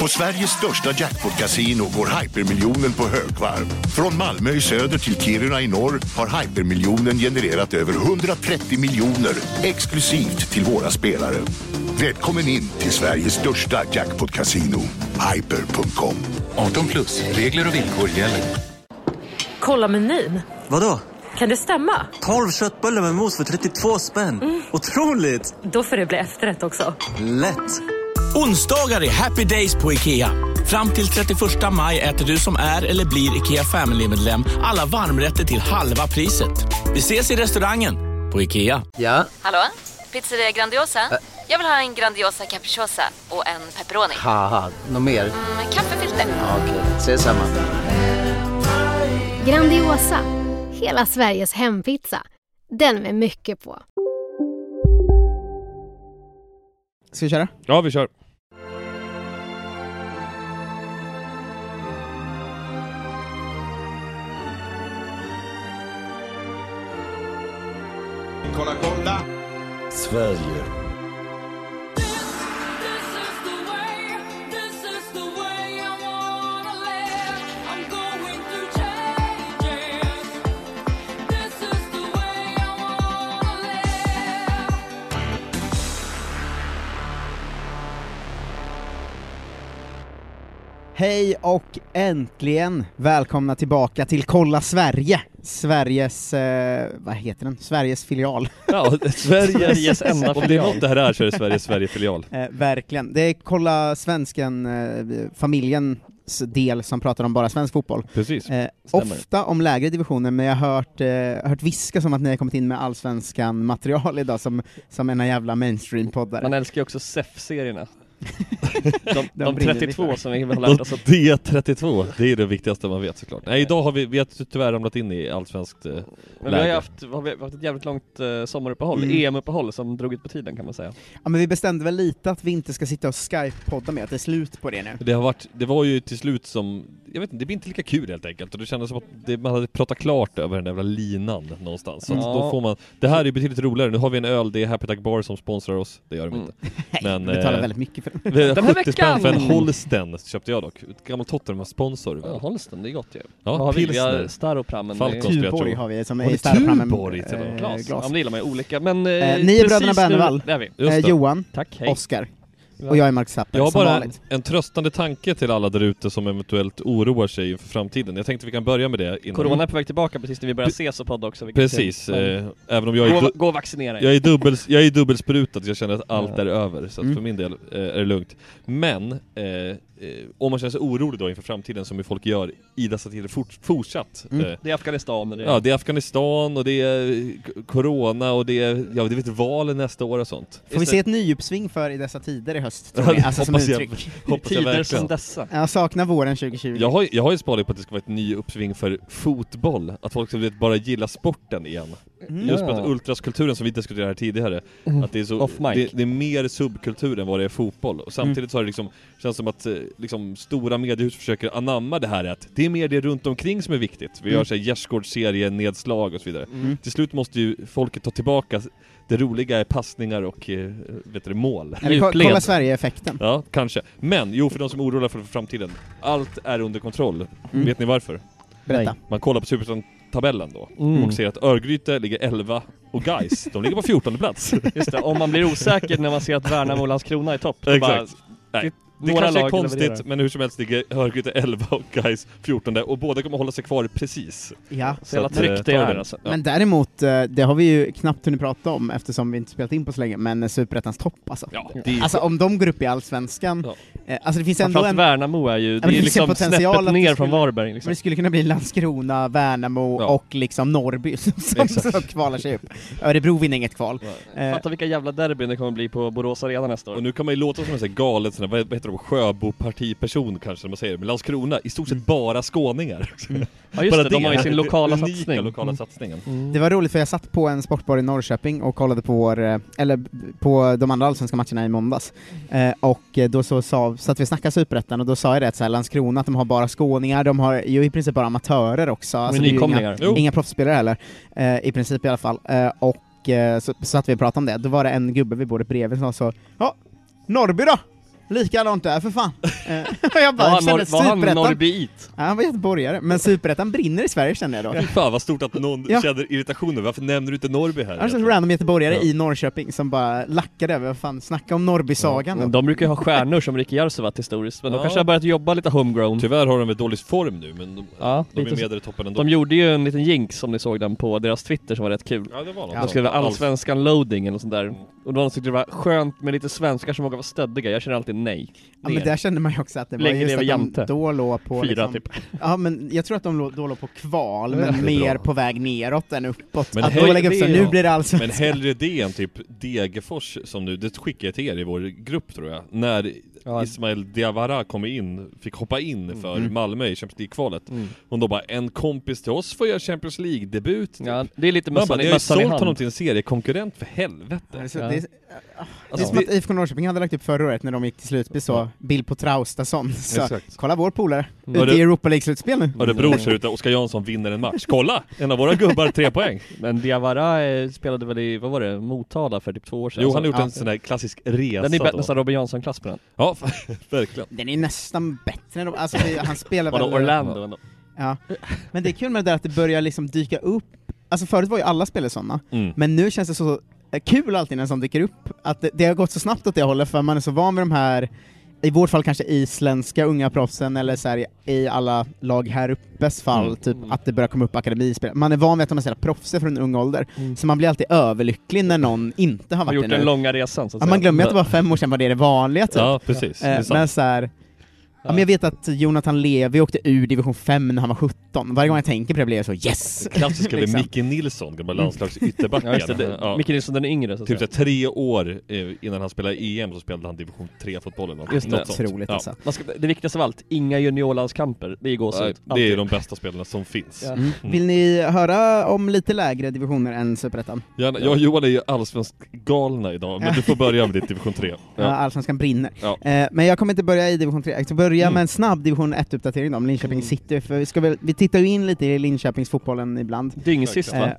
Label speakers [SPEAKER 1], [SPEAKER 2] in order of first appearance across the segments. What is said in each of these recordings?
[SPEAKER 1] På Sveriges största jackpot-kasino går hypermiljonen på högvarv. Från Malmö i söder till Kiruna i norr har hypermiljonen genererat över 130 miljoner exklusivt till våra spelare. Välkommen in till Sveriges största jackpot-kasino, hyper.com.
[SPEAKER 2] 18 plus, regler och villkor gäller.
[SPEAKER 3] Kolla menyn.
[SPEAKER 4] Vadå?
[SPEAKER 3] Kan det stämma?
[SPEAKER 4] 12 köttbullar med mos för 32 spänn. Otroligt!
[SPEAKER 3] Då får det bli efterrätt också.
[SPEAKER 4] Lätt!
[SPEAKER 5] Onsdagar är happy days på IKEA. Fram till 31 maj äter du som är eller blir IKEA Family-medlem alla varmrätter till halva priset. Vi ses i restaurangen på IKEA.
[SPEAKER 6] Ja,
[SPEAKER 7] Hallå? Pizzeria Grandiosa? Jag vill ha en Grandiosa capriciosa och en pepperoni.
[SPEAKER 6] haha, något mer?
[SPEAKER 7] Med kaffefilter.
[SPEAKER 6] Ja, Okej, ses samma.
[SPEAKER 8] Grandiosa, hela Sveriges hempizza. Den med mycket på.
[SPEAKER 9] Ska vi köra?
[SPEAKER 10] Ja, vi kör.
[SPEAKER 11] Sverige.
[SPEAKER 9] Hej och äntligen välkomna tillbaka till Kolla Sverige! Sveriges, eh, vad heter den? Sveriges filial.
[SPEAKER 10] Ja,
[SPEAKER 9] Sveriges enda
[SPEAKER 10] Om det är
[SPEAKER 9] filial.
[SPEAKER 10] något det här är så är det Sveriges Sverige-filial.
[SPEAKER 9] Eh, verkligen. Det är Kolla Svensken, eh, familjens del som pratar om bara svensk fotboll.
[SPEAKER 10] Precis.
[SPEAKER 9] Eh,
[SPEAKER 10] Stämmer.
[SPEAKER 9] ofta om lägre divisioner, men jag har hört, eh, hört viskas om att ni har kommit in med allsvenskan-material idag som, som ena jävla mainstream-poddare.
[SPEAKER 12] Man älskar ju också E SEF-serierna. De,
[SPEAKER 9] De
[SPEAKER 12] de
[SPEAKER 9] brinner
[SPEAKER 12] 32 som vi har
[SPEAKER 10] Och
[SPEAKER 12] lärt oss att...
[SPEAKER 10] D32, det är det viktigaste man vet såklart. Nej, idag har vi, vi har ty- tyvärr ramlat in i allsvenskt eh,
[SPEAKER 12] Men vi har ju
[SPEAKER 10] läge.
[SPEAKER 12] haft, har vi haft ett jävligt långt eh, sommaruppehåll,
[SPEAKER 9] Mm.
[SPEAKER 12] EM-uppehåll som drog ut på tiden kan man säga.
[SPEAKER 9] Ja men vi bestämde väl lite att vi inte ska sitta och skype-podda med, att det är slut på det nu.
[SPEAKER 10] Det har varit, det var ju till slut som, jag vet inte, det blir inte lika kul helt enkelt. Och det kändes som att det, man hade pratat klart över den där jävla linan någonstans. Så att
[SPEAKER 12] Ja.
[SPEAKER 10] då får man, det här är betydligt roligare, nu har vi en öl, det är Happy Duck Bar som sponsrar oss. Det gör de
[SPEAKER 12] Mm.
[SPEAKER 10] inte.
[SPEAKER 9] Vi
[SPEAKER 10] Men,
[SPEAKER 9] betalar
[SPEAKER 10] eh,
[SPEAKER 9] väldigt mycket för det.
[SPEAKER 10] vi har
[SPEAKER 12] Den här
[SPEAKER 10] 70 spänn för en
[SPEAKER 12] veckan.
[SPEAKER 10] Holsten köpte jag dock. Ett gammalt Tottenham-sponsor.
[SPEAKER 12] Ja,
[SPEAKER 10] väl?
[SPEAKER 12] Holsten, det är gott ju.
[SPEAKER 10] Ja,
[SPEAKER 12] Vad har vi? Vi
[SPEAKER 10] pilsner.
[SPEAKER 12] har Staroprammen.
[SPEAKER 10] Falcon. skulle jag
[SPEAKER 9] Tuborg
[SPEAKER 10] tro.
[SPEAKER 9] har vi som
[SPEAKER 10] Har
[SPEAKER 9] är
[SPEAKER 10] vi
[SPEAKER 9] i Staropramen.
[SPEAKER 10] Tuborg till och med?
[SPEAKER 9] eh,
[SPEAKER 12] Glas. Ja,
[SPEAKER 9] glas.
[SPEAKER 12] men det gillar man ju olika, men...
[SPEAKER 9] Eh, ni är
[SPEAKER 12] precis
[SPEAKER 9] bröderna Bernvall.
[SPEAKER 12] nu- Det är vi.
[SPEAKER 10] Just
[SPEAKER 9] Eh,
[SPEAKER 10] det.
[SPEAKER 9] Johan
[SPEAKER 12] Tack, hej.
[SPEAKER 9] Oskar och jag är Marcus Zapper,
[SPEAKER 10] Jag har
[SPEAKER 9] som
[SPEAKER 10] bara en,
[SPEAKER 9] vanligt.
[SPEAKER 10] en tröstande tanke till alla där ute som eventuellt oroar sig inför framtiden. Jag tänkte vi kan börja med det innan.
[SPEAKER 12] Corona Mm. är på väg tillbaka precis när vi börjar ses och podda också. vilket är-
[SPEAKER 10] Precis,
[SPEAKER 12] Men-
[SPEAKER 10] eh, även om jag
[SPEAKER 12] Gå,
[SPEAKER 10] är, du,
[SPEAKER 12] gå och vaccinera
[SPEAKER 10] jag
[SPEAKER 12] er.
[SPEAKER 10] är, dubbel, jag är dubbelsprutad så jag känner att allt
[SPEAKER 12] Ja.
[SPEAKER 10] är över. Så att
[SPEAKER 9] Mm.
[SPEAKER 10] för min del eh, är det lugnt. Men, eh, eh, om man känner sig orolig då inför framtiden som ju folk gör i dessa tider fort, fortsatt.
[SPEAKER 9] Mm.
[SPEAKER 10] Eh,
[SPEAKER 12] Det är Afghanistan och det är...
[SPEAKER 10] Ja, det är Afghanistan och det är eh, Corona och det är, ja det vet val nästa år och sånt.
[SPEAKER 9] Får vi se ett nyuppsving för i dessa tider i höst, tror ni? Alltså som
[SPEAKER 10] Hoppas jag.
[SPEAKER 9] uttryck.
[SPEAKER 10] Hoppas jag
[SPEAKER 12] Tider som
[SPEAKER 10] verkligen.
[SPEAKER 12] dessa.
[SPEAKER 9] Jag saknar våren 2020.
[SPEAKER 10] Jag har, jag har ju spaning på att det ska vara ett ny uppsving för fotboll, att folk ska du vet, bara gilla sporten igen.
[SPEAKER 9] Mm.
[SPEAKER 10] Just med att ultraskulturen som vi diskuterade här tidigare, att det är, så,
[SPEAKER 12] Off mic.
[SPEAKER 10] det, det är mer subkultur än vad det är fotboll. Och samtidigt så har det liksom, känns som att eh, liksom, stora mediehus försöker anamma det här att det är mer det runt omkring som är viktigt. Vi gör
[SPEAKER 9] Mm.
[SPEAKER 10] såhär gärdsgårdsserienedslag och så vidare.
[SPEAKER 9] Mm.
[SPEAKER 10] Till slut måste ju folket ta tillbaka, det roliga är passningar och eh, vet du, det, mål.
[SPEAKER 9] Eller ko-
[SPEAKER 12] djupled.
[SPEAKER 9] kolla Sverige-effekten.
[SPEAKER 10] Ja, kanske. Men, jo för de som är oroliga för framtiden, allt är under kontroll.
[SPEAKER 9] Mm.
[SPEAKER 10] Vet ni varför?
[SPEAKER 9] Berätta.
[SPEAKER 10] Man kollar på Superettan-tabellen då,
[SPEAKER 12] Mm.
[SPEAKER 10] och ser att Örgryte ligger 11 och Gais, de ligger på 14 plats.
[SPEAKER 12] Just det, om man blir osäker när man ser att Värnamo och Landskrona är topp. då bara-
[SPEAKER 10] Exakt. Nej. Det
[SPEAKER 12] några
[SPEAKER 10] kanske är
[SPEAKER 12] lag
[SPEAKER 10] konstigt,
[SPEAKER 12] levererar.
[SPEAKER 10] men hur som helst ligger Örgryte 11 och Gais 14 och båda kommer hålla sig kvar precis.
[SPEAKER 9] Ja.
[SPEAKER 12] Så jävla
[SPEAKER 10] att, eh,
[SPEAKER 12] tryggt det
[SPEAKER 10] ta
[SPEAKER 12] är
[SPEAKER 10] den.
[SPEAKER 12] alltså.
[SPEAKER 10] Ja.
[SPEAKER 9] Men däremot, eh, det har vi ju knappt hunnit prata om eftersom vi inte spelat in på så länge, men Superettans topp alltså.
[SPEAKER 10] Ja, det är
[SPEAKER 9] Alltså om de går upp i Allsvenskan,
[SPEAKER 10] Ja.
[SPEAKER 9] eh, alltså det finns ändå
[SPEAKER 12] Framförallt
[SPEAKER 9] en...
[SPEAKER 12] Värnamo är ju, det är
[SPEAKER 9] men det finns en
[SPEAKER 12] liksom
[SPEAKER 9] potential att
[SPEAKER 12] snäppet
[SPEAKER 9] det
[SPEAKER 12] ner
[SPEAKER 9] skulle-
[SPEAKER 12] från Varberg
[SPEAKER 9] Men
[SPEAKER 12] liksom.
[SPEAKER 9] det skulle kunna bli Landskrona, Värnamo
[SPEAKER 10] Ja.
[SPEAKER 9] och liksom Norrby som,
[SPEAKER 10] Exakt.
[SPEAKER 9] som kvalar sig upp. Örebro vinner inget kval. Eh,
[SPEAKER 12] Fatta vilka jävla derbyn det kommer bli på Borås Arena nästa
[SPEAKER 10] Och
[SPEAKER 12] år.
[SPEAKER 10] nu kan man ju låta som en sån här galet sån här, vad heter de, Sjöbo-partiperson kanske när man säger det, men Landskrona, i stort sett bara skåningar.
[SPEAKER 12] Mm. Ja just
[SPEAKER 10] bara
[SPEAKER 12] det, de har ju
[SPEAKER 10] är
[SPEAKER 12] sin lokala
[SPEAKER 10] unika
[SPEAKER 12] satsning. Mm.
[SPEAKER 10] lokala satsningen.
[SPEAKER 9] det var roligt för jag satt på en sportbar i Norrköping och kollade på vår, eh, eller b- på de andra allsvenska matcherna i måndags. Eh, och eh, då så sa, satt vi och snackade superettan och då sa jag det att så här, Landskrona, att de har bara skåningar, de har ju i princip bara amatörer också. Alltså, det är ju inga-
[SPEAKER 12] nykomlingar.
[SPEAKER 10] Jo.
[SPEAKER 9] Inga proffsspelare heller, eh, i princip i alla fall. Eh, och eh, så så satt vi och pratade om det, då var det en gubbe vi borde bredvid som sa så Ja, Norrby då? Likadant där för fan. Eh, och jag bara,
[SPEAKER 12] Var han
[SPEAKER 9] kände
[SPEAKER 12] norr- var han
[SPEAKER 9] superettan-
[SPEAKER 12] norrbyit?
[SPEAKER 9] Ja, han var göteborgare, men superettan brinner i Sverige kände jag då.
[SPEAKER 10] Fy fan vad stort att någon
[SPEAKER 9] Ja.
[SPEAKER 10] känner irritation över varför nämner du inte Norrby här?
[SPEAKER 9] Alltså en
[SPEAKER 10] egentligen?
[SPEAKER 9] random göteborgare
[SPEAKER 10] Ja.
[SPEAKER 9] i Norrköping som bara lackade över, vad fan, snacka om Norrbysagan.
[SPEAKER 12] Men De brukar ju ha stjärnor som Ricky Jarsuvat historiskt, men
[SPEAKER 10] Ja.
[SPEAKER 12] de kanske har börjat jobba lite homegrown.
[SPEAKER 10] Tyvärr har de väl dålig form nu, men de,
[SPEAKER 12] Ja,
[SPEAKER 10] de är
[SPEAKER 12] lite så.
[SPEAKER 10] med där i toppen ändå.
[SPEAKER 12] De gjorde ju en liten jinx om ni såg den på deras Twitter som var rätt kul.
[SPEAKER 10] Ja, det var något
[SPEAKER 12] De
[SPEAKER 10] sånt.
[SPEAKER 12] skrev
[SPEAKER 10] Alf.
[SPEAKER 12] Allsvenskan loading eller något sånt där. Och någon tyckte det var skönt med lite svenskar som vågar vara stöddiga, jag känner alltid nej.
[SPEAKER 9] Ja, men där kände man ju också att det var
[SPEAKER 12] Länge
[SPEAKER 9] just
[SPEAKER 12] lever
[SPEAKER 9] att
[SPEAKER 12] Jante.
[SPEAKER 9] de då låg på...
[SPEAKER 12] Fyra
[SPEAKER 9] liksom,
[SPEAKER 12] typ.
[SPEAKER 9] Ja men jag tror att de lå- då låg på kval,
[SPEAKER 10] Ja, det
[SPEAKER 9] men
[SPEAKER 10] är
[SPEAKER 9] mer
[SPEAKER 10] bra.
[SPEAKER 9] på väg neråt än uppåt.
[SPEAKER 10] Men
[SPEAKER 9] att
[SPEAKER 10] hellre
[SPEAKER 9] då lägga upp så,
[SPEAKER 10] det
[SPEAKER 9] nu
[SPEAKER 10] än-
[SPEAKER 9] blir det alltså
[SPEAKER 10] Men hellre det än typ Degerfors som nu, det skickade jag till er i vår grupp tror jag, när
[SPEAKER 12] Ja.
[SPEAKER 10] Ismail Diawara kom in, fick hoppa in för
[SPEAKER 9] Mm.
[SPEAKER 10] Malmö i Champions League-kvalet.
[SPEAKER 12] Mm.
[SPEAKER 10] Hon då bara, en kompis till oss får göra Champions League-debut. typ.
[SPEAKER 12] Ja, det är lite
[SPEAKER 10] Man bara,
[SPEAKER 12] mössan
[SPEAKER 10] ni
[SPEAKER 12] i
[SPEAKER 10] har ju
[SPEAKER 12] mössan i
[SPEAKER 10] sålt honom
[SPEAKER 12] hand.
[SPEAKER 10] till en seriekonkurrent för helvete.
[SPEAKER 9] Alltså,
[SPEAKER 12] Ja.
[SPEAKER 9] det, är, det är
[SPEAKER 10] Alltså,
[SPEAKER 9] som att IFK Norrköping hade lagt upp förra året när de gick till slutspel så, bild på Traustason. Så,
[SPEAKER 10] Exakt.
[SPEAKER 9] kolla vår polare,
[SPEAKER 10] Var
[SPEAKER 9] ute
[SPEAKER 10] det-
[SPEAKER 9] i Europa League-slutspel nu.
[SPEAKER 10] Örebro ser ut, att Oskar Jansson vinner en match. Kolla! En av våra gubbar, tre poäng.
[SPEAKER 12] Men Diawara eh, spelade väl i, vad var det, Motala för typ två år sedan?
[SPEAKER 10] Jo, han har gjort
[SPEAKER 9] Ja.
[SPEAKER 10] en sån här klassisk resa
[SPEAKER 12] Den är bättre
[SPEAKER 10] då.
[SPEAKER 12] nästan Robin Jansson-klass på den.
[SPEAKER 10] Ja, verkligen.
[SPEAKER 9] Den är nästan bättre än de, alltså det, han spelar väl...
[SPEAKER 12] Vadå Orlando ändå?
[SPEAKER 9] Ja. Men det är kul med det där att det börjar liksom dyka upp, alltså förut var ju alla spelare sådana,
[SPEAKER 10] Mm.
[SPEAKER 9] men nu känns det så eh, kul alltid när sånt dyker upp, att det, det har gått så snabbt åt det hållet för man är så van vid de här, i vårt fall kanske isländska unga proffsen eller så här, i- i alla lag här uppes fall,
[SPEAKER 10] Mm.
[SPEAKER 9] typ att det börjar komma upp akademispelare. Man är van vid att de är så jävla proffsiga från en ung ålder, så man blir alltid överlycklig när någon inte har
[SPEAKER 12] Har
[SPEAKER 9] varit
[SPEAKER 12] gjort
[SPEAKER 9] det nu.
[SPEAKER 12] den långa resan så att
[SPEAKER 9] ja,
[SPEAKER 12] säga.
[SPEAKER 9] man glömmer ju att det var fem år sedan var det det vanliga typ.
[SPEAKER 10] Ja, precis. Det är
[SPEAKER 9] Eh,
[SPEAKER 10] sant.
[SPEAKER 9] men så här, ja. men jag vet att Jonathan Levi åkte ur division 5 när han var 17. Varje gång jag tänker på det blir jag så yes!
[SPEAKER 10] Klassiska är
[SPEAKER 9] Liksom.
[SPEAKER 10] Micke Nilsson, gamla
[SPEAKER 12] Mm. Ja just det,
[SPEAKER 10] landslagsytterbacken.
[SPEAKER 12] det
[SPEAKER 10] Ja.
[SPEAKER 12] Micke Nilsson den yngre så att
[SPEAKER 10] Typ
[SPEAKER 12] säga.
[SPEAKER 10] såhär, tre år eh, innan han spelade EM så spelade han division 3-fotboll eller något,
[SPEAKER 12] Just det.
[SPEAKER 10] något sånt.
[SPEAKER 9] Otroligt
[SPEAKER 10] Ja.
[SPEAKER 9] alltså.
[SPEAKER 12] Man ska, det viktigaste av allt, inga juniorlandskamper. Det är
[SPEAKER 10] Nej,
[SPEAKER 12] gåshud.
[SPEAKER 10] Det är ju de bästa spelarna som finns.
[SPEAKER 12] Ja.
[SPEAKER 9] Vill ni höra om lite lägre divisioner än Superettan?
[SPEAKER 10] Gärna- Jag och Johan är ju allsvensk galna idag, men du får börja med ditt division 3.
[SPEAKER 9] Ja. Allsvenskan brinner.
[SPEAKER 10] Ja.
[SPEAKER 9] Eh, men jag kommer inte börja i division 3, jag ska börja
[SPEAKER 10] Mm.
[SPEAKER 9] med en snabb division 1-uppdatering om Linköping City, för vi, ska väl, vi tittar ju in lite i Linköpingsfotbollen ibland.
[SPEAKER 12] Dyngsist va?
[SPEAKER 9] Eh,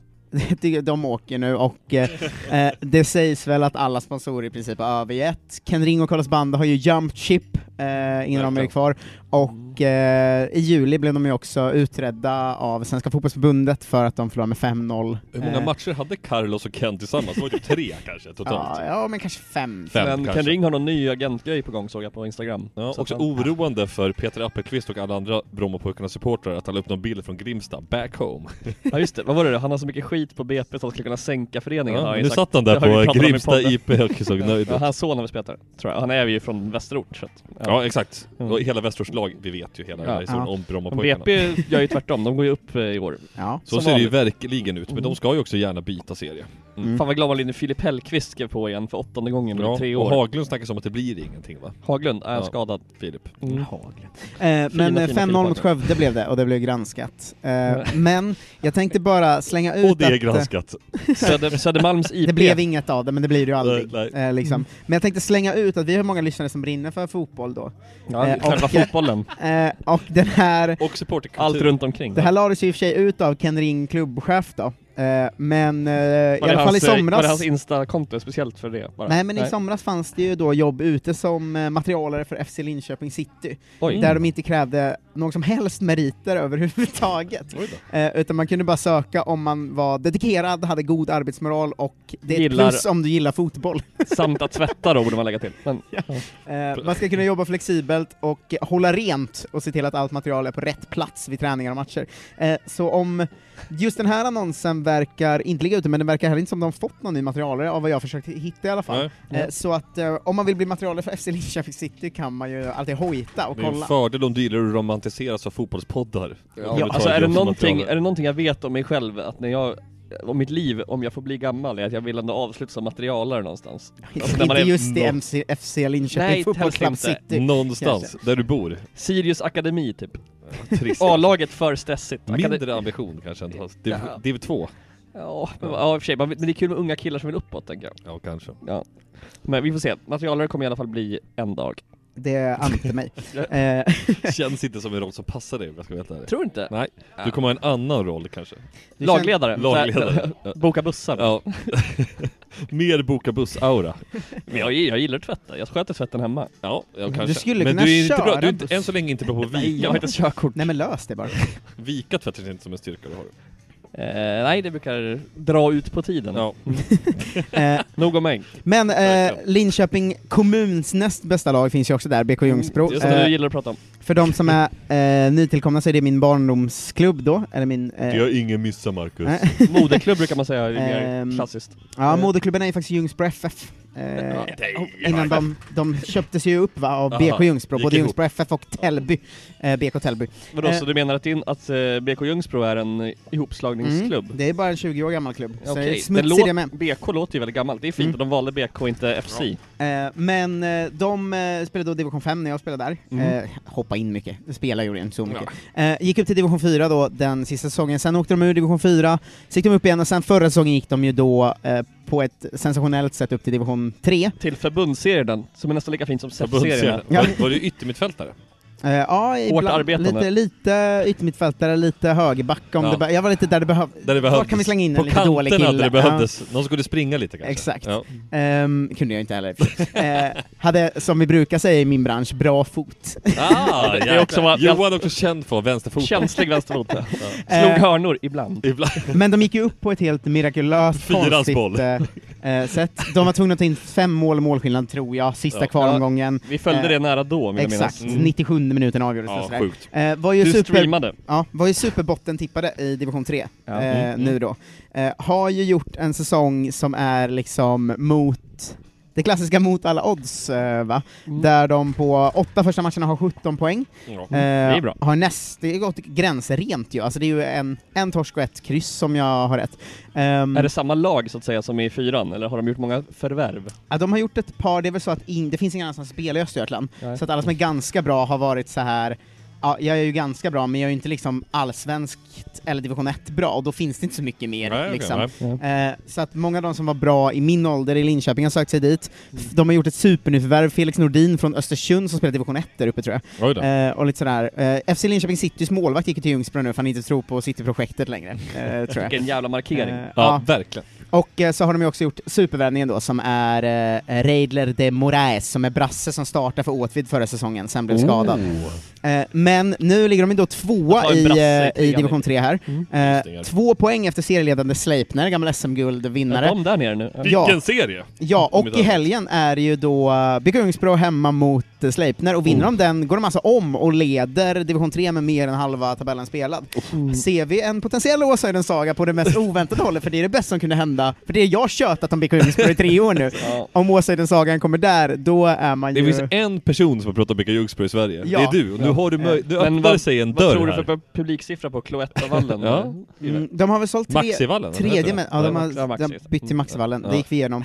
[SPEAKER 9] det- de åker nu och eh, eh, det sägs väl att alla sponsorer i princip har övergett. Ken Ring och Carlos Banda har ju jump chip eh, innan de är
[SPEAKER 10] Verkligen. Mm.
[SPEAKER 9] kvar och eh, i juli blev de ju också utredda av Svenska Fotbollförbundet för att de förlorade med 5-0.
[SPEAKER 10] Hur många
[SPEAKER 9] Eh,
[SPEAKER 10] matcher hade Carlos och Ken tillsammans? Det var typ tre kanske totalt.
[SPEAKER 9] Ja, ja men kanske fem.
[SPEAKER 10] Fem
[SPEAKER 12] Men
[SPEAKER 10] kanske.
[SPEAKER 12] Ken Ring har någon ny agentgrej på gång såg jag på Instagram.
[SPEAKER 10] Ja,
[SPEAKER 12] Så
[SPEAKER 10] också
[SPEAKER 12] att han-
[SPEAKER 10] oroande för Peter Appelqvist och alla andra Brommapojkarnas supportrar att han la upp någon bild från Grimsta, back home.
[SPEAKER 12] Ja just det, vad var det? Han har så mycket skit på BP så att han skulle kunna sänka föreningen har
[SPEAKER 10] Ja,
[SPEAKER 12] han ju
[SPEAKER 10] nu
[SPEAKER 12] sagt.
[SPEAKER 10] satt han
[SPEAKER 12] Det har vi
[SPEAKER 10] där på
[SPEAKER 12] pratat om i
[SPEAKER 10] Grimsta
[SPEAKER 12] podden.
[SPEAKER 10] IP och såg nöjd
[SPEAKER 12] Ja,
[SPEAKER 10] ut.
[SPEAKER 12] hans son har väl spelare, tror jag. Han är ju från Västerort så att,
[SPEAKER 10] Ja, exakt.
[SPEAKER 12] Mm.
[SPEAKER 10] Och hela Västerås lag, vi vet ju hela den här
[SPEAKER 12] Ja.
[SPEAKER 10] historien
[SPEAKER 9] Ja.
[SPEAKER 10] om
[SPEAKER 12] Men
[SPEAKER 10] Brommapojkarna.
[SPEAKER 12] BP gör ju tvärtom, de går ju upp eh, i år.
[SPEAKER 9] Ja.
[SPEAKER 10] Så
[SPEAKER 12] Som
[SPEAKER 10] ser det ju
[SPEAKER 12] vanligt. Mm.
[SPEAKER 10] verkligen ut, men de ska ju också gärna byta serie.
[SPEAKER 9] Mm.
[SPEAKER 12] Fan vad glad man blir när Filip Hellqvist skrev på igen för åttonde gången på tre
[SPEAKER 10] och
[SPEAKER 12] år.
[SPEAKER 10] Haglund snackas om att det blir ingenting va?
[SPEAKER 12] Haglund, är
[SPEAKER 10] Ja.
[SPEAKER 12] skadad.
[SPEAKER 10] Filip.
[SPEAKER 12] Mm.
[SPEAKER 9] Eh, men
[SPEAKER 12] fina
[SPEAKER 9] eh, 5-0 mot
[SPEAKER 12] Filip
[SPEAKER 9] Skövde blev det och det blev granskat. Eh, men jag tänkte bara slänga ut
[SPEAKER 10] Och det är
[SPEAKER 9] att, eh,
[SPEAKER 10] granskat.
[SPEAKER 12] Söder, Södermalms IP.
[SPEAKER 9] Det blev inget av det, men det blir det ju aldrig.
[SPEAKER 10] Nej,
[SPEAKER 9] Eh,
[SPEAKER 12] Mm.
[SPEAKER 9] liksom. Men jag tänkte slänga ut att vi har många lyssnare som brinner för fotboll då.
[SPEAKER 12] ja,
[SPEAKER 9] eh,
[SPEAKER 12] själva
[SPEAKER 9] och-
[SPEAKER 12] fotbollen.
[SPEAKER 9] Eh, och den här,
[SPEAKER 10] Och supporterkultur.
[SPEAKER 12] Allt runt omkring.
[SPEAKER 9] det här lades ju i och för sig ut av Ken Ring klubbchef då, eh, men eh, i
[SPEAKER 12] Var det
[SPEAKER 9] alla fall i
[SPEAKER 12] hans, eh, Var det
[SPEAKER 9] somras
[SPEAKER 12] hans Insta-konto speciellt för det? Bara?
[SPEAKER 9] Nej men i somras fanns det ju då jobb ute som eh, materialare för FC Linköping City,
[SPEAKER 12] Oj.
[SPEAKER 9] där de inte krävde någon som helst meriter överhuvudtaget.
[SPEAKER 10] Oj då.
[SPEAKER 9] Eh, utan man kunde bara söka om man var dedikerad, hade god arbetsmoral och det är ett
[SPEAKER 12] Gillar-
[SPEAKER 9] plus om du gillar fotboll.
[SPEAKER 12] Samt att tvätta då borde man lägga till. Men,
[SPEAKER 9] Eh, man ska kunna jobba flexibelt och eh, hålla rent och se till att allt material är på rätt plats vid träningar och matcher. Eh, så om just den här annonsen verkar inte ligga ute, men den verkar heller inte som de fått någon ny materialare av vad jag försökt hitta i alla fall. Eh, så att eh, om man vill bli materialare för FC Linköping City kan man ju alltid hojta och
[SPEAKER 10] Det är en
[SPEAKER 9] kolla.
[SPEAKER 10] fördel om du gillar att romantiseras av fotbollspoddar. Om du
[SPEAKER 12] ja,
[SPEAKER 10] tar
[SPEAKER 12] alltså, är, det
[SPEAKER 10] jobb som
[SPEAKER 12] någonting,
[SPEAKER 10] materialare.
[SPEAKER 12] är det någonting jag vet om mig själv, att när jag om mitt liv, om jag får bli gammal, är att jag vill ändå avsluta som materialare någonstans. Alltså, när man
[SPEAKER 9] inte
[SPEAKER 12] är-
[SPEAKER 9] just i
[SPEAKER 10] nå-
[SPEAKER 9] MC, FC Linköping
[SPEAKER 12] Nej,
[SPEAKER 9] Football
[SPEAKER 12] helst
[SPEAKER 9] Club
[SPEAKER 12] inte.
[SPEAKER 9] City.
[SPEAKER 10] Någonstans,
[SPEAKER 9] Kanske.
[SPEAKER 10] där du bor.
[SPEAKER 12] Sirius Akademi typ.
[SPEAKER 10] Trist.
[SPEAKER 12] A-laget för stressigt. Akade-
[SPEAKER 10] Mindre ambition kanske än fast div,
[SPEAKER 12] Ja.
[SPEAKER 10] div 2.
[SPEAKER 12] Ja, men, ja, i och för sig, man- men det är kul med unga killar som vill uppåt tänker jag.
[SPEAKER 10] Ja, kanske.
[SPEAKER 12] Men vi får se, materialare kommer i alla fall bli en dag.
[SPEAKER 9] Det ante mig. Eh,
[SPEAKER 10] Känns inte som en roll som passar dig om jag ska vara helt ärlig.
[SPEAKER 12] Tror du inte?
[SPEAKER 10] Nej, du
[SPEAKER 9] Äh,
[SPEAKER 10] kommer ha en annan roll kanske.
[SPEAKER 9] det känns-
[SPEAKER 12] Lagledare.
[SPEAKER 10] Lagledare.
[SPEAKER 12] Så här, Boka bussar.
[SPEAKER 10] Ja, Mer boka buss-aura.
[SPEAKER 12] Men jag, jag gillar att tvätta, jag sköter tvätten hemma.
[SPEAKER 10] Ja, jag
[SPEAKER 9] Du
[SPEAKER 10] kanske.
[SPEAKER 9] skulle
[SPEAKER 10] men
[SPEAKER 9] kunna
[SPEAKER 10] du är inte bra,
[SPEAKER 9] köra
[SPEAKER 10] du är inte,
[SPEAKER 9] buss.
[SPEAKER 10] än så länge inte bra på att vika.
[SPEAKER 12] Jag har inte körkort.
[SPEAKER 9] Nej men lös det bara.
[SPEAKER 10] Vika tvättar sig inte som en styrka du har.
[SPEAKER 12] Eh, nej, det brukar dra ut på tiden.
[SPEAKER 10] Ja.
[SPEAKER 9] Eh,
[SPEAKER 12] Nog om mig.
[SPEAKER 9] men eh, Linköping kommuns näst bästa lag finns ju också där,
[SPEAKER 12] Mm.
[SPEAKER 9] BK Ljungsbro.
[SPEAKER 12] Just det,
[SPEAKER 9] Eh,
[SPEAKER 12] du gillar att prata om.
[SPEAKER 9] För de som är eh, nytillkomna så är det min barndomsklubb då, eller min... eh,
[SPEAKER 10] har ingen missa Marcus.
[SPEAKER 9] Nej.
[SPEAKER 12] Modeklubb brukar man säga är
[SPEAKER 9] Ehm,
[SPEAKER 12] mer klassiskt.
[SPEAKER 9] ja, moderklubben är ju faktiskt Ljungsbro FF. Eh, innan de, de köptes ju upp va, av BK
[SPEAKER 10] Aha,
[SPEAKER 9] Ljungsbro,
[SPEAKER 10] gick
[SPEAKER 9] både
[SPEAKER 10] ihop.
[SPEAKER 9] Ljungsbro FF och Tällby. Eh, BK Tällby.
[SPEAKER 12] Vadå,
[SPEAKER 9] eh,
[SPEAKER 12] så du menar att, din, att eh, BK Ljungsbro är en eh, ihopslagningsklubb?
[SPEAKER 9] Mm, det är bara en 20 år gammal klubb, så
[SPEAKER 12] Okej,
[SPEAKER 9] det är
[SPEAKER 12] den
[SPEAKER 9] smutsig
[SPEAKER 12] låt-
[SPEAKER 9] det med.
[SPEAKER 12] BK låter ju väldigt gammalt, det är fint
[SPEAKER 9] Mm.
[SPEAKER 12] att de valde BK och inte FC.
[SPEAKER 9] Eh, men eh, de eh, spelade då Division 5 när jag spelade där.
[SPEAKER 10] Mhm.
[SPEAKER 12] Mm.
[SPEAKER 9] Eh, hoppa in mycket, spela gjorde jag inte så mycket. Eh, gick upp till Division 4 då den sista säsongen, sen åkte de ur Division 4, så gick de upp igen och sen förra säsongen gick de ju då eh, på ett sensationellt sätt upp till Division 3.
[SPEAKER 12] Till förbundsserien, som är nästan lika fint som
[SPEAKER 10] Förbundsserien.
[SPEAKER 12] SEF-serien.
[SPEAKER 9] Ja.
[SPEAKER 10] Var, var du yttermittfältare?
[SPEAKER 9] Eh, ja, ibland,
[SPEAKER 12] arbetande.
[SPEAKER 9] Lite, lite yttermittfältare, lite högerback om
[SPEAKER 10] Ja.
[SPEAKER 9] det be- Jag var lite där det behövdes.
[SPEAKER 10] Där det behövdes.
[SPEAKER 9] kan vi slänga in en
[SPEAKER 10] På
[SPEAKER 9] lite dålig
[SPEAKER 10] kanten hade
[SPEAKER 9] kille?
[SPEAKER 10] det behövdes. Någon skulle springa lite kanske.
[SPEAKER 9] Exakt.
[SPEAKER 10] Ja.
[SPEAKER 9] Ehm, kunde jag inte heller. eh, hade, som vi brukar säga i min bransch, bra fot.
[SPEAKER 10] Ah,
[SPEAKER 12] Det är också vad-
[SPEAKER 10] Johan är också känd för vänsterfoten.
[SPEAKER 12] Känslig vänsterfot. Slog
[SPEAKER 9] Eh,
[SPEAKER 12] hörnor ibland.
[SPEAKER 10] Ibland.
[SPEAKER 9] Men de gick ju upp på ett helt mirakulöst
[SPEAKER 10] Fyrans
[SPEAKER 9] konstigt
[SPEAKER 10] boll.
[SPEAKER 9] eh, eh, sätt. De var tvungna att ta in fem mål och målskillnad tror jag, sista
[SPEAKER 10] Ja.
[SPEAKER 9] kvalomgången.
[SPEAKER 12] Vi följde
[SPEAKER 9] Eh,
[SPEAKER 12] det nära då, vill jag
[SPEAKER 9] Exakt,
[SPEAKER 12] minnas.
[SPEAKER 9] 97 minuten avgjordes och
[SPEAKER 10] Mm. Ja,
[SPEAKER 9] sådär.
[SPEAKER 10] sjukt.
[SPEAKER 9] Eh, var ju
[SPEAKER 12] Du
[SPEAKER 9] super,
[SPEAKER 12] streamade.
[SPEAKER 9] ja, var ju superbottentippade i division 3
[SPEAKER 12] Ja.
[SPEAKER 9] eh,
[SPEAKER 10] Mm,
[SPEAKER 9] nu då. Eh, har ju gjort en säsong som är liksom mot det klassiska mot alla odds, eh, va?
[SPEAKER 10] Mm.
[SPEAKER 9] Där de på åtta första matcherna har 17 poäng.
[SPEAKER 10] Ja.
[SPEAKER 9] Eh,
[SPEAKER 12] Mm, Det är bra.
[SPEAKER 9] Har näst, det har gått gränsrent ju, alltså det är ju en, en torsk och ett kryss som jag har rätt. Ehm,
[SPEAKER 12] Är det samma lag så att säga som i fyran, eller har de gjort många förvärv?
[SPEAKER 9] Ja, de har gjort ett par, det är väl så att in, det finns ingen annan som spelar i Östergötland,
[SPEAKER 12] Nej.
[SPEAKER 9] så att alla som är ganska bra har varit så här Ja, jag är ju ganska bra, men jag är ju inte liksom allsvenskt eller division 1 bra, och då finns det inte så mycket mer.
[SPEAKER 10] Nej, okej,
[SPEAKER 9] liksom.
[SPEAKER 10] nej.
[SPEAKER 9] Eh, så att många av de som var bra i min ålder i Linköping har sökt sig dit.
[SPEAKER 12] Mm.
[SPEAKER 9] De har gjort ett supernyförvärv, Felix Nordin från Östersund som spelar division 1 där uppe tror jag.
[SPEAKER 10] Oj då.
[SPEAKER 9] Eh, och lite sådär. Eh, FC Linköping Citys målvakt gick ju till Ljungsbro nu för han inte tror på Cityprojektet längre, eh, tror jag.
[SPEAKER 12] Vilken jävla markering.
[SPEAKER 9] Eh,
[SPEAKER 10] Ja, verkligen.
[SPEAKER 9] och eh, så har de ju också gjort supervärvningen då som är eh, Reidler de Moraes som är brasse som startade för Åtvid förra säsongen, sen blev skadad. Eh, men nu ligger de ju då tvåa
[SPEAKER 12] Att ha en
[SPEAKER 9] i,
[SPEAKER 12] brasse i Mm.
[SPEAKER 9] eh, i
[SPEAKER 12] trean.
[SPEAKER 9] division 3 här.
[SPEAKER 10] Just det,
[SPEAKER 9] Eh,
[SPEAKER 10] ja.
[SPEAKER 9] två poäng efter serieledande Sleipner, gammal
[SPEAKER 12] Är
[SPEAKER 9] SM-guldvinnare.
[SPEAKER 12] de där nere nu?
[SPEAKER 9] Ja.
[SPEAKER 10] Vilken serie!
[SPEAKER 9] Ja,
[SPEAKER 10] Om
[SPEAKER 9] och
[SPEAKER 10] inte
[SPEAKER 9] i
[SPEAKER 10] annat.
[SPEAKER 9] helgen är det ju då eh, BK Ljungsbro hemma mot eh, Sleipner, och
[SPEAKER 10] Oh.
[SPEAKER 9] vinner de den går de alltså om och leder division 3 med mer än halva tabellen spelad.
[SPEAKER 10] Oh.
[SPEAKER 9] Ser vi en potentiell Åshöjdens saga på det mest oväntade hållet, för det är det bästa som kunde hända, för det är jag tjötat om BK Ljungsbro i tre år nu.
[SPEAKER 12] Ja.
[SPEAKER 9] Om Åshöjdens sagan kommer där, då är man
[SPEAKER 10] Det
[SPEAKER 9] ju...
[SPEAKER 10] finns en person som har pratat om Mikael Ljungsberg i Sverige.
[SPEAKER 9] Ja.
[SPEAKER 10] Det är du. Och nu har du möj- nu
[SPEAKER 12] Eh, Men
[SPEAKER 10] öppnar
[SPEAKER 12] vad-
[SPEAKER 10] sig en
[SPEAKER 12] Vad
[SPEAKER 10] dörr
[SPEAKER 12] tror du
[SPEAKER 10] här.
[SPEAKER 12] för pu- publiksiffra på Cloettavallen?
[SPEAKER 10] Ja.
[SPEAKER 9] Mm, de har väl sålt tre...
[SPEAKER 10] Maxivallen? eller vad heter
[SPEAKER 9] Tredje
[SPEAKER 10] det?
[SPEAKER 9] mest, ja, de
[SPEAKER 12] Ja, det var
[SPEAKER 9] har
[SPEAKER 12] Maxi.
[SPEAKER 9] de har bytt till Maxivallen, det
[SPEAKER 10] Mm. Ja.
[SPEAKER 9] gick vi igenom.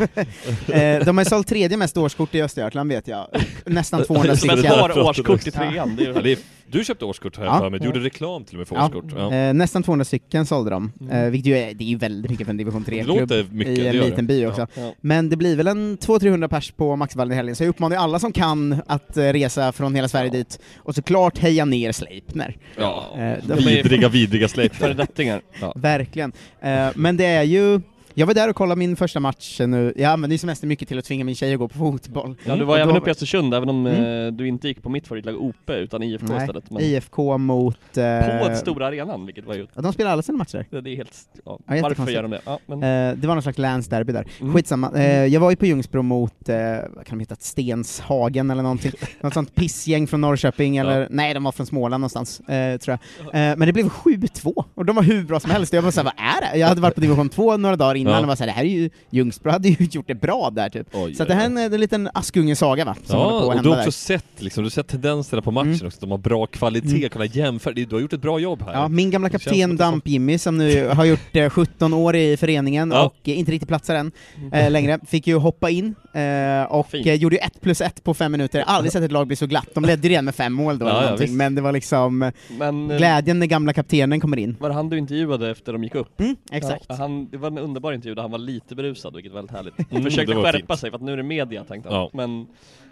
[SPEAKER 9] Eh, de har ju sålt tredje mest årskort i Östergötland vet jag, nästan 200
[SPEAKER 12] Som ett
[SPEAKER 9] stycken.
[SPEAKER 10] Jag
[SPEAKER 12] par
[SPEAKER 10] pratade
[SPEAKER 12] årskort i
[SPEAKER 10] också.
[SPEAKER 12] trean, det är
[SPEAKER 10] Ja,
[SPEAKER 12] ju...
[SPEAKER 10] det är, du köpte årskort här
[SPEAKER 9] Ja.
[SPEAKER 10] för mig, du gjorde reklam till och med för
[SPEAKER 9] Ja.
[SPEAKER 10] årskort. Ja.
[SPEAKER 9] Eh, nästan 200 stycken sålde de,
[SPEAKER 12] Mm.
[SPEAKER 9] eh, vilket ju är, det är ju väldigt mycket för en division 3-klubb
[SPEAKER 10] låter mycket,
[SPEAKER 9] i
[SPEAKER 10] det
[SPEAKER 9] en
[SPEAKER 10] gör det.
[SPEAKER 9] liten by också.
[SPEAKER 12] Ja.
[SPEAKER 9] Men det blir väl en 200-300 pers på Maxvallen i helgen, så jag uppmanar ju alla som kan att eh, resa från hela Sverige dit, och såklart heja ner Sleipner.
[SPEAKER 10] Ja.
[SPEAKER 9] Eh, de-
[SPEAKER 10] Vidriga, vidriga släkter.
[SPEAKER 12] Föredettingar.
[SPEAKER 9] Verkligen. Eh, men det är ju jag var där och kollade min första match nu, jag använde ju semestern mycket till att tvinga min tjej att gå på fotboll.
[SPEAKER 12] Ja, du var
[SPEAKER 9] Mm. Och
[SPEAKER 12] även
[SPEAKER 9] då- Mm.
[SPEAKER 12] uppe i Östersund, även om eh, du inte gick på mitt favoritlag OP, utan IFK
[SPEAKER 9] Nej,
[SPEAKER 12] istället. Men
[SPEAKER 9] IFK mot... eh,
[SPEAKER 12] På den stora arenan, vilket var ju...
[SPEAKER 9] ja, de spelar alla sina matcher.
[SPEAKER 12] Det är helt... Ja,
[SPEAKER 9] Ja, jättekonstigt.
[SPEAKER 12] varför gör de det? Ja, men,
[SPEAKER 9] Eh, det var någon slags länsderby där.
[SPEAKER 12] Mm.
[SPEAKER 9] Skitsamma. Eh, jag var ju på Ljungsbro mot, eh, vad kan de heta, Stenshagen eller någonting. Något sånt pissgäng från Norrköping eller, nej de var från Småland någonstans, eh, tror jag. Eh, men det blev 7-2 och de var hur bra som helst. Jag var såhär, vad är det? Jag hade varit på division 2 några dagar innan
[SPEAKER 10] Ja.
[SPEAKER 9] och var såhär, det här är ju, Ljungsbro hade ju gjort det bra där typ.
[SPEAKER 10] Oj,
[SPEAKER 9] Så att det här är en, en liten Askungesaga va, som
[SPEAKER 10] Ja,
[SPEAKER 9] håller på att
[SPEAKER 10] och du
[SPEAKER 9] hända
[SPEAKER 10] har också
[SPEAKER 9] där.
[SPEAKER 10] sett, liksom, du har sett tendenserna på matchen
[SPEAKER 9] Mm.
[SPEAKER 10] också, de har bra kvalitet, kunna jämföra, Det- du har gjort ett bra jobb här.
[SPEAKER 9] Ja, min gamla
[SPEAKER 10] Det känns
[SPEAKER 9] kapten
[SPEAKER 10] som att det är
[SPEAKER 9] Damp Jimmy som nu har gjort eh, 17 år i föreningen
[SPEAKER 10] Ja.
[SPEAKER 9] och eh, inte riktigt platsar än eh, längre, fick ju hoppa in eh, och
[SPEAKER 12] Fint.
[SPEAKER 9] eh, gjorde ju 1 plus 1 på 5 minuter. Aldrig sett ett lag bli så glatt. De ledde ju redan med fem mål då
[SPEAKER 10] Ja,
[SPEAKER 9] eller
[SPEAKER 10] ja,
[SPEAKER 9] någonting,
[SPEAKER 10] visst.
[SPEAKER 9] men det var liksom eh,
[SPEAKER 12] men eh,
[SPEAKER 9] glädjen när gamla kaptenen kommer in.
[SPEAKER 12] var det han du intervjuade efter de gick upp?
[SPEAKER 9] Mm, exakt.
[SPEAKER 12] Ja, han, det var en underbar kvar intervju där han var lite berusad, vilket var väldigt härligt. Han
[SPEAKER 10] Mm,
[SPEAKER 12] försökte
[SPEAKER 10] det var
[SPEAKER 12] skärpa
[SPEAKER 10] fint.
[SPEAKER 12] sig för att nu är det media tänkte han.
[SPEAKER 10] Ja.
[SPEAKER 12] Men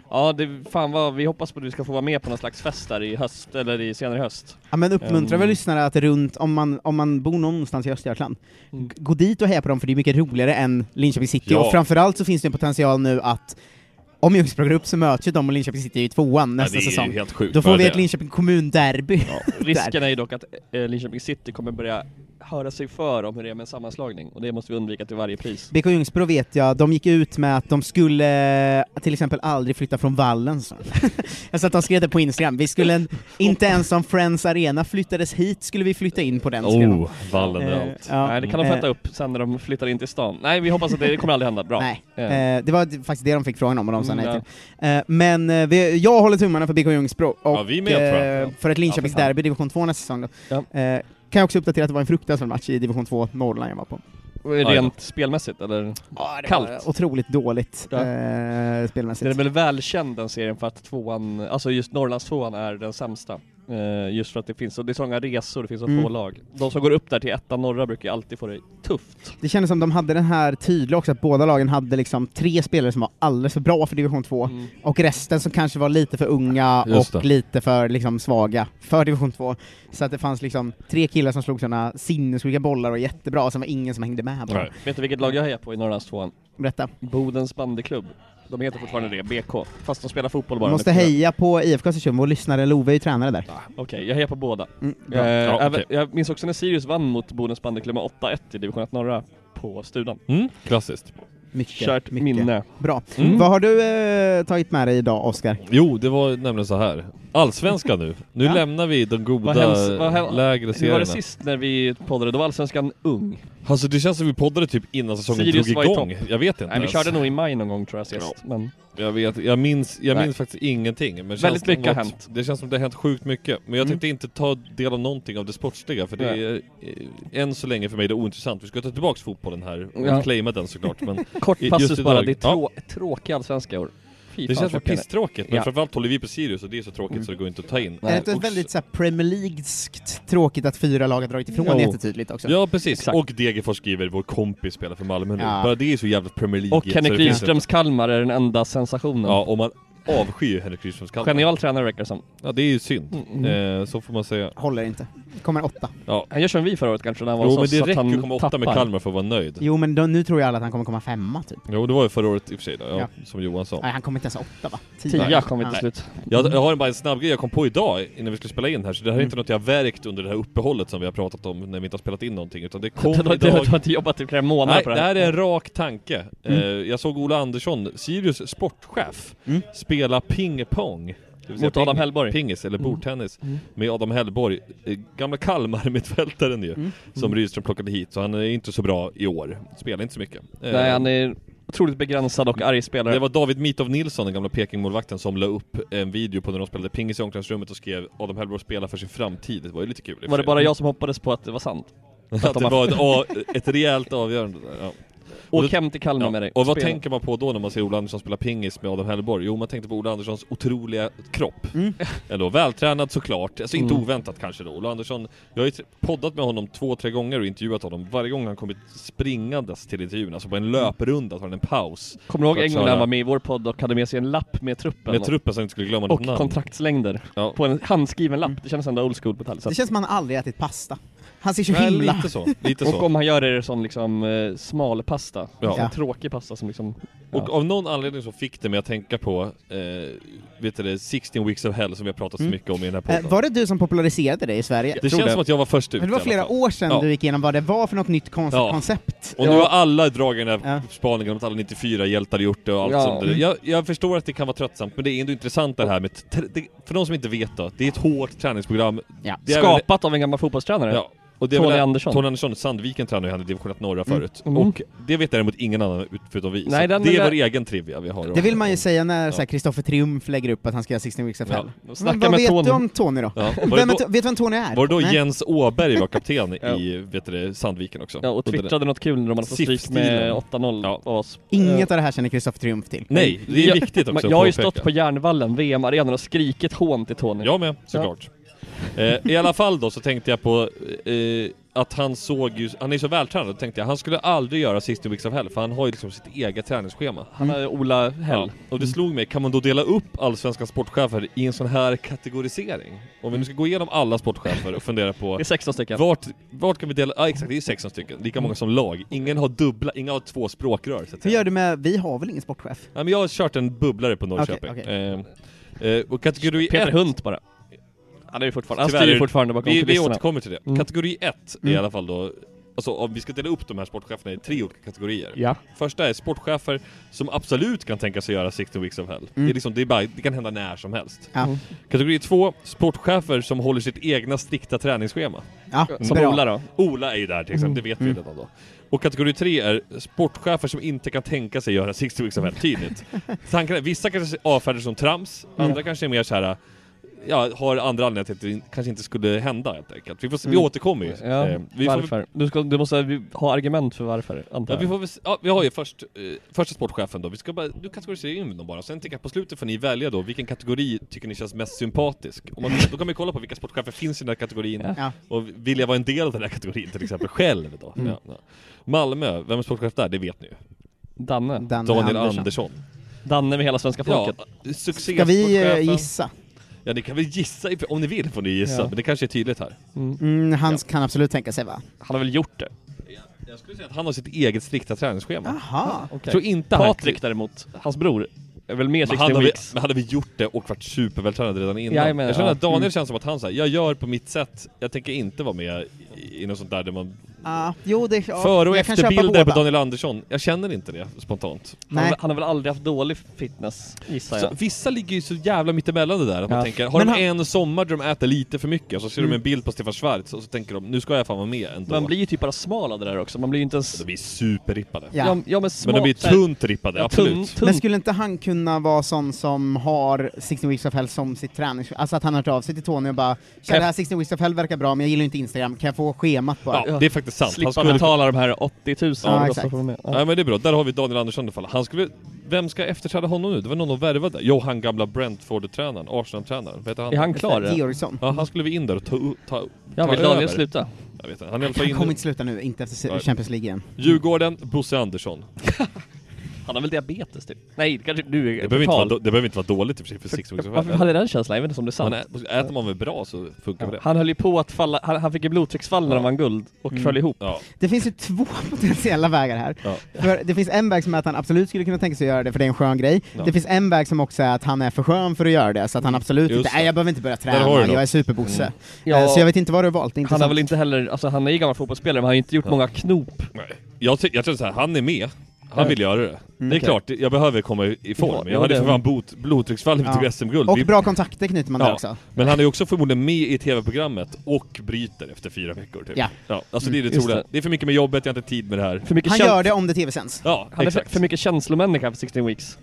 [SPEAKER 12] ja, det, fan vad, vi hoppas på att du ska få vara med på någon slags fest där i höst, eller i, senare i höst.
[SPEAKER 9] Ja men uppmuntra
[SPEAKER 12] Ehm,
[SPEAKER 9] väl lyssnare att runt, om man, om man bor någonstans i Östergötland, g- gå dit och heja på dem för det är mycket roligare än Linköping City,
[SPEAKER 10] Ja.
[SPEAKER 9] och framförallt så finns det en potential nu att om Ljungsbro går upp så möts ju de och Linköping City i tvåan nästa
[SPEAKER 10] det är ju
[SPEAKER 9] säsong.
[SPEAKER 10] helt sjukt,
[SPEAKER 9] Då får
[SPEAKER 10] bara
[SPEAKER 9] vi ett
[SPEAKER 10] det.
[SPEAKER 9] Linköping kommun-derby.
[SPEAKER 12] Risken är ju dock att eh, Linköping City kommer börja höra sig för om hur det är med en sammanslagning och det måste vi undvika till varje pris.
[SPEAKER 9] BK Ljungsbro vet jag, de gick ut med att de skulle till exempel aldrig flytta från Vallens. jag satt och skrev det på Instagram, vi skulle inte ens som Friends Arena flyttades hit skulle vi flytta in på den skrev de.
[SPEAKER 10] Oh, vallen är
[SPEAKER 9] Eh,
[SPEAKER 10] allt.
[SPEAKER 9] ja.
[SPEAKER 12] Nej, det kan de fatta
[SPEAKER 9] Eh,
[SPEAKER 12] upp sen när de flyttar in till stan. Nej, vi hoppas att det kommer aldrig hända. Bra.
[SPEAKER 9] Nej,
[SPEAKER 12] Eh.
[SPEAKER 9] eh, det var d- faktiskt det de fick frågan om och de sa
[SPEAKER 12] Mm,
[SPEAKER 9] nej
[SPEAKER 12] ja.
[SPEAKER 9] till. Eh, men eh, vi, jag håller tummarna för BK Ljungsbro och
[SPEAKER 10] Ja, vi med, tror jag.
[SPEAKER 9] eh, för ett Linköpingsderby i division 2 nästa säsong då.
[SPEAKER 12] Ja.
[SPEAKER 9] Eh, kan jag också uppdatera att det var en fruktansvärd match i division 2 Norrland jag var på.
[SPEAKER 12] Och Rent spelmässigt eller?
[SPEAKER 9] Ja, det
[SPEAKER 12] Kallt.
[SPEAKER 9] var otroligt dåligt
[SPEAKER 12] Ja.
[SPEAKER 9] eh, spelmässigt.
[SPEAKER 12] Den är väl välkänd den serien för att tvåan, alltså just Norrlands tvåan är den sämsta. Eh, just för att det finns så, det är så många resor, det finns så
[SPEAKER 9] Mm.
[SPEAKER 12] få lag. De som går upp där till ettan norra brukar ju alltid få det tufft.
[SPEAKER 9] Det kändes som de hade den här tydliga också, att båda lagen hade liksom tre spelare som var alldeles för bra för division 2
[SPEAKER 12] Mm.
[SPEAKER 9] och resten som kanske var lite för unga
[SPEAKER 10] Just
[SPEAKER 9] och
[SPEAKER 10] det.
[SPEAKER 9] lite för liksom svaga för division 2. Så att det fanns liksom tre killar som slog sådana sinnessjuka bollar och var jättebra, och sen var ingen som hängde med bara.
[SPEAKER 10] Nej.
[SPEAKER 12] Vet du vilket lag jag hejar på i Norrlands tvåan?
[SPEAKER 9] Berätta.
[SPEAKER 12] Bodens bandyklubb. De heter fortfarande det, BK. Fast de spelar fotboll bara.
[SPEAKER 9] Man måste
[SPEAKER 12] nu.
[SPEAKER 9] heja på IFK Östersund, vår lyssnare Love är ju tränare där.
[SPEAKER 12] Okej, jag hejar på båda.
[SPEAKER 9] Mm,
[SPEAKER 12] Eh,
[SPEAKER 9] bra.
[SPEAKER 10] Ja,
[SPEAKER 12] även,
[SPEAKER 10] okej.
[SPEAKER 12] Jag minns också när Sirius vann mot Bodens bandyklubb med 8-1 i division 1 norra på Studan.
[SPEAKER 10] Mm, klassiskt.
[SPEAKER 9] Mycket,
[SPEAKER 12] Kärt
[SPEAKER 9] mycket.
[SPEAKER 12] minne.
[SPEAKER 9] Bra.
[SPEAKER 10] Mm.
[SPEAKER 9] Vad har du eh, tagit med dig idag, Oskar?
[SPEAKER 10] Jo, det var nämligen så här. Allsvenskan nu. Nu
[SPEAKER 9] Ja.
[SPEAKER 10] lämnar vi de goda
[SPEAKER 12] Vad hemskt- vad hem-
[SPEAKER 10] lägre
[SPEAKER 12] Hur var
[SPEAKER 10] serierna.
[SPEAKER 12] det sist när vi poddade? Då var Allsvenskan ung.
[SPEAKER 10] Alltså det känns som vi poddade typ innan säsongen
[SPEAKER 12] Sirius
[SPEAKER 10] drog
[SPEAKER 12] var i
[SPEAKER 10] igång. Jag vet inte
[SPEAKER 12] Nej, vi
[SPEAKER 10] ens.
[SPEAKER 12] körde nog i maj någon gång tror jag sist. Men
[SPEAKER 10] Jag vet, jag minns, jag
[SPEAKER 12] Nej.
[SPEAKER 10] minns faktiskt ingenting. Men känns
[SPEAKER 12] Väldigt
[SPEAKER 10] som
[SPEAKER 12] mycket har
[SPEAKER 10] något-
[SPEAKER 12] hänt.
[SPEAKER 10] Det känns som det har hänt sjukt mycket. Men jag
[SPEAKER 12] Mm.
[SPEAKER 10] tänkte inte ta del av någonting av det sportsliga för det
[SPEAKER 12] Nej.
[SPEAKER 10] är eh, än så länge för mig det är ointressant. Vi ska ta tillbaks fotbollen här och
[SPEAKER 12] Ja.
[SPEAKER 10] claima den såklart. Men
[SPEAKER 12] kort
[SPEAKER 10] Just
[SPEAKER 12] passus
[SPEAKER 10] idag.
[SPEAKER 12] bara, det är
[SPEAKER 10] Ja.
[SPEAKER 12] trå tråkiga allsvenska i år. Fy
[SPEAKER 10] det
[SPEAKER 12] fan,
[SPEAKER 10] känns väl
[SPEAKER 12] tråkiga
[SPEAKER 10] pisstråkigt. Men
[SPEAKER 12] Ja. Mm.
[SPEAKER 10] framförallt håller vi på Sirius och det är så tråkigt så det går inte att ta in.
[SPEAKER 9] Är det inte
[SPEAKER 10] Och-
[SPEAKER 9] väldigt så här, Premier Leagueskt tråkigt att fyra lag har dragit ifrån
[SPEAKER 12] Jo.
[SPEAKER 9] jättetydligt också?
[SPEAKER 10] Ja precis,
[SPEAKER 12] Exakt.
[SPEAKER 10] och Degerfors skriver vår kompis spelar för Malmö nu.
[SPEAKER 9] Ja.
[SPEAKER 10] Bara det är så jävla Premier League.
[SPEAKER 12] Och
[SPEAKER 10] så det
[SPEAKER 12] Henrik
[SPEAKER 10] finns
[SPEAKER 12] Rydströms Kalmar är den enda sensationen.
[SPEAKER 10] inte- Ja, och man avskyr ju Henrik Rydströms Kalmar.
[SPEAKER 12] Genial tränare verkar det som.
[SPEAKER 10] Ja det är ju synd. Eh, så får man säga.
[SPEAKER 9] Håller inte. Kommer åtta.
[SPEAKER 12] Han gör som vi förra året kanske när han var
[SPEAKER 10] Jo
[SPEAKER 12] hos
[SPEAKER 10] men
[SPEAKER 12] oss,
[SPEAKER 10] det
[SPEAKER 12] att
[SPEAKER 10] räcker
[SPEAKER 12] han
[SPEAKER 10] ju att komma åtta med
[SPEAKER 12] tappar.
[SPEAKER 10] Kalmar för att vara nöjd.
[SPEAKER 9] Jo men då, nu tror ju alla att han kommer komma femma typ.
[SPEAKER 10] Jo det var ju förra året i och för sig då, ja,
[SPEAKER 9] Ja.
[SPEAKER 10] som Johan sa.
[SPEAKER 9] Nej han kommer inte ens åtta va?
[SPEAKER 12] Tia kom vi
[SPEAKER 9] Ja.
[SPEAKER 12] till slut.
[SPEAKER 10] Jag, jag har bara en snabb grej jag kom på idag innan vi skulle spela in här, så det här är inte något jag värkt under det här uppehållet som vi har pratat om när vi inte har spelat in någonting, utan det kom
[SPEAKER 12] Du har- Du
[SPEAKER 10] idag...
[SPEAKER 12] har inte jobbat i flera månader
[SPEAKER 10] Nej,
[SPEAKER 12] på Mm.
[SPEAKER 10] det här är en rak tanke. Eh, jag såg Ola Andersson, Sirius sportchef,
[SPEAKER 9] Mm.
[SPEAKER 10] spela pingpong. Det vill säga
[SPEAKER 12] Mot Adam
[SPEAKER 10] ping-
[SPEAKER 12] Hellborg. Mm.
[SPEAKER 10] Pingis, eller bordtennis, med Adam Hellborg, eh, gamla Kalmar-mittfältaren ju,
[SPEAKER 12] Mm.
[SPEAKER 10] som Rydström plockade hit, så han är inte så bra i år. Spelar inte så mycket. Eh,
[SPEAKER 12] Nej, han är otroligt begränsad och arg spelare.
[SPEAKER 10] Det var David Mitov Nilsson, den gamla Pekingmålvakten, som la upp en video på när de spelade pingis i omklädningsrummet och skrev Adam Hellborg spelar för sin framtid. Det var ju lite kul. i och för
[SPEAKER 12] Var det
[SPEAKER 10] sig.
[SPEAKER 12] bara jag som hoppades på att det var sant?
[SPEAKER 10] Att det var ett, a- ett rejält avgörande där. Ja. Och
[SPEAKER 12] Åk
[SPEAKER 10] det-
[SPEAKER 12] hem till Kalmar
[SPEAKER 10] Ja.
[SPEAKER 12] med dig.
[SPEAKER 10] Och vad
[SPEAKER 12] Spela.
[SPEAKER 10] tänker man på då när man ser Ola Andersson spela pingis med Adam Hellborg? Jo, man tänkte på Ola Anderssons otroliga kropp. Ändå vältränad såklart, alltså inte oväntat kanske då. Ola Andersson, jag har ju t- poddat med honom två, tre gånger och intervjuat honom. Varje gång har han kommit springandes till intervjun, alltså på en löprunda tar han en paus.
[SPEAKER 12] Kommer du ihåg
[SPEAKER 10] För
[SPEAKER 12] en
[SPEAKER 10] att
[SPEAKER 12] gång när han
[SPEAKER 10] köra-
[SPEAKER 12] var med i vår podd och hade med sig en lapp med truppen?
[SPEAKER 10] Med truppen så han inte skulle glömma något
[SPEAKER 12] och
[SPEAKER 10] namn.
[SPEAKER 12] kontraktslängder.
[SPEAKER 10] Ja.
[SPEAKER 12] På en handskriven lapp. Det känns ändå old school på ett härligt
[SPEAKER 9] Det
[SPEAKER 12] sätt.
[SPEAKER 9] känns som han aldrig ätit pasta. Han ser så
[SPEAKER 10] Nej,
[SPEAKER 9] himla...
[SPEAKER 10] lite så. Lite så.
[SPEAKER 12] Och om han gör det är det sån liksom eh, smal pasta.
[SPEAKER 10] Ja.
[SPEAKER 12] En tråkig pasta som liksom...
[SPEAKER 10] Och
[SPEAKER 12] Ja.
[SPEAKER 10] av någon anledning så fick det mig att tänka på, eh, vet du det, 16 weeks of hell som vi har pratat så
[SPEAKER 9] Mm.
[SPEAKER 10] mycket om i den här podden.
[SPEAKER 9] Eh, var det du som populariserade det i Sverige?
[SPEAKER 10] det känns som att jag var först ut
[SPEAKER 9] Men det var
[SPEAKER 10] i alla
[SPEAKER 9] flera
[SPEAKER 10] fall.
[SPEAKER 9] år sedan
[SPEAKER 10] Ja.
[SPEAKER 9] du gick igenom vad det var för något nytt konstigt
[SPEAKER 10] Ja.
[SPEAKER 9] koncept.
[SPEAKER 10] Och nu har alla dragit den här
[SPEAKER 9] Ja. Mm.
[SPEAKER 10] spaningen om att alla 94 hjältar gjort det och allt
[SPEAKER 12] Ja.
[SPEAKER 10] sånt där. Jag, jag förstår att det kan vara tröttsamt, men det är ändå intressant det här med... ett tr- Det, för de som inte vet då, det är ett hårt träningsprogram.
[SPEAKER 9] Ja.
[SPEAKER 10] Det är väl-
[SPEAKER 12] Skapat av en gammal fotbollstränare.
[SPEAKER 10] Ja. Och det är
[SPEAKER 12] Tony
[SPEAKER 10] väl-
[SPEAKER 12] Andersson.
[SPEAKER 10] Tony Andersson, Sandviken tränade ju han i division 1 norra förut.
[SPEAKER 12] Mm.
[SPEAKER 10] Och det vet däremot ingen annan ut- förutom vi.
[SPEAKER 12] Nej, den-
[SPEAKER 10] så det är
[SPEAKER 12] den-
[SPEAKER 10] vår egen trivia vi har.
[SPEAKER 9] Det vill man ju säga när
[SPEAKER 10] Ja.
[SPEAKER 9] så här, Kristoffer Triumf lägger upp att han ska göra 16 weeks of
[SPEAKER 10] Ja.
[SPEAKER 9] hell.
[SPEAKER 12] Och
[SPEAKER 9] Men
[SPEAKER 12] Snacka
[SPEAKER 9] vad
[SPEAKER 12] med
[SPEAKER 9] vet du
[SPEAKER 12] Tony.
[SPEAKER 9] om Tony då?
[SPEAKER 10] Ja. Var det
[SPEAKER 9] Vem,
[SPEAKER 10] då-
[SPEAKER 9] vet- vet du vem Tony är?
[SPEAKER 10] Var det då
[SPEAKER 9] Nej.
[SPEAKER 10] Jens Åberg var kapten
[SPEAKER 12] Ja.
[SPEAKER 10] i vet du det, Sandviken också?
[SPEAKER 12] Ja, och
[SPEAKER 10] Under det-
[SPEAKER 12] twittrade något kul när de hade fått stryk med
[SPEAKER 10] SIF-stilen.
[SPEAKER 12] 8-0
[SPEAKER 10] Ja.
[SPEAKER 12] av oss. Eh,
[SPEAKER 9] Inget av det här känner Kristoffer Triumf till.
[SPEAKER 10] Nej, det är
[SPEAKER 12] Jag-
[SPEAKER 10] viktigt också
[SPEAKER 12] Man-
[SPEAKER 10] att
[SPEAKER 12] Jag har ju
[SPEAKER 10] påpeka.
[SPEAKER 12] stått på Järnvallen, VM-arenan och skrikit hån till Tony.
[SPEAKER 10] Jag med, såklart. Eh, I alla fall då så tänkte jag på eh, att han såg ju, han är så vältränad, då tänkte jag han skulle aldrig göra 16 weeks of hell för han har ju liksom sitt eget träningsschema.
[SPEAKER 12] Han har ju Ola Hell.
[SPEAKER 10] Ja, och det slog mig, kan man då dela upp allsvenska sportchefer i en sån här kategorisering? Om vi nu ska gå igenom alla sportchefer och fundera på...
[SPEAKER 12] Det är 16 stycken.
[SPEAKER 10] Vart, vart kan vi dela... Ja exakt, det är 16 stycken. Lika många som lag. Ingen har dubbla, inga har två språkrör så att
[SPEAKER 9] Hur
[SPEAKER 10] säga.
[SPEAKER 9] gör du med, vi har väl ingen sportchef?
[SPEAKER 10] Nej men jag har kört en bubblare på Norrköping.
[SPEAKER 9] Okej,
[SPEAKER 10] Eh, eh, och kategori
[SPEAKER 12] Peter
[SPEAKER 10] ett-
[SPEAKER 12] Hunt bara. Han är ju fortfarande, han
[SPEAKER 10] Tyvärr
[SPEAKER 12] styr
[SPEAKER 10] är-
[SPEAKER 12] ju fortfarande bakom
[SPEAKER 10] vi, vi
[SPEAKER 12] kulisserna.
[SPEAKER 10] återkommer till det.
[SPEAKER 12] Mm.
[SPEAKER 10] Kategori 1 är i
[SPEAKER 12] Mm.
[SPEAKER 10] alla fall då, alltså om vi ska dela upp de här sportcheferna i tre olika kategorier.
[SPEAKER 12] Ja.
[SPEAKER 10] Första är sportchefer som absolut kan tänka sig göra 16 weeks of hell.
[SPEAKER 12] Mm.
[SPEAKER 10] Det, är liksom, det, är bara, det kan hända när som helst.
[SPEAKER 9] Ja. Mm.
[SPEAKER 10] Kategori 2, sportchefer som håller sitt egna strikta träningsschema.
[SPEAKER 9] Ja,
[SPEAKER 10] som
[SPEAKER 9] bra.
[SPEAKER 10] Ola då. Ola är ju där till exempel,
[SPEAKER 9] Mm.
[SPEAKER 10] det vet vi
[SPEAKER 9] Mm.
[SPEAKER 10] redan då. Och kategori 3 är sportchefer som inte kan tänka sig göra 60 weeks of hell tidigt. Tankarna, vissa kanske avfärdar som trams, andra
[SPEAKER 12] Mm.
[SPEAKER 10] kanske är mer så här ja, har andra anledningar till att det in- kanske inte skulle hända helt enkelt. Vi, får, se- vi
[SPEAKER 12] Mm.
[SPEAKER 10] återkommer ju.
[SPEAKER 12] Ja,
[SPEAKER 10] Eh, vi får-
[SPEAKER 12] varför? Du, ska, du måste vi- ha argument för varför, antar
[SPEAKER 10] Ja,
[SPEAKER 12] jag.
[SPEAKER 10] vi, får, väl se- ja, vi har ju först, eh, första sportchefen då, vi ska bara, du kategoriserar in dem bara, sen tänker jag på slutet får ni välja då vilken kategori tycker ni känns mest sympatisk? Och man, då kan man ju kolla på vilka sportchefer finns i den här kategorin,
[SPEAKER 9] Ja.
[SPEAKER 10] och vill jag vara en del av den här kategorin till exempel, själv då?
[SPEAKER 9] Mm.
[SPEAKER 10] Ja, ja. Malmö, vem är sportchef där? Det vet ni ju.
[SPEAKER 12] Danne.
[SPEAKER 9] Danne
[SPEAKER 10] Daniel
[SPEAKER 9] Andersson.
[SPEAKER 10] Andersson.
[SPEAKER 12] Danne med hela svenska folket.
[SPEAKER 10] Ja, succé-
[SPEAKER 9] Ska vi eh,
[SPEAKER 10] sportchefen.
[SPEAKER 9] gissa?
[SPEAKER 10] Ja ni kan väl gissa if- om ni vill får ni gissa,
[SPEAKER 12] Ja.
[SPEAKER 10] men det kanske är tydligt här.
[SPEAKER 9] Mm, han kan absolut tänka sig va?
[SPEAKER 12] Han har väl gjort det?
[SPEAKER 10] Jag skulle säga att han har sitt eget strikta träningsschema.
[SPEAKER 9] Aha.
[SPEAKER 12] Okej.
[SPEAKER 10] Tror inte han-
[SPEAKER 12] Patrik däremot, hans bror, är väl mer
[SPEAKER 10] Men hade,
[SPEAKER 12] 16
[SPEAKER 10] vi,
[SPEAKER 12] weeks.
[SPEAKER 10] men hade vi gjort det och varit supervältränad redan innan?
[SPEAKER 12] Jajamän,
[SPEAKER 10] jag känner
[SPEAKER 12] ja.
[SPEAKER 10] att Daniel
[SPEAKER 12] Mm.
[SPEAKER 10] känns som att han säger jag gör på mitt sätt, jag tänker inte vara med i, i något sånt där där man...
[SPEAKER 9] Ja, jo, det, ja,
[SPEAKER 10] Före och
[SPEAKER 9] jag kan köpa
[SPEAKER 10] efterbilder på
[SPEAKER 9] båda.
[SPEAKER 10] Daniel Andersson, jag känner inte det spontant.
[SPEAKER 12] Han, har
[SPEAKER 9] Nej.
[SPEAKER 12] väl- han har väl aldrig haft dålig fitness, gissar
[SPEAKER 10] Så,
[SPEAKER 12] jag.
[SPEAKER 10] vissa ligger ju så jävla mittemellan det där, att man
[SPEAKER 12] Ja.
[SPEAKER 10] tänker, har
[SPEAKER 9] Men
[SPEAKER 10] de
[SPEAKER 9] han-
[SPEAKER 10] en sommar där de äter lite för mycket, och så ser de
[SPEAKER 9] Mm.
[SPEAKER 10] en bild på Stefan Schwarz och så tänker de, nu ska jag fan vara med ändå.
[SPEAKER 12] Man blir ju typ bara smal av det där också, man blir ju inte ens...
[SPEAKER 10] De blir superrippade.
[SPEAKER 9] Ja.
[SPEAKER 12] ja men smal...
[SPEAKER 10] Men de blir
[SPEAKER 12] så här-
[SPEAKER 10] tunt rippade,
[SPEAKER 12] Ja, tunn-
[SPEAKER 10] absolut.
[SPEAKER 12] tunn-
[SPEAKER 9] Men skulle inte han kunna vara sån som har 16 Weeks of Hell som sitt träningsschema? Alltså att han har hört av sig till Tony och bara Tja, det här 16 Weeks of Hell verkar bra, men jag gillar inte Instagram, kan jag få schemat bara?
[SPEAKER 10] Ja, det är faktiskt sant.
[SPEAKER 12] Slippa
[SPEAKER 10] Han skulle...
[SPEAKER 12] betala de här 80 000
[SPEAKER 9] Ja,
[SPEAKER 12] då
[SPEAKER 9] exakt.
[SPEAKER 12] får man med. Ja.
[SPEAKER 10] Nej men det är bra, där har vi Daniel Andersson i alla fall. Han skulle... Vem ska efterträda honom nu? Det var någon de värvade. Jo, han gamla Brentford-tränaren, Arsenal-tränaren. Vad heter han?
[SPEAKER 12] Är han klar? eller?
[SPEAKER 9] Georgsson.
[SPEAKER 10] Ja, han skulle vi in där och ta... u- ta
[SPEAKER 12] Ja,
[SPEAKER 10] ta
[SPEAKER 12] vill
[SPEAKER 10] över.
[SPEAKER 12] Daniel sluta?
[SPEAKER 10] Jag vet inte. Han är i alla fall
[SPEAKER 9] Han kommer
[SPEAKER 10] inne.
[SPEAKER 9] inte sluta nu, inte efter
[SPEAKER 10] Nej.
[SPEAKER 9] Champions League igen.
[SPEAKER 10] Djurgården, Bosse Andersson.
[SPEAKER 12] Han har väl diabetes typ? Nej, det kanske du
[SPEAKER 10] Det
[SPEAKER 12] är
[SPEAKER 10] behöver, inte vara,
[SPEAKER 12] total.
[SPEAKER 10] då- det behöver inte vara dåligt i och för sig för Six Weeks of
[SPEAKER 12] Varför
[SPEAKER 10] Hell.
[SPEAKER 12] hade jag den känslan? Jag vet inte om det är sant.
[SPEAKER 10] Man ä- alltså, Äter man väl bra så funkar väl det.
[SPEAKER 12] Han höll ju på att falla, han, han fick ju blodtrycksfall när han vann guld och föll ihop.
[SPEAKER 10] Ja.
[SPEAKER 9] Det finns ju två potentiella vägar här.
[SPEAKER 10] Ja.
[SPEAKER 9] För det finns en väg som är att han absolut skulle kunna tänka sig att göra det, för det är en skön grej.
[SPEAKER 10] Ja. Mm.
[SPEAKER 9] Det finns en väg som också är att han är för skön för att göra det, så att han absolut
[SPEAKER 10] Just
[SPEAKER 9] inte,
[SPEAKER 10] det.
[SPEAKER 9] nej jag behöver inte börja
[SPEAKER 10] Där har
[SPEAKER 9] träna,
[SPEAKER 10] du något. Mm.
[SPEAKER 9] jag är superbosse.
[SPEAKER 12] Ja.
[SPEAKER 9] Eh, Så jag vet inte vad du har valt, det är
[SPEAKER 12] Han har
[SPEAKER 9] intressant.
[SPEAKER 12] väl inte heller, alltså han är ju gammal fotbollsspelare men han har ju inte gjort många knop.
[SPEAKER 10] Nej. Jag, ty- jag tror såhär, han är med. Han vill göra det. det är
[SPEAKER 12] okej.
[SPEAKER 10] klart, jag behöver komma i i form.
[SPEAKER 12] Ja,
[SPEAKER 10] Jag hade
[SPEAKER 12] det-
[SPEAKER 10] för fan bot- blodtrycksfall i
[SPEAKER 9] Ja.
[SPEAKER 10] mitt SM-guld. Vi-
[SPEAKER 9] Och bra kontakter knyter man där
[SPEAKER 10] Ja.
[SPEAKER 9] också.
[SPEAKER 10] Men han är också förmodligen med i tv-programmet och bryter efter fyra veckor typ.
[SPEAKER 9] Ja.
[SPEAKER 10] alltså det är det
[SPEAKER 12] Mm, Just
[SPEAKER 10] troliga. Det.
[SPEAKER 12] det.
[SPEAKER 10] är för mycket med jobbet, jag har inte tid med det här.
[SPEAKER 12] För mycket
[SPEAKER 9] Han
[SPEAKER 12] käns-
[SPEAKER 9] gör det om det tv-sänds.
[SPEAKER 10] Ja,
[SPEAKER 12] han är för,
[SPEAKER 10] exakt.
[SPEAKER 12] för mycket känslomänniska för 16 weeks.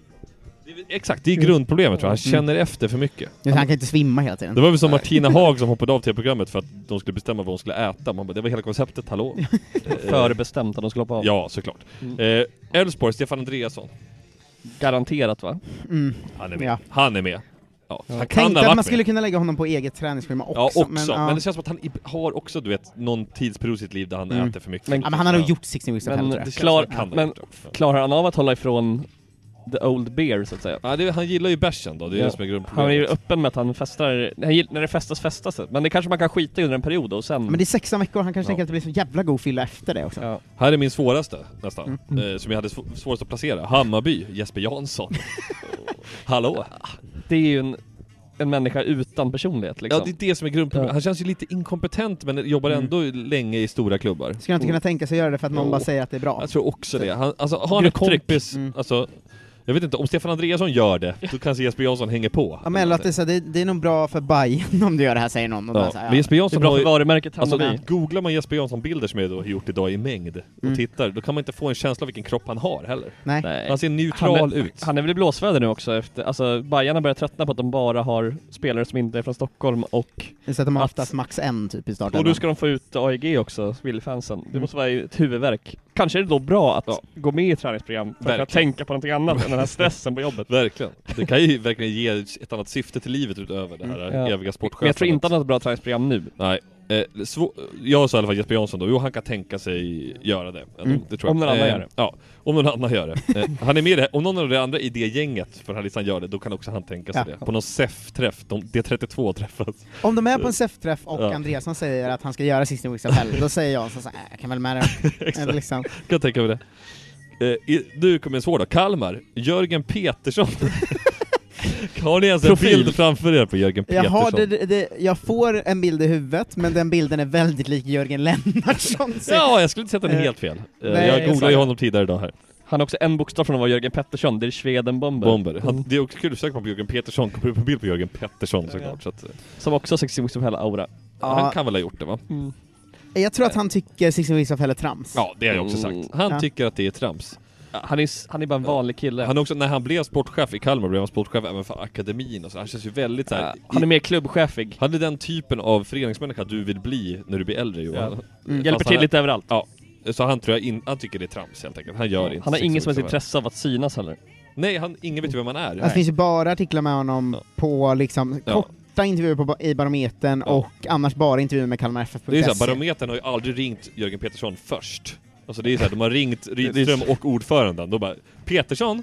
[SPEAKER 10] Det är- Exakt, det är grundproblemet tror jag.
[SPEAKER 12] Mm.
[SPEAKER 10] Han känner efter för mycket.
[SPEAKER 9] Han kan inte svimma hela tiden.
[SPEAKER 10] Det var väl som Martina Haag som hoppade av tv-programmet för att de skulle bestämma vad hon skulle äta. Man bara, det var hela konceptet, hallå?
[SPEAKER 12] Förbestämt att de skulle hoppa av.
[SPEAKER 10] Eh. Ja, såklart.
[SPEAKER 9] Mm.
[SPEAKER 10] Eh, Elfsborg, Stefan Andreasson.
[SPEAKER 12] Garanterat va?
[SPEAKER 9] Mm.
[SPEAKER 10] Han är med.
[SPEAKER 9] Ja.
[SPEAKER 10] Han är med. Ja, han kan
[SPEAKER 9] Tänkte
[SPEAKER 10] ha
[SPEAKER 9] att
[SPEAKER 10] varit
[SPEAKER 9] man
[SPEAKER 10] med.
[SPEAKER 9] skulle kunna lägga honom på eget träningsschema också.
[SPEAKER 10] Ja, också. Men,
[SPEAKER 9] Men, ja.
[SPEAKER 10] det känns som att han i- har också, du vet, någon tidsperiod i sitt liv där han
[SPEAKER 9] Mm.
[SPEAKER 10] äter för mycket.
[SPEAKER 12] Men-
[SPEAKER 9] ja, men han har nog
[SPEAKER 10] Ja.
[SPEAKER 9] gjort 16 weeks of
[SPEAKER 12] Men
[SPEAKER 9] hell tror jag.
[SPEAKER 12] det-
[SPEAKER 10] känns som att
[SPEAKER 12] klar-
[SPEAKER 10] han kan ha
[SPEAKER 12] men-
[SPEAKER 10] gjort det också.
[SPEAKER 12] Klarar han av att hålla ifrån the old beer så att säga?
[SPEAKER 10] Ja, det, han gillar ju bärsen då, det är
[SPEAKER 12] Ja.
[SPEAKER 10] det som är grundproblemet.
[SPEAKER 12] Han är ju öppen med att han festar, han gill- när det festas festas det. Men det kanske man kan skita i under en period och sen...
[SPEAKER 9] Men det är 16 veckor, han kanske
[SPEAKER 10] Ja.
[SPEAKER 9] tänker att det blir så jävla god fylla efter det också.
[SPEAKER 12] ja.
[SPEAKER 10] Här är min svåraste nästan, eh, som jag hade sv- svårast att placera. Hammarby, Jesper Jansson. Hallå?
[SPEAKER 12] det är ju en, en människa utan personlighet liksom.
[SPEAKER 10] Alltså. Ja det är det som är grundproblemet. Han känns ju lite inkompetent men jobbar ändå länge i stora klubbar.
[SPEAKER 9] Skulle han inte kunna tänka sig göra det för att någon
[SPEAKER 10] Jo.
[SPEAKER 9] bara säger att det är bra?
[SPEAKER 10] Jag tror också det. Han, alltså, har han en
[SPEAKER 12] Grupptryck.
[SPEAKER 10] kompis,
[SPEAKER 9] Mm.
[SPEAKER 10] alltså, jag vet inte, om Stefan Andreasson gör det, då kanske Jesper Jansson hänger på.
[SPEAKER 9] Ja men eller att det är, så, här, det, det är nog bra för Bayern om du gör det här säger någon. Och bara
[SPEAKER 10] Ja.
[SPEAKER 9] så
[SPEAKER 10] Men
[SPEAKER 9] här, ja.
[SPEAKER 10] Jesper
[SPEAKER 12] Det är
[SPEAKER 10] Jansson
[SPEAKER 12] bra
[SPEAKER 10] har
[SPEAKER 12] för
[SPEAKER 10] ju,
[SPEAKER 12] varumärket
[SPEAKER 10] alltså,
[SPEAKER 12] Hammarby.
[SPEAKER 10] googlar man Jesper Jansson-bilder som jag då har gjort idag i mängd och tittar, då kan man inte få en känsla av vilken kropp han har heller.
[SPEAKER 9] Nej.
[SPEAKER 12] Nej.
[SPEAKER 10] Han ser
[SPEAKER 12] Han
[SPEAKER 10] neutral
[SPEAKER 12] är,
[SPEAKER 10] ut.
[SPEAKER 12] han är väl i blåsväder nu också efter, alltså Bajarna börjar tröttna på att de bara har spelare som inte är från Stockholm och,
[SPEAKER 9] Det är Så att de har
[SPEAKER 12] Att-
[SPEAKER 9] oftast max en typ i
[SPEAKER 12] och
[SPEAKER 9] startelvan.
[SPEAKER 12] Mm. nu ska de få ut AIG också, Willfansen. Det måste vara ett huvudvärk. Kanske är det då bra att gå med i ett träningsprogram för att kunna
[SPEAKER 10] Verkligen.
[SPEAKER 12] tänka på någonting annat än den här stressen på jobbet.
[SPEAKER 10] Verkligen. Det kan ju verkligen ge ett annat syfte till livet utöver det här
[SPEAKER 12] Mm. Ja.
[SPEAKER 10] eviga sportchefandet.
[SPEAKER 12] Men jag tror inte han har ett bra träningsprogram nu.
[SPEAKER 10] Nej. Eh, svå- jag sa i alla fall Jesper Jansson då, jo han kan tänka sig göra det. ändå.
[SPEAKER 12] Mm.
[SPEAKER 10] det tror jag.
[SPEAKER 12] Om någon annan
[SPEAKER 10] eh,
[SPEAKER 12] gör det.
[SPEAKER 10] Ja, om någon annan gör det. Eh, han är med i det här. om någon av de andra i det gänget på den här listan gör det, då kan också han tänka sig
[SPEAKER 9] Ja.
[SPEAKER 10] det. På någon SEF-träff, de, D32 träffas.
[SPEAKER 9] Om de är på en SEF-träff och
[SPEAKER 10] Ja.
[SPEAKER 9] Andreasson säger att han ska göra 16 Weeks of Hell, då säger jag så här, "Äh, jag kan väl med det. Eller liksom.
[SPEAKER 10] Kan jag tänka mig det. Eh, i- nu kommer en svår då. Kalmar, Jörgen Petersson. Har ni ens en
[SPEAKER 9] Profil.
[SPEAKER 10] bild framför er på Jörgen
[SPEAKER 9] jag,
[SPEAKER 10] Petersson?
[SPEAKER 9] har det, det, jag får en bild i huvudet, men den bilden är väldigt lik Jörgen Lennartsson.
[SPEAKER 10] Ja, jag skulle inte säga att den är
[SPEAKER 9] Eh,
[SPEAKER 10] helt fel. Eh,
[SPEAKER 9] nej,
[SPEAKER 10] jag
[SPEAKER 9] exakt.
[SPEAKER 10] googlade ju honom tidigare idag här.
[SPEAKER 12] Han har också en bokstav från att vara Jörgen Pettersson, det är Schwedenbomber.
[SPEAKER 10] Bomber. Han, det är också kul att söka på Jörgen Petersson, kommer upp en bild på Jörgen Pettersson såklart. Så att, eh,
[SPEAKER 12] Som också har 60 som hela aura.
[SPEAKER 9] Ja.
[SPEAKER 10] Han kan väl ha gjort det va?
[SPEAKER 9] Jag tror att han tycker 16 Weeks of Hell är trams.
[SPEAKER 10] Ja, det har jag också sagt. Mm. Han
[SPEAKER 9] Ja.
[SPEAKER 10] tycker att det är trams.
[SPEAKER 12] Han är, s- han är bara en vanlig kille.
[SPEAKER 10] Han är också, när han blev sportchef i Kalmar blev han sportchef även för akademin och så. Han känns ju väldigt såhär...
[SPEAKER 12] Ja, han är mer klubbchefig.
[SPEAKER 10] Han är den typen av föreningsmänniska du vill bli när du blir äldre Johan.
[SPEAKER 12] Ja.
[SPEAKER 10] Fast
[SPEAKER 12] Hjälper
[SPEAKER 10] han
[SPEAKER 12] till
[SPEAKER 10] är-
[SPEAKER 12] lite överallt.
[SPEAKER 10] Ja. Så han tror jag in, han tycker det är trams helt enkelt. Han gör inte
[SPEAKER 12] Han har
[SPEAKER 10] sex
[SPEAKER 12] ingen som
[SPEAKER 10] olika
[SPEAKER 12] helst intresse
[SPEAKER 10] saker.
[SPEAKER 12] av att synas heller.
[SPEAKER 10] Nej, han, ingen vet ju vem han är.
[SPEAKER 9] Alltså, Det finns ju bara artiklar med honom på liksom
[SPEAKER 10] Ja.
[SPEAKER 9] korta intervjuer på, ba- i Barometern och annars bara intervjuer med kalmarff.se.
[SPEAKER 10] Det är såhär, Barometern har ju aldrig ringt Jörgen Petersson först. Alltså det är såhär, de har ringt Rydström och ordföranden. De bara Petersson?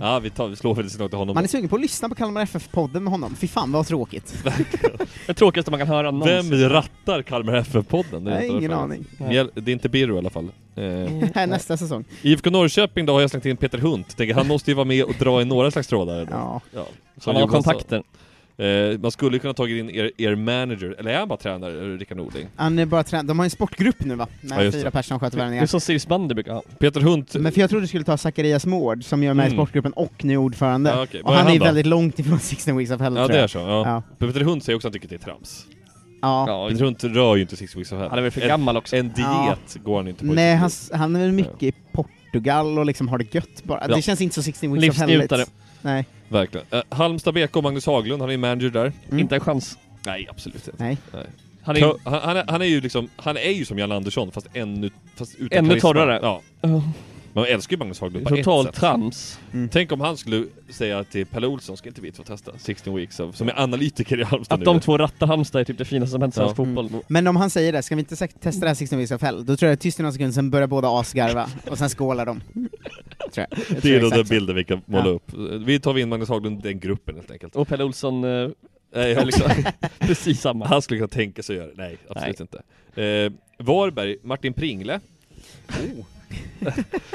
[SPEAKER 10] Ja, vi, tar, vi slår väl ett slag till honom.
[SPEAKER 9] Man är sugen på att lyssna på Kalmar FF-podden med honom. Fy fan vad tråkigt.
[SPEAKER 12] Det tråkigaste man kan höra någonsin.
[SPEAKER 10] Vem rattar Kalmar FF-podden? Det är
[SPEAKER 9] Nej,
[SPEAKER 10] inte
[SPEAKER 9] ingen
[SPEAKER 10] varför.
[SPEAKER 9] aning. Mm.
[SPEAKER 10] Mjäl- Det är inte Birro i alla fall. Eh,
[SPEAKER 9] Här nästa säsong.
[SPEAKER 10] IFK Norrköping då har jag slängt in Peter Hunt. Tänker, han måste ju vara med och dra i några slags trådar. ändå.
[SPEAKER 9] Ja.
[SPEAKER 10] Ja, som
[SPEAKER 12] Han har
[SPEAKER 10] Johan sa.
[SPEAKER 12] kontakter.
[SPEAKER 10] Eh, man skulle ju kunna tagit in er, er manager, eller är han bara tränare, Rickard Norling?
[SPEAKER 9] Han är bara trän- De har en sportgrupp nu va? Med
[SPEAKER 10] Ja, just
[SPEAKER 9] fyra
[SPEAKER 10] det.
[SPEAKER 9] personer som sköter
[SPEAKER 12] Det
[SPEAKER 9] värvningar.
[SPEAKER 12] är som Sirius Bandy brukar ha.
[SPEAKER 10] Peter Hunt,
[SPEAKER 9] Men för jag trodde du skulle ta Zacharias Mård som ju är med i
[SPEAKER 10] Mm.
[SPEAKER 9] sportgruppen och nu är ordförande.
[SPEAKER 10] Ja, okej.
[SPEAKER 9] Och
[SPEAKER 10] Vad
[SPEAKER 9] han
[SPEAKER 10] är
[SPEAKER 9] är ju
[SPEAKER 10] han då?
[SPEAKER 9] väldigt långt ifrån 16 Weeks of Hell
[SPEAKER 10] ja
[SPEAKER 9] tror
[SPEAKER 10] det är
[SPEAKER 9] jag.
[SPEAKER 10] så. Ja. Peter Hunt säger också att han tycker det är trams.
[SPEAKER 9] Ja.
[SPEAKER 12] Ja,
[SPEAKER 10] Peter Hunt rör ju inte Six Weeks of Hell.
[SPEAKER 12] han är väl för
[SPEAKER 10] En-
[SPEAKER 12] gammal också.
[SPEAKER 10] En diet
[SPEAKER 9] Ja.
[SPEAKER 10] går han inte på.
[SPEAKER 9] Nej,
[SPEAKER 10] i sitt
[SPEAKER 9] han,
[SPEAKER 10] liv.
[SPEAKER 9] han är väl mycket i Portugal och liksom har det gött bara.
[SPEAKER 10] Ja.
[SPEAKER 9] Det känns inte så 16 Weeks of Hell.
[SPEAKER 12] Livsnjutare.
[SPEAKER 9] Nej.
[SPEAKER 10] Verkligen. Eh, Halmstad BK och Magnus Haglund, han är manager där.
[SPEAKER 9] Mm.
[SPEAKER 12] Inte en chans.
[SPEAKER 10] Nej, absolut inte.
[SPEAKER 9] Nej.
[SPEAKER 12] Han
[SPEAKER 10] Tö-
[SPEAKER 12] är...
[SPEAKER 10] Han, han, är, han är ju liksom, han är ju som Jan Andersson fast ännu, fast utan
[SPEAKER 12] Ännu
[SPEAKER 10] karisma.
[SPEAKER 12] torrare.
[SPEAKER 10] Ja.
[SPEAKER 12] Oh,
[SPEAKER 10] Man älskar ju Magnus Haglund på ett
[SPEAKER 12] Totalt
[SPEAKER 10] sätt.
[SPEAKER 12] trams.
[SPEAKER 10] Tänk om han skulle säga till Pelle Olsson, ska inte vi två testa 16 Weeks of, som är analytiker i Halmstad
[SPEAKER 12] Att
[SPEAKER 10] nu.
[SPEAKER 12] de två rattar Halmstad är typ det finaste som hänt i svensk
[SPEAKER 10] Ja.
[SPEAKER 12] fotboll.
[SPEAKER 9] Men om han säger det, ska vi inte säkert testa det här 16 Weeks of Hell? Då tror jag tyst i någon sekund, sen börjar båda asgarva och sen skålar de. Tror jag. jag
[SPEAKER 10] Det
[SPEAKER 9] tror
[SPEAKER 10] är då den
[SPEAKER 9] exakt så.
[SPEAKER 10] bilden vi kan måla
[SPEAKER 9] Ja.
[SPEAKER 10] upp. Eh, Vi tar in Magnus Haglund, den gruppen helt enkelt.
[SPEAKER 12] Och Pelle Olsson, eh,
[SPEAKER 10] Nej, jag liksom,
[SPEAKER 12] precis samma.
[SPEAKER 10] han skulle kunna tänka sig att göra det. Nej, absolut inte. Eh, Varberg, Martin Pringle.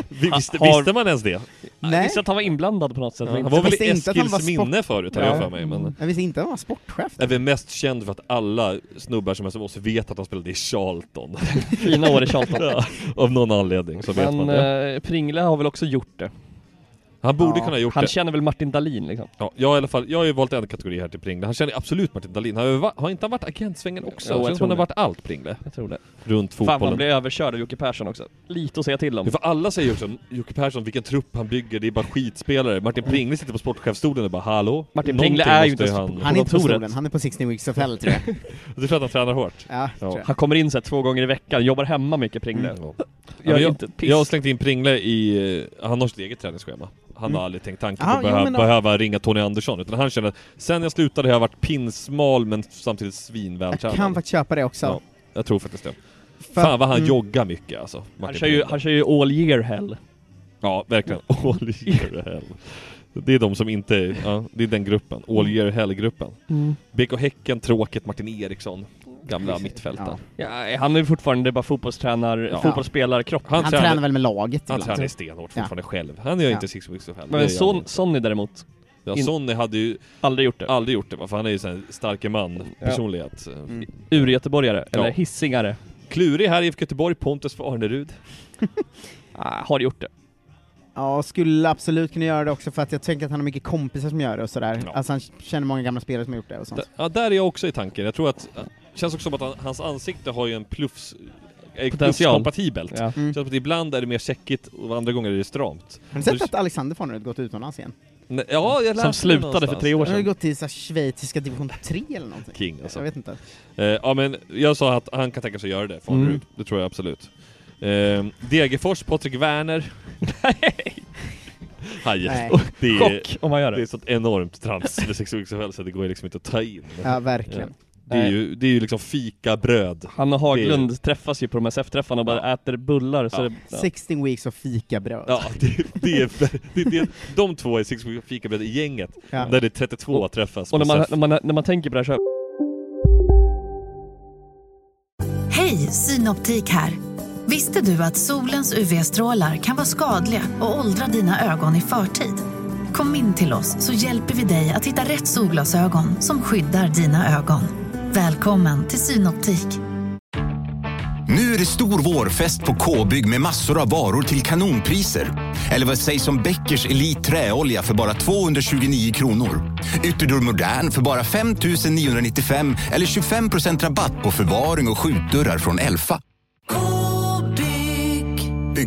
[SPEAKER 10] Vi- Visste,
[SPEAKER 12] Oh. Har-
[SPEAKER 10] visste man ens det?
[SPEAKER 12] Jag
[SPEAKER 9] Nej,
[SPEAKER 12] visste att han var inblandad på något sätt. men
[SPEAKER 10] Ja, han
[SPEAKER 12] inte-
[SPEAKER 10] var väl
[SPEAKER 9] visste
[SPEAKER 10] i
[SPEAKER 9] inte att han
[SPEAKER 10] Eskils
[SPEAKER 9] var sport-
[SPEAKER 10] minne förut har jag
[SPEAKER 9] Ja.
[SPEAKER 10] för mig. Men
[SPEAKER 9] jag visste inte att han var sportchef.
[SPEAKER 10] är väl mest känd för att alla snubbar som är som oss vet att han spelade i Charlton.
[SPEAKER 12] Fina år i Charlton.
[SPEAKER 10] Ja, Av någon anledning så vet man
[SPEAKER 12] Men
[SPEAKER 10] det.
[SPEAKER 12] eh, Pringle har väl också gjort det.
[SPEAKER 10] Han borde
[SPEAKER 9] ja,
[SPEAKER 10] kunna ha gjort
[SPEAKER 12] Han
[SPEAKER 10] det.
[SPEAKER 12] känner väl Martin Dahlin liksom.
[SPEAKER 10] Ja, jag, i alla fall, jag har ju valt en kategori här till Pringle. Han känner absolut Martin Dahlin. Han har, ju va- har inte han varit agentsvängen också?
[SPEAKER 12] Jo, jag
[SPEAKER 10] det känns som
[SPEAKER 12] tror
[SPEAKER 10] han har varit allt Pringle.
[SPEAKER 12] Jag tror det.
[SPEAKER 10] Runt
[SPEAKER 12] Fan vad han
[SPEAKER 10] fotbollen.
[SPEAKER 12] blir överkörd av Jocke Persson också. Lite att säga till
[SPEAKER 10] Ja,
[SPEAKER 12] om.
[SPEAKER 10] för alla säger ju också Jocke Persson, vilken trupp han bygger, det är bara skitspelare. Martin Pringle sitter på sportchefsstolen och bara hallå?
[SPEAKER 12] Martin
[SPEAKER 10] någonting
[SPEAKER 12] Pringle är ju
[SPEAKER 10] måste
[SPEAKER 12] inte ens
[SPEAKER 9] Han är inte på
[SPEAKER 12] kontoret.
[SPEAKER 9] stolen, han är på 16 Weeks of Hell tror jag.
[SPEAKER 10] Du tror att han tränar hårt?
[SPEAKER 9] Ja,
[SPEAKER 10] Ja.
[SPEAKER 9] tror jag.
[SPEAKER 12] Han kommer in så här två gånger i veckan, jobbar hemma mycket Pringle.
[SPEAKER 10] Mm. Ja.
[SPEAKER 12] Gör
[SPEAKER 10] men jag,
[SPEAKER 12] inte ett piss.
[SPEAKER 10] jag har slängt in Pringle i, eh, han har sitt eget träningsschema. Han
[SPEAKER 12] Mm.
[SPEAKER 10] har aldrig tänkt tanken på
[SPEAKER 9] Aha,
[SPEAKER 10] att
[SPEAKER 9] jo,
[SPEAKER 10] behöva,
[SPEAKER 9] men då-
[SPEAKER 10] behöva ringa Tony Andersson, utan han känner att sen jag slutade har jag varit pinsmal men samtidigt
[SPEAKER 9] Jag
[SPEAKER 10] svinvältränad.
[SPEAKER 9] kan faktiskt köpa det också.
[SPEAKER 10] Ja. Jag tror faktiskt det.
[SPEAKER 9] För-
[SPEAKER 10] Fan vad han
[SPEAKER 9] mm.
[SPEAKER 10] joggar mycket alltså.
[SPEAKER 12] Han
[SPEAKER 10] Martin
[SPEAKER 12] kör, ju,
[SPEAKER 10] Pringle.
[SPEAKER 12] han kör ju all year hell.
[SPEAKER 10] Ja, verkligen. All year hell. Det är de som inte, ja, det är den gruppen. All year hell-gruppen. BK Häcken, tråkigt, Martin Eriksson, gamla mittfältaren.
[SPEAKER 9] Ja.
[SPEAKER 12] Ja, han är ju fortfarande bara fotbollstränar, fotbollsspelarkropp.
[SPEAKER 10] Han,
[SPEAKER 9] Han
[SPEAKER 10] tränar,
[SPEAKER 9] tränar väl med laget
[SPEAKER 10] han
[SPEAKER 9] ibland?
[SPEAKER 10] tränar stenhårt fortfarande själv. Han gör
[SPEAKER 9] Ja.
[SPEAKER 10] inte six weeks of hell. Det
[SPEAKER 12] Men
[SPEAKER 10] gör
[SPEAKER 12] son,
[SPEAKER 10] han
[SPEAKER 12] Sonny däremot,
[SPEAKER 10] inte.
[SPEAKER 12] in-
[SPEAKER 10] ja, Sonny hade ju
[SPEAKER 12] aldrig gjort det.
[SPEAKER 10] aldrig gjort det va? för han är ju sån här starke man, personlighet. Mm.
[SPEAKER 12] Ur-göteborgare,
[SPEAKER 10] Ja.
[SPEAKER 12] eller hissingare.
[SPEAKER 10] Klurig här i IFK Göteborg, Pontus för Arnerud.
[SPEAKER 12] Ah, har gjort det.
[SPEAKER 9] Ja, och skulle absolut kunna göra det också för att jag tänker att han har mycket kompisar som gör det och sådär.
[SPEAKER 10] Ja.
[SPEAKER 9] Alltså han känner många gamla spelare som har gjort det och sånt.
[SPEAKER 10] D- Ja, där är jag också i tanken. Jag tror att, känns också som att han, hans ansikte har ju en pluffs... är
[SPEAKER 12] Potential.
[SPEAKER 10] pluffskompatibelt.
[SPEAKER 12] Ja.
[SPEAKER 9] Mm.
[SPEAKER 10] Känns som att ibland är det mer checkigt och andra gånger är det stramt.
[SPEAKER 9] Har ni sett att Alexander Farnerud gått utomlands igen?
[SPEAKER 10] Nej, Ja, jag läste
[SPEAKER 12] Som
[SPEAKER 10] det
[SPEAKER 12] slutade för
[SPEAKER 10] någonstans.
[SPEAKER 12] tre år
[SPEAKER 9] Han har ju
[SPEAKER 12] sedan.
[SPEAKER 9] gått till så här, schweiziska division 3 eller någonting.
[SPEAKER 10] King, alltså.
[SPEAKER 9] Jag vet inte.
[SPEAKER 10] Eh, ja men jag sa att han kan tänka sig att göra det, för
[SPEAKER 12] Mm.
[SPEAKER 10] Det tror jag absolut. Ehm, Degerfors, Patrik Werner. Nej!
[SPEAKER 9] Nej.
[SPEAKER 10] Det är,
[SPEAKER 12] Chock om man gör det.
[SPEAKER 10] Det är sånt enormt trams med sexuellt så det går ju liksom inte att ta in.
[SPEAKER 9] Ja, verkligen.
[SPEAKER 10] Det är ju, det är ju liksom fikabröd.
[SPEAKER 12] Han och Haglund träffas ju på de här SEF-träffarna och bara äter bullar så det, ja.
[SPEAKER 9] 16 weeks och fikabröd.
[SPEAKER 10] Ja, det, det är, det, det, de två är Six Weeks fikabröd i gänget,
[SPEAKER 9] Ja.
[SPEAKER 10] där det är 32 träffas.
[SPEAKER 12] Och när
[SPEAKER 10] på
[SPEAKER 12] man,
[SPEAKER 10] SEF.
[SPEAKER 12] när, man, när man tänker på det här så här,
[SPEAKER 11] Hej, Synoptik här. Visste du att solens UV-strålar kan vara skadliga och åldra dina ögon i förtid? Kom in till oss så hjälper vi dig att hitta rätt solglasögon som skyddar dina ögon. Välkommen till Synoptik.
[SPEAKER 13] Nu är det stor vårfest på K-bygg med massor av varor till kanonpriser. Eller vad sägs om Bäckers Elite Träolja för bara 229 kronor? Ytterdörr Modern för bara 5 995 eller 25 rabatt på förvaring och skjutdörrar från Elfa. K-bygg.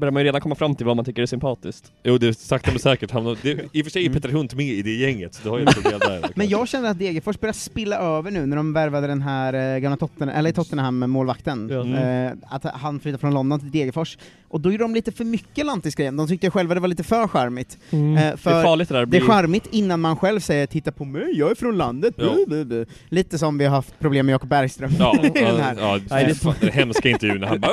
[SPEAKER 12] börjar man ju redan komma fram till vad man tycker är sympatiskt.
[SPEAKER 10] Jo, det är sakta men säkert hamnar... Det, I och för sig
[SPEAKER 12] Mm.
[SPEAKER 10] är Peter Hunt med i det gänget, så det har ju ett problem där. liksom.
[SPEAKER 9] Men jag känner att Degerfors börjar spilla över nu när de värvade den här eh, gamla Tottenham, eller Tottenham-målvakten.
[SPEAKER 10] Mm.
[SPEAKER 9] Eh, att han flyttade från London till Degerfors. Och då gjorde de lite för mycket lantisgrejen. De tyckte själva det var lite för charmigt.
[SPEAKER 12] Mm.
[SPEAKER 9] Eh,
[SPEAKER 12] Det är farligt det där,
[SPEAKER 9] Det är
[SPEAKER 12] blir-
[SPEAKER 9] charmigt innan man själv säger ”titta på mig, jag är från landet”.
[SPEAKER 10] Ja.
[SPEAKER 9] Bu, bu, bu. Lite som vi har haft problem med Jakob Bergström.
[SPEAKER 10] Ja,
[SPEAKER 9] I den
[SPEAKER 10] ja,
[SPEAKER 9] här.
[SPEAKER 10] ja, fan, den hemska intervjun när han bara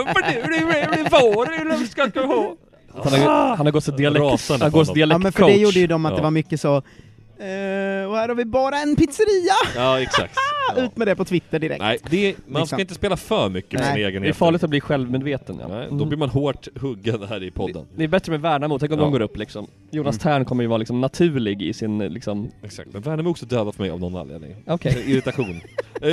[SPEAKER 12] Han har, han har gått så dialekt,
[SPEAKER 10] Ah. Rasande
[SPEAKER 12] han
[SPEAKER 10] på
[SPEAKER 12] går så
[SPEAKER 10] honom.
[SPEAKER 9] Ja
[SPEAKER 12] dialektcoach.
[SPEAKER 9] men för det gjorde ju de att det
[SPEAKER 12] Ja.
[SPEAKER 9] var mycket så eh, och här har vi bara en pizzeria!
[SPEAKER 10] Ja, exakt.
[SPEAKER 9] Ut med det på Twitter direkt.
[SPEAKER 10] Nej, det är, man
[SPEAKER 9] Liksom.
[SPEAKER 10] ska inte spela för mycket med
[SPEAKER 9] Nej.
[SPEAKER 10] sin egen
[SPEAKER 12] Det är farligt att bli självmedveten. Ja.
[SPEAKER 10] Nej, Då
[SPEAKER 12] Mm.
[SPEAKER 10] blir man hårt huggen här i podden.
[SPEAKER 12] Det är bättre med Värnamo, tänk om
[SPEAKER 10] Ja. Mm.
[SPEAKER 12] de går upp liksom. Jonas Tern kommer ju vara liksom naturlig i sin liksom...
[SPEAKER 10] Exakt, men Värnamo är också dödat mig av någon anledning.
[SPEAKER 12] Okej.
[SPEAKER 10] Irritation. eh,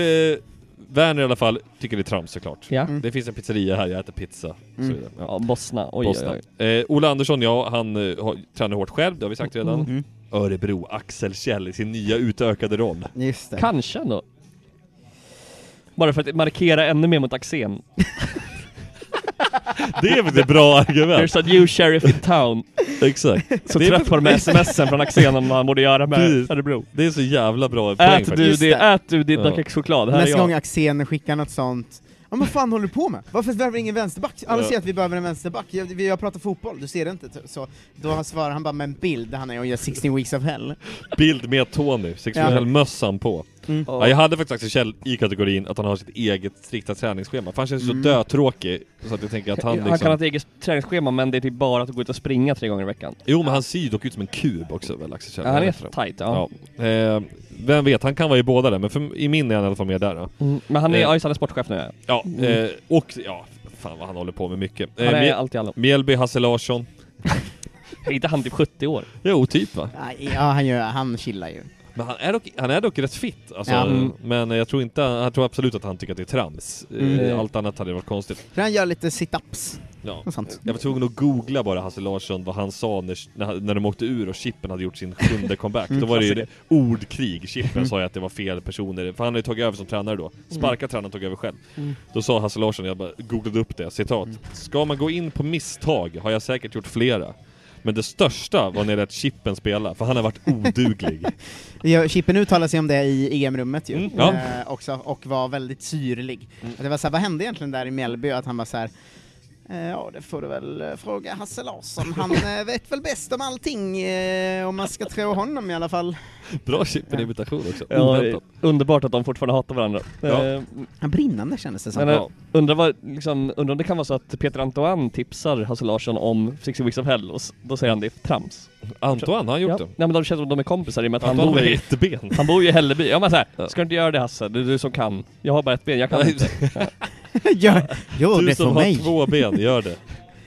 [SPEAKER 10] Werner i alla fall tycker det är trams såklart.
[SPEAKER 12] Ja. Mm.
[SPEAKER 10] Det finns en pizzeria här, jag äter pizza. och Så
[SPEAKER 12] Mm.
[SPEAKER 10] vidare.
[SPEAKER 12] Ja, Bosna, oj
[SPEAKER 10] Bosna.
[SPEAKER 12] oj
[SPEAKER 10] Eh, Ola Andersson, ja, han eh, har, tränar hårt själv, det har vi sagt redan.
[SPEAKER 12] Mm.
[SPEAKER 10] Örebro, Axel Kjell i sin nya utökade roll.
[SPEAKER 9] Just
[SPEAKER 12] oj. Kanske ändå. Bara för att markera ännu mer mot Axén.
[SPEAKER 10] Det är väl ett bra argument?
[SPEAKER 12] There's a new sheriff in town.
[SPEAKER 10] Exakt.
[SPEAKER 12] Så
[SPEAKER 10] Det är-
[SPEAKER 12] träffar de sms'en från Axén om vad han borde göra med
[SPEAKER 10] Precis.
[SPEAKER 12] Örebro.
[SPEAKER 10] Det är så jävla bra poäng
[SPEAKER 12] Ät du,
[SPEAKER 10] faktiskt.
[SPEAKER 12] det, ät du dina
[SPEAKER 10] Ja.
[SPEAKER 12] kexchoklad, här är
[SPEAKER 9] Nästa
[SPEAKER 12] jag.
[SPEAKER 9] gång Axén skickar något sånt Ja, men vad fan håller du på med? Varför behöver ingen vänsterback? Alla
[SPEAKER 10] Ja.
[SPEAKER 9] ser att vi behöver en vänsterback, jag, vi- jag pratar fotboll, du ser det inte. typ. Så då han svarar han bara med en bild där han är och gör 16 weeks of hell.
[SPEAKER 10] Bild med Tony,
[SPEAKER 9] Ja.
[SPEAKER 10] sexuell-mössan på.
[SPEAKER 9] Mm.
[SPEAKER 10] Ja, jag hade faktiskt Axel Kjell i kategorin att han har sitt eget strikta träningsschema, för han känns så
[SPEAKER 12] Mm.
[SPEAKER 10] dötråkig så att jag tänker att han liksom...
[SPEAKER 12] Han kan ha ett eget träningsschema men det är typ bara att gå ut och springa tre gånger i veckan.
[SPEAKER 10] Jo men han ser ju dock ut som en kub också väl Axel Kjell?
[SPEAKER 12] Ja, han är
[SPEAKER 10] Eller?
[SPEAKER 12] tight, ja.
[SPEAKER 10] Eh, vem vet, han kan vara i båda där, men för, i min är han i alla fall med där. då.
[SPEAKER 12] Mm, men han är- ja, just
[SPEAKER 10] han är sportchef nu ja.
[SPEAKER 12] Mm.
[SPEAKER 10] Eh, och ja, fan vad han håller på med mycket.
[SPEAKER 12] Han är
[SPEAKER 10] Mjäl-
[SPEAKER 12] allt i allo.
[SPEAKER 10] Mjällby, Hasse Larsson.
[SPEAKER 12] Är inte han typ 70 år?
[SPEAKER 10] Jo, typ va?
[SPEAKER 9] Nej, Ja, han, gör, han chillar ju.
[SPEAKER 10] Men han är dock, han är dock rätt fit, alltså,
[SPEAKER 9] Ja. Mm.
[SPEAKER 10] men jag tror inte, jag tror absolut att han tycker att det är trams. Eh,
[SPEAKER 9] Mm.
[SPEAKER 10] Allt annat hade varit konstigt.
[SPEAKER 9] Tror han gör lite sit-ups.
[SPEAKER 10] Ja.
[SPEAKER 9] Och sånt.
[SPEAKER 10] Jag var tvungen att googla bara Hasse Larsson, vad han sa när, när, han- när de åkte ur och Chippen hade gjort sin sjunde comeback.
[SPEAKER 9] Mm.
[SPEAKER 10] Då var det ju
[SPEAKER 9] Klassiker.
[SPEAKER 10] ordkrig. Chippen
[SPEAKER 9] Mm.
[SPEAKER 10] sa ju att det var fel personer, för han hade ju tagit över som tränare då. Sparka tränaren tog över själv.
[SPEAKER 9] Mm.
[SPEAKER 10] Då sa Hasse Larsson, jag bara googlade upp det, citat. Ska man gå in på misstag har jag säkert gjort flera. Men det största var när jag lät Chippen spela, för han har varit oduglig.
[SPEAKER 9] Ja, Chippen uttalade sig om det i EM-rummet ju,
[SPEAKER 12] Mm,
[SPEAKER 10] ja.
[SPEAKER 9] eh, också, och var väldigt syrlig. Att Det var såhär, vad hände egentligen där i Mjällby? Att han var såhär, eh, ja det får du väl eh, fråga Hasse Larsson, han eh, vet väl bäst om allting, eh, om man ska tro honom i alla fall.
[SPEAKER 10] Bra Chippen-imitation också.
[SPEAKER 12] Ja,
[SPEAKER 10] Oväntat.
[SPEAKER 12] underbart att de fortfarande hatar varandra.
[SPEAKER 10] Ja.
[SPEAKER 12] Eh,
[SPEAKER 9] Han brinnande kändes det som.
[SPEAKER 12] men, eh, undrar, vad, liksom, undrar om det kan vara så att Peter Antoine tipsar Hasse Larsson om 60 Weeks of Hell och s- då säger han det är trams.
[SPEAKER 10] Antoine, har han gjort
[SPEAKER 12] ja.
[SPEAKER 10] det?
[SPEAKER 12] Nej men de känns som de är kompisar i och med att han
[SPEAKER 10] Antoine
[SPEAKER 12] bor
[SPEAKER 10] har
[SPEAKER 12] i...
[SPEAKER 10] ett ben.
[SPEAKER 12] Han bor ju i Hälleby. Ja men såhär, ska du inte göra det Hasse? Det är du som kan. Jag har bara ett ben, jag kan
[SPEAKER 10] Nej.
[SPEAKER 12] inte. Ja.
[SPEAKER 9] Gör, gör
[SPEAKER 10] du
[SPEAKER 9] det
[SPEAKER 10] som
[SPEAKER 9] för
[SPEAKER 10] har
[SPEAKER 9] mig!
[SPEAKER 10] två ben, gör det.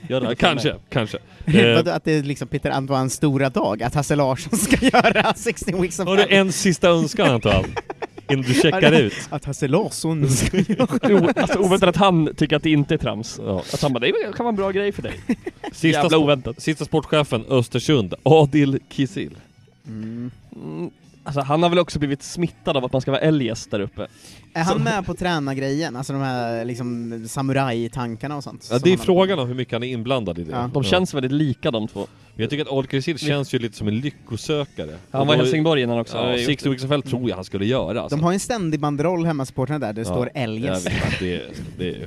[SPEAKER 12] Gör det
[SPEAKER 10] Ja,
[SPEAKER 12] för
[SPEAKER 10] kanske,
[SPEAKER 12] mig.
[SPEAKER 10] kanske. eh,
[SPEAKER 9] Vadå, att det är liksom Peter Antoines stora dag, att Hasse Larsson ska göra 16 weeks of
[SPEAKER 10] Har du
[SPEAKER 9] Hell.
[SPEAKER 10] en sista önskan Antoine? Innan du
[SPEAKER 9] Ja,
[SPEAKER 10] checkar
[SPEAKER 9] det-
[SPEAKER 10] ut?
[SPEAKER 9] Att Hasse Larsson ska
[SPEAKER 12] O-
[SPEAKER 9] göra...
[SPEAKER 12] alltså oväntat att han tycker att det inte är trams. Att han bara, det kan vara en bra grej för dig.
[SPEAKER 10] Sista,
[SPEAKER 12] Jävla
[SPEAKER 10] spo- sista sportchefen Östersund, Adil Kisil.
[SPEAKER 12] Mm, alltså han har väl också blivit smittad av att man ska vara eljest där uppe.
[SPEAKER 9] Är han med på tränargrejen? Alltså de här liksom samurajtankarna och sånt?
[SPEAKER 10] Ja,
[SPEAKER 9] som
[SPEAKER 10] det är
[SPEAKER 9] han-
[SPEAKER 10] frågan om hur mycket han är inblandad i det.
[SPEAKER 9] Ja. De
[SPEAKER 12] känns väldigt lika de två.
[SPEAKER 10] Jag tycker att Olkerisil känns ju lite som en lyckosökare.
[SPEAKER 12] Han var i Helsingborg innan också. Han har
[SPEAKER 10] Ja,
[SPEAKER 12] gjort
[SPEAKER 10] Sixto
[SPEAKER 12] det.
[SPEAKER 10] Wixenfeldt tror jag han skulle göra. Alltså.
[SPEAKER 9] De har ju en ständig banderoll hemma supportrarna där, det
[SPEAKER 10] Ja,
[SPEAKER 9] står
[SPEAKER 10] jag
[SPEAKER 9] Elges.
[SPEAKER 10] vet att det, det är...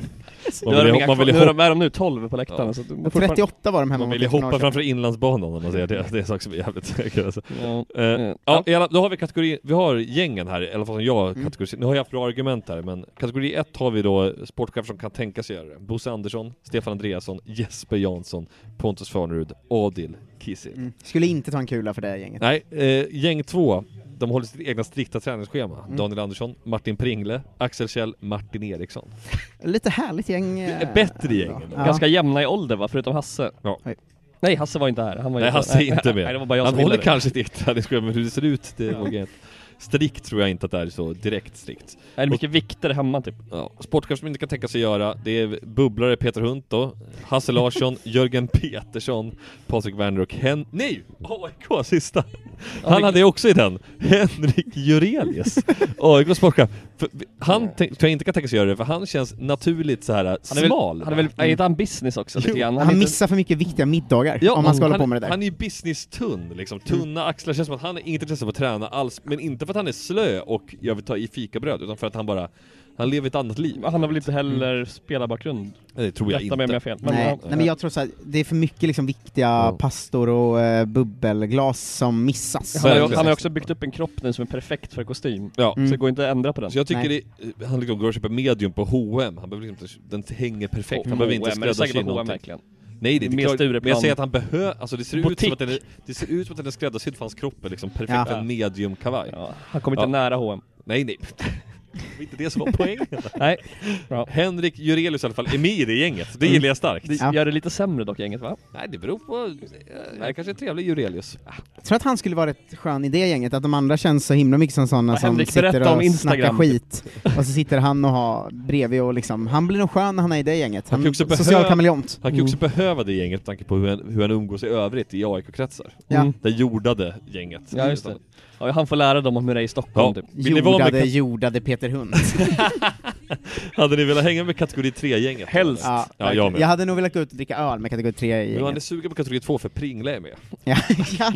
[SPEAKER 12] Nu är de inga kvar- nu är de- är de nu 12 på läktarna, så att de fortfarande-
[SPEAKER 9] 38 var de hemma
[SPEAKER 10] Man
[SPEAKER 9] mot
[SPEAKER 10] vill ju
[SPEAKER 9] IFK
[SPEAKER 10] hoppa
[SPEAKER 9] Norrköping.
[SPEAKER 10] framför inlandsbanan om man säger det. Det är en sak som är jävligt säker alltså.
[SPEAKER 12] Ja.
[SPEAKER 10] Eh, ja, i alla- då har vi kategori, vi har gängen här, i alla fall som jag kategoriserar. Nu har jag haft bra argument här, men kategori ett har vi då sportchefer som kan tänka sig göra det. Bosse Andersson, Stefan Andreasson, Jesper Jansson, Pontus Farnerud, Adil Kisil.
[SPEAKER 9] Skulle inte ta en kula för det här gänget.
[SPEAKER 10] Nej, eh, gäng två. De håller sitt egna strikta träningsschema. Daniel Andersson, Martin Pringle, Axel Kjell, Martin Eriksson.
[SPEAKER 9] Lite härligt gäng. eh,
[SPEAKER 10] Bättre gäng.
[SPEAKER 9] Ja.
[SPEAKER 12] Ganska jämna i ålder va, förutom Hasse? Nej, Hasse var inte här. Han var
[SPEAKER 10] Nej
[SPEAKER 12] inte-
[SPEAKER 10] Hasse är inte med.
[SPEAKER 12] Nej, det var bara jag
[SPEAKER 10] han
[SPEAKER 12] som gillade
[SPEAKER 10] håller
[SPEAKER 12] det.
[SPEAKER 10] kanske ett eget träningsschema, men hur det ser ut det vågar jag inte. Strikt tror jag inte att det är så direkt strikt.
[SPEAKER 12] Är det mycket vikter hemma typ?
[SPEAKER 10] Ja, sportchef som inte kan tänka sig göra, det är bubblare Peter Hunt då, Hasse Larsson, Jörgen Petersson, Patrik Werner och Hen... Nej! AIK sista! Han hade ju också i den, Henrik Jurelius, AIKs sportchef. För Han tänk- tror jag inte kan tänka sig göra det, för han känns naturligt så här
[SPEAKER 12] Han är väl-
[SPEAKER 10] smal.
[SPEAKER 12] han är väl- är inte han business också lite grann?
[SPEAKER 9] Han missar för mycket viktiga middagar om han ska hålla på med det där.
[SPEAKER 10] Han är ju business-tunn liksom, tunna axlar, känns som att han är inte intresserad av att träna alls, men inte för att han är slö och jag vill ta i fikabröd, utan för att han bara, han lever ett annat liv.
[SPEAKER 12] Han har väl inte heller spelarbakgrund?
[SPEAKER 10] Det tror Mm. jag
[SPEAKER 12] Rätta mig om jag har fel.
[SPEAKER 10] inte.
[SPEAKER 12] Men
[SPEAKER 9] Nej,
[SPEAKER 12] han-
[SPEAKER 9] nej, men jag tror så här, det är för mycket liksom viktiga pastor och eh, bubbelglas som missas.
[SPEAKER 12] Han har, ju- han har också byggt upp en kropp nu som är perfekt för kostym.
[SPEAKER 10] Ja.
[SPEAKER 9] Mm.
[SPEAKER 12] Så det går inte att ändra på den.
[SPEAKER 10] Så jag tycker det, han liksom går och köper medium på H&M han behöver liksom inte, den hänger perfekt,
[SPEAKER 12] H-
[SPEAKER 10] han behöver inte
[SPEAKER 12] H&M, är det
[SPEAKER 10] skräddarsy
[SPEAKER 12] säkert H&M
[SPEAKER 10] någonting.
[SPEAKER 12] verkligen?
[SPEAKER 10] Nej det är inte
[SPEAKER 12] Mer
[SPEAKER 10] klart, men
[SPEAKER 12] Stureplan.
[SPEAKER 10] jag säger att han behöver, alltså det ser, ut som
[SPEAKER 12] Butik.
[SPEAKER 10] att den är, det ser ut som att den är skräddarsydd för hans kropp, är liksom perfekt
[SPEAKER 12] Ja.
[SPEAKER 10] en medium kavaj.
[SPEAKER 12] han kommer inte nära H&M
[SPEAKER 10] Nej nej. Det var inte det som var poängen.
[SPEAKER 12] Nej.
[SPEAKER 10] Henrik Jurelius i alla fall är med i det gänget, det gillar jag starkt.
[SPEAKER 12] Det gör det lite sämre dock gänget va?
[SPEAKER 10] Nej det beror på, det kanske är trevlig Jurelius.
[SPEAKER 9] Jag tror att han skulle vara rätt skön i det gänget, att de andra känns så himla mycket som sådana
[SPEAKER 10] Ja,
[SPEAKER 9] som
[SPEAKER 10] Henrik, berätta
[SPEAKER 9] sitter
[SPEAKER 10] om
[SPEAKER 9] och snackar
[SPEAKER 10] Instagram.
[SPEAKER 9] skit, och så sitter han och har bredvid och liksom, han blir nog skön när han är i det gänget.
[SPEAKER 10] Han kan
[SPEAKER 9] Han,
[SPEAKER 10] ju också,
[SPEAKER 9] social
[SPEAKER 10] behöva-
[SPEAKER 9] kameleont.
[SPEAKER 10] han kan ju också behöva det gänget med tanke på hur han, hur han umgås i övrigt i AIK-kretsar.
[SPEAKER 9] Ja.
[SPEAKER 10] Mm. Det jordade gänget.
[SPEAKER 12] Ja just det. Ja, han får lära dem om hur det är i Stockholm
[SPEAKER 10] Ja.
[SPEAKER 12] typ.
[SPEAKER 10] Vill ni vara med
[SPEAKER 9] Jordade,
[SPEAKER 10] kat-
[SPEAKER 9] jordade Peter Hund.
[SPEAKER 10] Hade ni velat hänga med kategori 3-gänget? Helst! Ja, jag med.
[SPEAKER 9] jag hade nog velat gå ut och dricka öl med kategori 3 i
[SPEAKER 10] Men han är
[SPEAKER 9] gänget.
[SPEAKER 10] sugen på kategori 2 för Pringle är med.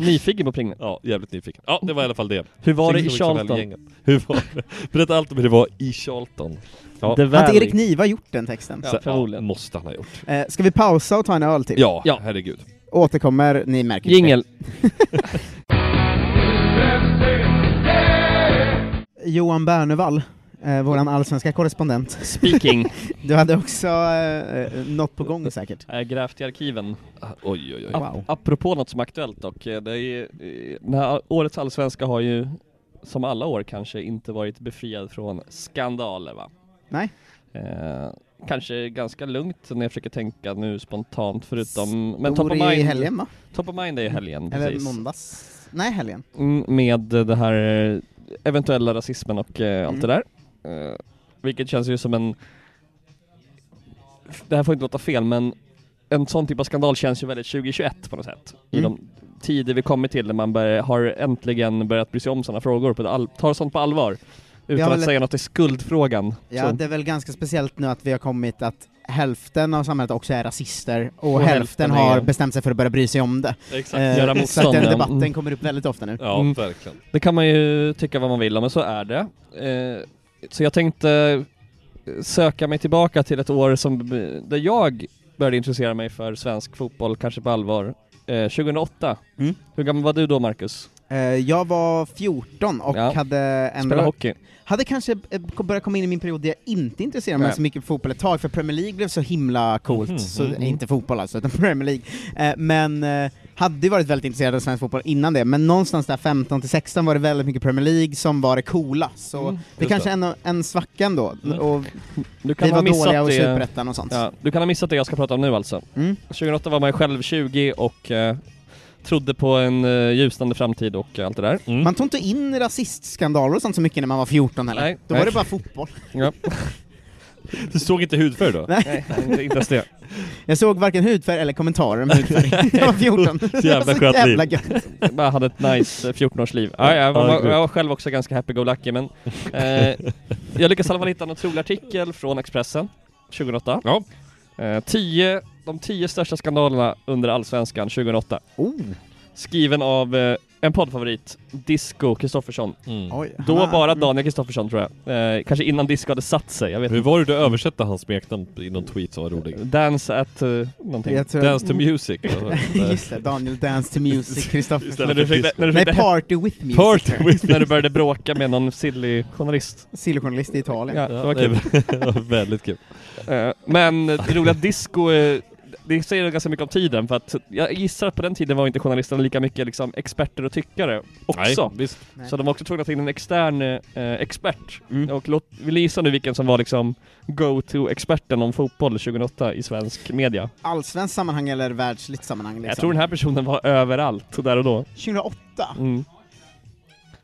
[SPEAKER 12] Nyfiken på Pringle?
[SPEAKER 10] Ja, jävligt nyfiken. Ja, det var i alla fall det.
[SPEAKER 12] Hur var det
[SPEAKER 10] Synd
[SPEAKER 12] i
[SPEAKER 10] som liksom
[SPEAKER 12] Charlton?
[SPEAKER 10] väl gänget. Hur var det? Berätta allt om hur det var i Charlton. Ja.
[SPEAKER 9] Har inte Erik Niva gjort den texten?
[SPEAKER 10] Så- Ja, måste han ha gjort.
[SPEAKER 9] Eh, ska vi pausa och ta en öl till?
[SPEAKER 10] Ja, herregud.
[SPEAKER 9] Återkommer, ni märker
[SPEAKER 10] Jingel.
[SPEAKER 9] Johan Bernevall, eh, våran allsvenska korrespondent.
[SPEAKER 12] Speaking.
[SPEAKER 9] du hade också eh, något på gång säkert.
[SPEAKER 12] Jag har Äh, grävt i arkiven.
[SPEAKER 10] Ah, Oj, oj, oj.
[SPEAKER 9] Wow.
[SPEAKER 12] Apropå något som är aktuellt dock, eh, det är ju, eh, den här årets allsvenska har ju som alla år kanske inte varit befriad från skandaler va?
[SPEAKER 9] Nej.
[SPEAKER 12] Eh, kanske ganska lugnt när jag försöker tänka nu spontant förutom...
[SPEAKER 9] Stor i helgen, va?
[SPEAKER 12] Top of mind är i helgen,
[SPEAKER 9] Eller
[SPEAKER 12] precis.
[SPEAKER 9] måndags? Nej, helgen.
[SPEAKER 12] Mm, med det här eh, eventuella rasismen och eh, allt
[SPEAKER 9] Mm.
[SPEAKER 12] det där. Eh, vilket känns ju som en... Det här får inte låta fel men en sån typ av skandal känns ju väldigt 2021 på något sätt. I
[SPEAKER 9] Mm.
[SPEAKER 12] de tider vi kommit till där man bör, har äntligen börjat bry sig om sådana frågor, på ett all, tar sånt på allvar.
[SPEAKER 9] Vi har
[SPEAKER 12] Utan att
[SPEAKER 9] väl-
[SPEAKER 12] säga något i skuldfrågan.
[SPEAKER 9] Ja,
[SPEAKER 12] så.
[SPEAKER 9] det är väl ganska speciellt nu att vi har kommit att hälften av samhället också är rasister och,
[SPEAKER 12] Och hälften
[SPEAKER 9] hälften har
[SPEAKER 12] är-
[SPEAKER 9] bestämt sig för att börja bry sig om det.
[SPEAKER 12] Exakt.
[SPEAKER 9] Eh,
[SPEAKER 12] Göra
[SPEAKER 9] så att
[SPEAKER 12] motstånd,
[SPEAKER 9] den
[SPEAKER 12] ja.
[SPEAKER 9] debatten
[SPEAKER 12] Mm.
[SPEAKER 9] kommer upp väldigt ofta nu.
[SPEAKER 12] Mm.
[SPEAKER 10] verkligen.
[SPEAKER 12] Det kan man ju tycka vad man vill om, men så är det. Eh, så jag tänkte eh, söka mig tillbaka till ett år som, där jag började intressera mig för svensk fotboll, kanske på allvar. Eh, 2008.
[SPEAKER 9] Mm.
[SPEAKER 12] Hur gammal var du då Marcus?
[SPEAKER 9] Eh, Jag var 14 och
[SPEAKER 12] Ja.
[SPEAKER 9] hade
[SPEAKER 12] Spela
[SPEAKER 9] ändå...
[SPEAKER 12] hockey.
[SPEAKER 9] Hade kanske eh, börjat komma in i min period där jag inte intresserade mig
[SPEAKER 12] Nej.
[SPEAKER 9] så mycket för fotboll ett tag, för Premier League blev så himla coolt.
[SPEAKER 12] Mhm,
[SPEAKER 9] så,
[SPEAKER 12] mhm.
[SPEAKER 9] Inte fotboll alltså, utan Premier League. Eh, Men eh, hade ju varit väldigt intresserad av svensk fotboll innan det, men någonstans där 15 till 16 var det väldigt mycket Premier League som var det coola. Så
[SPEAKER 12] Mm.
[SPEAKER 9] det
[SPEAKER 12] Just
[SPEAKER 9] kanske
[SPEAKER 12] det. Mm.
[SPEAKER 9] är en, en svacka ändå. Och
[SPEAKER 12] Du kan
[SPEAKER 9] vi
[SPEAKER 12] ha
[SPEAKER 9] var
[SPEAKER 12] missat
[SPEAKER 9] dåliga och
[SPEAKER 12] det.
[SPEAKER 9] superettan och sånt. Mm.
[SPEAKER 12] Ja, du kan ha missat det jag ska prata om nu alltså. 2008 var man ju själv 20 och eh, trodde på en eh, ljusnande framtid och eh, allt det där.
[SPEAKER 9] Man tog inte in rasistskandaler och sånt så mycket när man var 14 heller.
[SPEAKER 12] Nej.
[SPEAKER 9] Då var
[SPEAKER 12] Nej.
[SPEAKER 9] det bara fotboll.
[SPEAKER 12] Ja.
[SPEAKER 10] Du såg inte hudfärg då?
[SPEAKER 9] Nej. Nej, inte- inte ens det. Jag såg varken hudfärg eller kommentarer om hudfärg. Jag var 14.
[SPEAKER 12] Så jävla skönt
[SPEAKER 9] jävla
[SPEAKER 12] liv.
[SPEAKER 9] gött.
[SPEAKER 12] Bara hade ett nice eh, 14-årsliv. Ja, jag, var,
[SPEAKER 10] Ja, gud.
[SPEAKER 12] jag var själv också ganska happy-go-lucky men eh, jag lyckades i alla fall hitta en otrolig artikel från Expressen 2008. Eh, tio, de tio största skandalerna under Allsvenskan 2008. Skriven av eh, en poddfavorit, Disco Kristoffersson.
[SPEAKER 10] Oj,
[SPEAKER 12] Då
[SPEAKER 10] han har-
[SPEAKER 9] Mm.
[SPEAKER 12] bara Daniel Kristoffersson tror jag. Eh, kanske innan Disco hade satt sig, jag vet
[SPEAKER 10] Hur
[SPEAKER 12] inte.
[SPEAKER 10] var det du översatte hans smeknamn i någon tweet som var rolig?
[SPEAKER 12] Dance at uh, någonting.
[SPEAKER 9] Jag tror-
[SPEAKER 10] Dance to music.
[SPEAKER 9] Just det, Daniel Dance to Music, Kristoffer.
[SPEAKER 12] Istället När du för försökte- när du
[SPEAKER 9] Nej,
[SPEAKER 12] försökte-
[SPEAKER 9] Party with Music.
[SPEAKER 12] Party with När du började bråka med någon silly journalist.
[SPEAKER 9] Silly journalist i Italien.
[SPEAKER 12] Ja, det var kul.
[SPEAKER 10] väldigt kul.
[SPEAKER 12] Eh, Men det roliga disco, eh, det säger ganska mycket om tiden för att jag gissar att på den tiden var inte journalisterna lika mycket liksom experter och tyckare också.
[SPEAKER 10] Nej, visst.
[SPEAKER 12] Så de var också tvungna att ta in en extern eh, expert. Och låt, vill ni gissa nu vilken som var liksom go-to-experten om fotboll 2008 i svensk media?
[SPEAKER 9] Allsvenskt sammanhang eller världsligt sammanhang? Liksom.
[SPEAKER 12] Jag tror den här personen var överallt, där och då.
[SPEAKER 9] 2008.
[SPEAKER 12] Mm.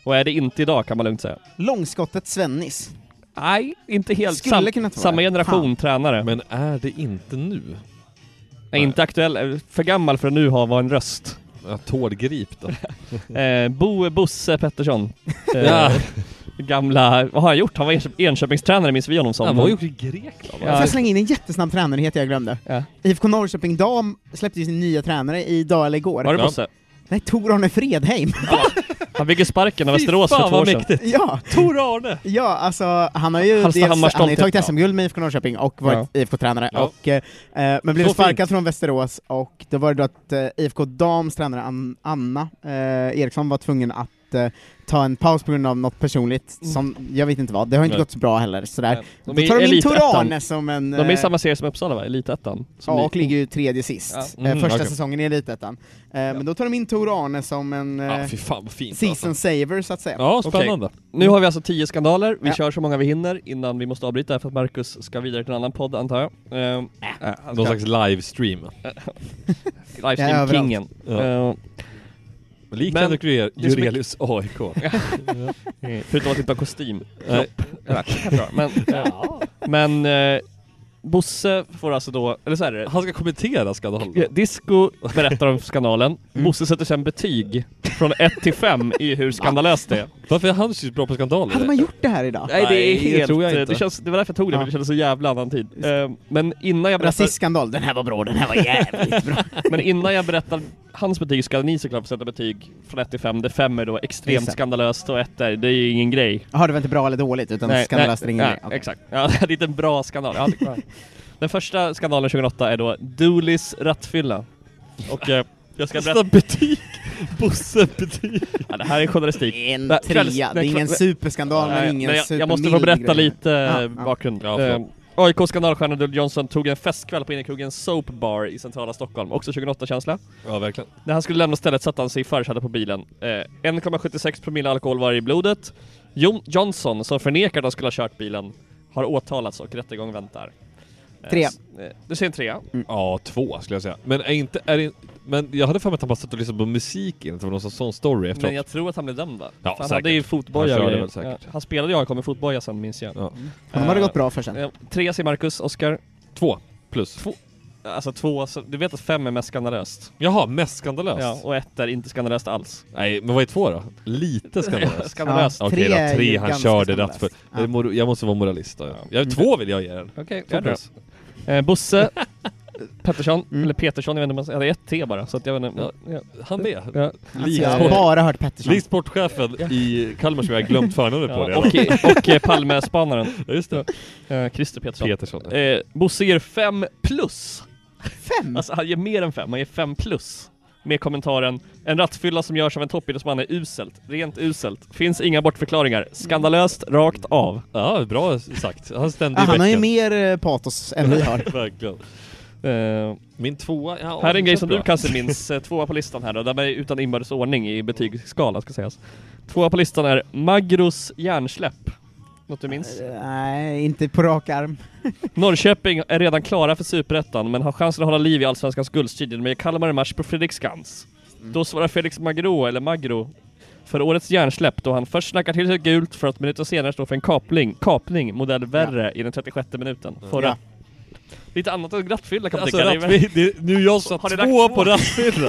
[SPEAKER 12] Och är det inte idag kan man lugnt säga.
[SPEAKER 9] Långskottet Svennis.
[SPEAKER 12] Nej, inte helt
[SPEAKER 9] Skulle
[SPEAKER 12] sam-
[SPEAKER 9] kunnat vara
[SPEAKER 12] samma
[SPEAKER 9] det.
[SPEAKER 12] generation
[SPEAKER 9] Fan.
[SPEAKER 12] tränare.
[SPEAKER 10] Men är det inte nu? Nej,
[SPEAKER 12] inte aktuell. eh, För gammal för att nu ha var en röst.
[SPEAKER 10] Ja, tårgrip då.
[SPEAKER 12] eh, Bo Bosse Pettersson. Eh,
[SPEAKER 10] Ja.
[SPEAKER 12] Gamla, vad har han gjort? Han var Enköp- Enköpingstränare minns vi honom som.
[SPEAKER 10] Han var ju i Grekland.
[SPEAKER 9] Får jag slänga in en jättesnabb tränarnyhet jag glömde? IFK Norrköping Dam släppte ju sin nya tränare idag eller igår.
[SPEAKER 12] Var det Bosse?
[SPEAKER 9] Nej, Tor-Arne Fredheim.
[SPEAKER 12] Han fick ju sparken av
[SPEAKER 9] Fy
[SPEAKER 12] Västerås
[SPEAKER 9] fan,
[SPEAKER 12] för två
[SPEAKER 9] vad
[SPEAKER 12] år sedan.
[SPEAKER 9] mäktigt. Ja.
[SPEAKER 10] Tor-Arne!
[SPEAKER 9] Ja, alltså han har ju
[SPEAKER 12] Halmstad
[SPEAKER 9] dels, han
[SPEAKER 12] Hammars
[SPEAKER 9] har ju
[SPEAKER 12] stolthet,
[SPEAKER 9] tagit SM-guld med IFK Norrköping och varit IFK-tränare,
[SPEAKER 12] Ja.
[SPEAKER 9] och, eh, eh, men blev
[SPEAKER 12] Så
[SPEAKER 9] sparkad
[SPEAKER 12] fint.
[SPEAKER 9] från Västerås och då var det då att eh, IFK Dams tränare An- Anna eh, Eriksson var tvungen att eh, ta en paus på grund av något personligt
[SPEAKER 12] Mm.
[SPEAKER 9] som, jag vet inte vad, det har inte
[SPEAKER 12] Nej.
[SPEAKER 9] gått så bra heller sådär.
[SPEAKER 12] Nej.
[SPEAKER 9] Då
[SPEAKER 12] De är
[SPEAKER 9] tar de in
[SPEAKER 12] elitettan.
[SPEAKER 9] Tor-Arne som en...
[SPEAKER 12] De är i
[SPEAKER 9] eh,
[SPEAKER 12] samma serie som Uppsala va? Elitettan? Som
[SPEAKER 9] Ja,
[SPEAKER 12] ni-
[SPEAKER 9] och ligger ju tredje sist.
[SPEAKER 12] Ja.
[SPEAKER 9] Eh,
[SPEAKER 12] Mm,
[SPEAKER 9] Första
[SPEAKER 12] okej.
[SPEAKER 9] säsongen i Elitettan. Eh, Men då tar de in Tor Arne som en eh,
[SPEAKER 12] fy fan, vad fint,
[SPEAKER 9] season
[SPEAKER 12] alltså.
[SPEAKER 9] saver, så att säga.
[SPEAKER 12] Okej. Nu har vi alltså tio skandaler, vi kör så många vi hinner innan vi måste avbryta här för att Marcus ska vidare till en annan podd antar jag. Uh,
[SPEAKER 10] Någon slags livestream.
[SPEAKER 12] Livestream kingen.
[SPEAKER 10] Ja. Likt
[SPEAKER 12] men-
[SPEAKER 10] Henrik Jure-
[SPEAKER 12] det som är-
[SPEAKER 10] Jurelius AIK.
[SPEAKER 12] Eh, Förutom att inte ha kostym.
[SPEAKER 10] Nej.
[SPEAKER 12] Kropp. Eh, Ja, kanske bra. Men, eh, men eh, Bosse får alltså då, eller så är det.
[SPEAKER 10] Han ska kommentera skandalen.
[SPEAKER 12] Disco berättar om skandalen. Bosse sätter sen betyg från 1 till 5 i hur skandalöst det är.
[SPEAKER 10] Varför är han så bra på skandaler?
[SPEAKER 9] Hade man gjort det här idag?
[SPEAKER 12] Nej det är
[SPEAKER 10] Nej, det
[SPEAKER 12] helt,
[SPEAKER 10] tror jag
[SPEAKER 12] eh,
[SPEAKER 10] inte.
[SPEAKER 12] Det, känns, det var därför jag tog det,
[SPEAKER 10] Ja.
[SPEAKER 12] men det kändes så jävla annan tid. Eh, men innan jag berättar...
[SPEAKER 9] Rasistskandal, den här var bra, den här var jävligt bra.
[SPEAKER 12] men innan jag berättar hans betyg ska ni såklart få sätta betyg från 1 till 5, där 5 är då
[SPEAKER 9] Just
[SPEAKER 12] extremt
[SPEAKER 9] det.
[SPEAKER 12] skandalöst och 1 är, det är ju ingen grej.
[SPEAKER 9] Jaha, det var inte bra eller dåligt, utan skandalöst är ingen
[SPEAKER 12] nej,
[SPEAKER 9] grej. Okej.
[SPEAKER 12] Exakt. Ja, det är inte en bra skandal. Ja, det- ja. Den första skandalen 2008 är då Doolis rattfylla. Och eh, jag ska berätta...
[SPEAKER 10] betyg! Bosse betyg!
[SPEAKER 12] Ja, det här är journalistik.
[SPEAKER 9] En
[SPEAKER 12] Nej,
[SPEAKER 9] trea.
[SPEAKER 12] kvälls-
[SPEAKER 9] Det är
[SPEAKER 12] nej,
[SPEAKER 9] ingen
[SPEAKER 12] kväll-
[SPEAKER 9] superskandal, men
[SPEAKER 12] Nej,
[SPEAKER 9] ingen
[SPEAKER 12] nej, jag, jag måste få
[SPEAKER 9] supermild
[SPEAKER 12] berätta
[SPEAKER 9] grej.
[SPEAKER 12] lite
[SPEAKER 9] Ja,
[SPEAKER 12] ja,
[SPEAKER 9] ja.
[SPEAKER 12] bakgrund.
[SPEAKER 10] Ja,
[SPEAKER 12] eh,
[SPEAKER 10] förlåt.
[SPEAKER 12] AIKs skandalstjärna Dull Johnson tog en festkväll på Innekuggens Soap Bar i centrala Stockholm, också 2008-känsla.
[SPEAKER 10] Ja, verkligen.
[SPEAKER 12] När han skulle lämna stället satte han sig i försätet på bilen. Eh, 1,76 promille alkohol var i blodet. Jon Johnson, som förnekar att han skulle ha kört bilen, har åtalats och rättegång väntar. Eh,
[SPEAKER 10] Tre.
[SPEAKER 12] s- eh, Du säger en
[SPEAKER 10] Mm,
[SPEAKER 12] trea.
[SPEAKER 10] Ja, två skulle jag säga. Men är inte, är det, men jag hade för mig att han bara satt och lyssnade på musik innan, det var någon sån- sån story efteråt.
[SPEAKER 12] Men jag tror att han blev dömd va?
[SPEAKER 10] Ja,
[SPEAKER 12] För han
[SPEAKER 10] säkert.
[SPEAKER 12] hade ju fotboja
[SPEAKER 10] Han
[SPEAKER 12] och
[SPEAKER 10] körde
[SPEAKER 12] grejer.
[SPEAKER 10] väl säkert.
[SPEAKER 12] Ja, Han spelade ju AIK med fotboja sen minns jag.
[SPEAKER 10] Ja.
[SPEAKER 9] Honom har det gått bra för sen.
[SPEAKER 12] Eh, Tre säger Marcus, Oskar.
[SPEAKER 10] Två plus.
[SPEAKER 12] Två. Alltså två, så du vet att fem är mest skandalöst.
[SPEAKER 10] Jaha, mest skandalöst?
[SPEAKER 12] Ja, och ett är inte skandalöst alls.
[SPEAKER 10] Nej, men vad är två då? Lite skandalöst.
[SPEAKER 12] Skandalöst.
[SPEAKER 10] Ja, Okej
[SPEAKER 12] Tre är
[SPEAKER 10] då,
[SPEAKER 12] ju
[SPEAKER 10] tre, han
[SPEAKER 12] ganska
[SPEAKER 10] körde
[SPEAKER 12] skandalöst.
[SPEAKER 10] rattfull. Jag är mor- Jag måste vara moralist då. ja.
[SPEAKER 9] Mm.
[SPEAKER 10] Jag, två vill jag ge den.
[SPEAKER 12] Okej,
[SPEAKER 10] Två
[SPEAKER 12] ja, bra.
[SPEAKER 10] plus.
[SPEAKER 12] Eh, Bosse Pettersson, eller Petersson, jag vet inte om man säger, det är ett T bara så att jag vet inte.
[SPEAKER 10] Mm. Ja, han med.
[SPEAKER 12] Ja.
[SPEAKER 10] Likt-
[SPEAKER 9] Alltså, jag har bara hört Pettersson.
[SPEAKER 10] Likt sportchefen i Kalmar som jag har glömt förnamnet på
[SPEAKER 12] Ja,
[SPEAKER 10] redan.
[SPEAKER 12] och, och eh, Palmespanaren.
[SPEAKER 10] Just det.
[SPEAKER 12] Eh, Christer Petersson.
[SPEAKER 10] Petersson, ja.
[SPEAKER 12] Eh, Bosse ger fem plus.
[SPEAKER 10] Mm.
[SPEAKER 9] Fem?
[SPEAKER 12] Alltså han ger mer än fem, han ger fem plus. Med kommentaren En rattfylla som görs av en toppidrottsman är uselt, rent uselt. Finns inga bortförklaringar. Skandalöst, rakt av.
[SPEAKER 10] Ja, bra sagt. Han stämde
[SPEAKER 9] Ah, han har ju mer eh, patos än vi har.
[SPEAKER 10] Verkligen. Min tvåa, ja,
[SPEAKER 12] Eh, Här är en grej
[SPEAKER 10] känns
[SPEAKER 12] som
[SPEAKER 10] bra.
[SPEAKER 12] du kanske minns, eh, tvåa på listan här då, där man är utan inbördes ordning i betygsskala ska sägas. Tvåa på listan är Magros hjärnsläpp. Något du minns?
[SPEAKER 9] Nej, inte på rak arm.
[SPEAKER 12] Norrköping är redan klara för Superettan men har chansen att hålla liv i Allsvenskans guldstrid genom att ge Kalmar en match på Fredrik Skans.
[SPEAKER 9] Mm.
[SPEAKER 12] Då svarar Felix Magro, eller Magro, för årets hjärnsläpp då han först snackar till sig gult för att minuter senare står för en kapling, kapning modell värre i den 36 minuten. Förra.
[SPEAKER 9] Mm. Ja.
[SPEAKER 12] Lite annat än rattfylla kan man
[SPEAKER 10] Alltså,
[SPEAKER 12] tycka.
[SPEAKER 10] rattfy- det- nu jag sa
[SPEAKER 12] Har ni
[SPEAKER 10] två
[SPEAKER 12] lagt
[SPEAKER 10] på rattfylla.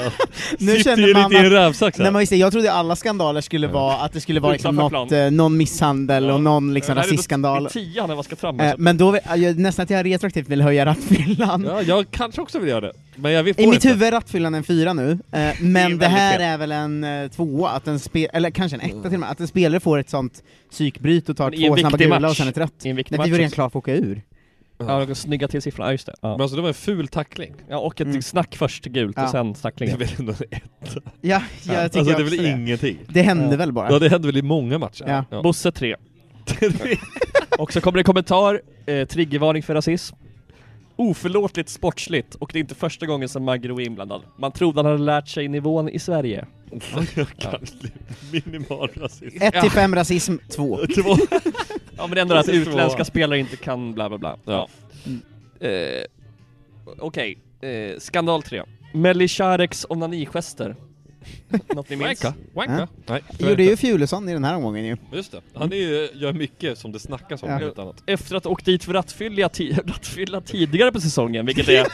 [SPEAKER 10] Sitter
[SPEAKER 9] Nu
[SPEAKER 10] ju
[SPEAKER 9] känner man
[SPEAKER 10] lite i en
[SPEAKER 9] att,
[SPEAKER 10] rävsax här.
[SPEAKER 9] nej, men just det, jag trodde alla skandaler skulle vara att det skulle vara liksom
[SPEAKER 12] Utanför
[SPEAKER 9] något,
[SPEAKER 12] plan.
[SPEAKER 9] eh, någon misshandel och någon liksom
[SPEAKER 12] Det här är typ då
[SPEAKER 9] rasistskandal.
[SPEAKER 12] min tia när jag ska fram.
[SPEAKER 9] Eh, Men då, vill- jag- nästan att jag retroaktivt vill höja rattfyllan.
[SPEAKER 10] Ja, jag kanske också vill göra det. Men jag vet
[SPEAKER 9] I
[SPEAKER 10] får
[SPEAKER 9] mitt
[SPEAKER 10] inte.
[SPEAKER 9] huvud är rattfyllan en fyra nu, eh, men det,
[SPEAKER 10] väldigt
[SPEAKER 9] här
[SPEAKER 10] fel.
[SPEAKER 9] är väl en eh, tvåa, att en spe- eller kanske en etta till och med, att en spelare får ett sånt psykbryt och tar
[SPEAKER 12] Men i en
[SPEAKER 9] två snabba
[SPEAKER 12] viktig
[SPEAKER 9] gula
[SPEAKER 12] match.
[SPEAKER 9] och sen ett rött.
[SPEAKER 12] I en viktig
[SPEAKER 9] Nej, vi
[SPEAKER 12] match
[SPEAKER 9] var redan
[SPEAKER 12] också.
[SPEAKER 9] klara för att åka ur.
[SPEAKER 12] Ja, de snygga till siffrorna, ja, just det. Ja.
[SPEAKER 10] Men alltså det var en ful tackling.
[SPEAKER 12] Ja, och ett snack först gult
[SPEAKER 9] Mm. Ja.
[SPEAKER 12] och sen tacklingen.
[SPEAKER 10] Det är väl ändå en etta.
[SPEAKER 9] Ja, jag tycker
[SPEAKER 10] Alltså det är
[SPEAKER 9] också
[SPEAKER 10] väl ingenting.
[SPEAKER 9] Det hände väl bara.
[SPEAKER 10] Ja det hände väl i många matcher.
[SPEAKER 9] Ja.
[SPEAKER 12] Bosse 3. och så kommer det en kommentar, eh, triggervarning för rasism. Oförlåtligt sportsligt och det är inte första gången som Magro är inblandad. Man trodde han hade lärt sig nivån i Sverige.
[SPEAKER 10] Ja. Minimal rasism.
[SPEAKER 9] Ett till fem rasism, två.
[SPEAKER 12] Två. ja men ändå att
[SPEAKER 10] Två.
[SPEAKER 12] utländska spelare inte kan bla bla bla.
[SPEAKER 10] Ja.
[SPEAKER 12] Eh, Okej, eh, skandal 3. Melichareks onanigester. Något ni minns?
[SPEAKER 10] Wanka, wanka. Nej,
[SPEAKER 9] Det gjorde ju Fjulesson i den här omgången ju.
[SPEAKER 10] Just det. Han är ju, gör mycket som det snackas om,
[SPEAKER 9] Ja.
[SPEAKER 10] inget annat.
[SPEAKER 12] Efter att ha åkt dit för rattfylla, ti- rattfylla tidigare på säsongen, vilket är...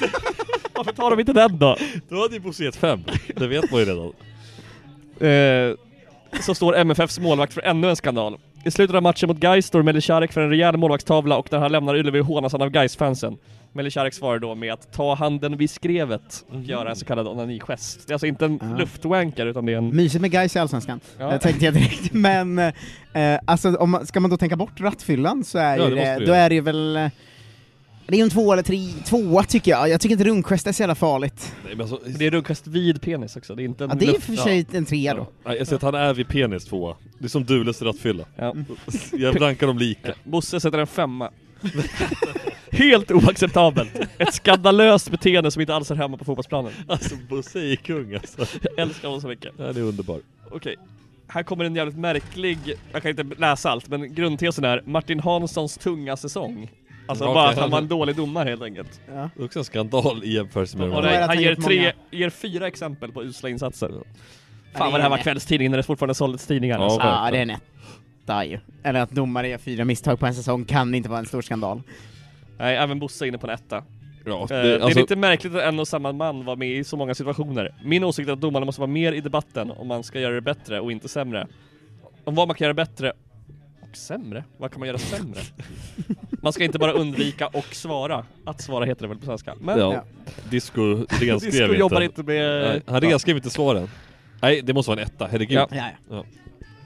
[SPEAKER 12] Varför tar de inte den då?
[SPEAKER 10] Då hade ju Bosse gett fem. Det vet man ju redan.
[SPEAKER 12] Eh, så står MFFs målvakt för ännu en skandal. I slutet av matchen mot Gais står Melicharek för en rejäl målvaktstavla och när han lämnar Ullevi hånas han av Gais-fansen. Melicharek svarar då med att ta handen vid skrevet och göra en så kallad onanigest. Det är alltså inte en
[SPEAKER 9] Mhm. Ah.
[SPEAKER 12] luftwanker utan det är en...
[SPEAKER 9] Mysigt med guys i Allsvenskan,
[SPEAKER 12] Ja.
[SPEAKER 9] eh, tänkte jag direkt. Men eh, alltså, om man, ska man då tänka bort rattfyllan så är
[SPEAKER 12] Ja, det
[SPEAKER 9] ju
[SPEAKER 12] måste
[SPEAKER 9] det,
[SPEAKER 12] du
[SPEAKER 9] då
[SPEAKER 12] göra.
[SPEAKER 9] är det ju väl... eh, Det är ju en tvåa eller tre, tvåa tycker jag. Jag tycker inte runkgest är så jävla farligt.
[SPEAKER 10] Nej, men alltså,
[SPEAKER 12] Det är runkgest vid penis också, det är inte en
[SPEAKER 9] Ja, det är ju
[SPEAKER 12] luft-
[SPEAKER 9] för sig en trea då.
[SPEAKER 10] Ja. Nej, jag ser att han är vid penis tvåa. Det är som Dules rattfylla.
[SPEAKER 9] Mm.
[SPEAKER 12] Ja.
[SPEAKER 10] Jag rankar dem lika.
[SPEAKER 12] Bosse sätter en femma. Helt oacceptabelt! Ett skandalöst beteende som inte alls är hemma på fotbollsplanen.
[SPEAKER 10] Alltså Bosse är kung alltså.
[SPEAKER 12] Jag älskar honom så mycket.
[SPEAKER 10] Ja, det är underbar.
[SPEAKER 12] Okej, här kommer en jävligt märklig, jag kan inte läsa allt, men grundtesen är Martin Hanssons tunga säsong. Alltså
[SPEAKER 10] Mm,
[SPEAKER 12] bara
[SPEAKER 10] okej.
[SPEAKER 12] att han var en dålig domare helt enkelt.
[SPEAKER 9] Ja.
[SPEAKER 10] Det är också en skandal i jämförelse med de
[SPEAKER 12] Och
[SPEAKER 10] andra.
[SPEAKER 12] nej, han ger,
[SPEAKER 9] gjort
[SPEAKER 12] tre,
[SPEAKER 9] många.
[SPEAKER 12] ger fyra exempel på usla insatser.
[SPEAKER 9] Ja, det
[SPEAKER 12] Fan vad det här var
[SPEAKER 9] är-
[SPEAKER 12] kvällstidningen när det fortfarande såldes tidningar. alltså.
[SPEAKER 9] Ja, det är en etta ju. Eller att domare gör fyra misstag på en säsong kan inte vara en stor skandal.
[SPEAKER 12] Nej, även Bosse är inne på en etta.
[SPEAKER 10] Ja,
[SPEAKER 12] Eh, det,
[SPEAKER 10] det-
[SPEAKER 12] det är
[SPEAKER 10] alltså-
[SPEAKER 12] lite märkligt att en och samma man var med i så många situationer. Min åsikt är att domarna måste vara mer i debatten om man ska göra det bättre och inte sämre. Om vad man kan göra bättre och sämre? Vad kan man göra sämre? man ska inte bara undvika och svara. Att svara heter det väl på svenska. Men
[SPEAKER 10] Ja. Disco renskrev
[SPEAKER 12] Disco
[SPEAKER 10] inte.
[SPEAKER 12] jobbar inte med-
[SPEAKER 10] Nej, han renskrev inte svaren. Nej, det måste vara en etta, herregud.
[SPEAKER 12] Ja. Ja,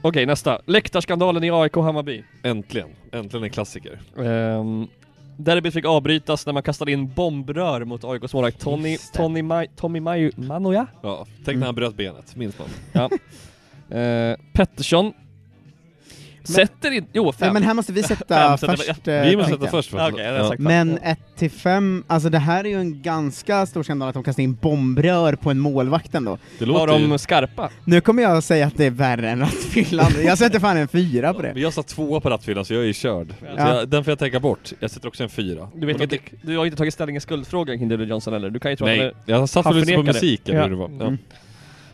[SPEAKER 12] Okej, nästa. Läktarskandalen i AIK Hammarby.
[SPEAKER 10] Äntligen. Äntligen en klassiker.
[SPEAKER 12] Um, derbyt fick avbrytas när man kastade in bombrör mot AIKs målvakt Tony,
[SPEAKER 10] Just det.
[SPEAKER 12] Tony Maj, Tommy Maju, Manoja.
[SPEAKER 10] Ja, tänk när han bröt benet, minns man.
[SPEAKER 12] Ja. Eh, Pettersson. Sätter inte... Jo, fem.
[SPEAKER 9] Nej, Eh, men här måste vi sätta
[SPEAKER 12] Fem sätter-
[SPEAKER 9] först,
[SPEAKER 12] ja.
[SPEAKER 9] eh, Vi måste tänkte sätta jag. först,
[SPEAKER 10] va?
[SPEAKER 12] Okej, jag har
[SPEAKER 10] Ja.
[SPEAKER 12] sagt fem.
[SPEAKER 9] Men 1 till 5, alltså det här är ju en ganska stor skandal att de kastar in bombrör på en målvakt ändå.
[SPEAKER 10] Det
[SPEAKER 12] Var
[SPEAKER 10] låter
[SPEAKER 12] de
[SPEAKER 10] ju-
[SPEAKER 12] skarpa?
[SPEAKER 9] Nu kommer jag att säga att det är värre än rattfyllan. Jag sätter fan en fyra på det.
[SPEAKER 10] Men jag satt tvåa på rattfyllan så jag är ju körd. Så
[SPEAKER 9] Ja.
[SPEAKER 10] jag, den får jag tänka bort. Jag sätter också en fyra.
[SPEAKER 12] Du, vet
[SPEAKER 10] Men
[SPEAKER 12] inte, du har ju inte tagit ställning i skuldfrågan kring David Johnson eller? Du kan ju tro
[SPEAKER 10] Nej,
[SPEAKER 12] att han är-
[SPEAKER 10] jag satt och
[SPEAKER 12] han
[SPEAKER 10] lyssnade på
[SPEAKER 12] förnekar det.
[SPEAKER 10] musik eller
[SPEAKER 12] Ja.
[SPEAKER 10] hur det var. Ja.
[SPEAKER 12] Mm.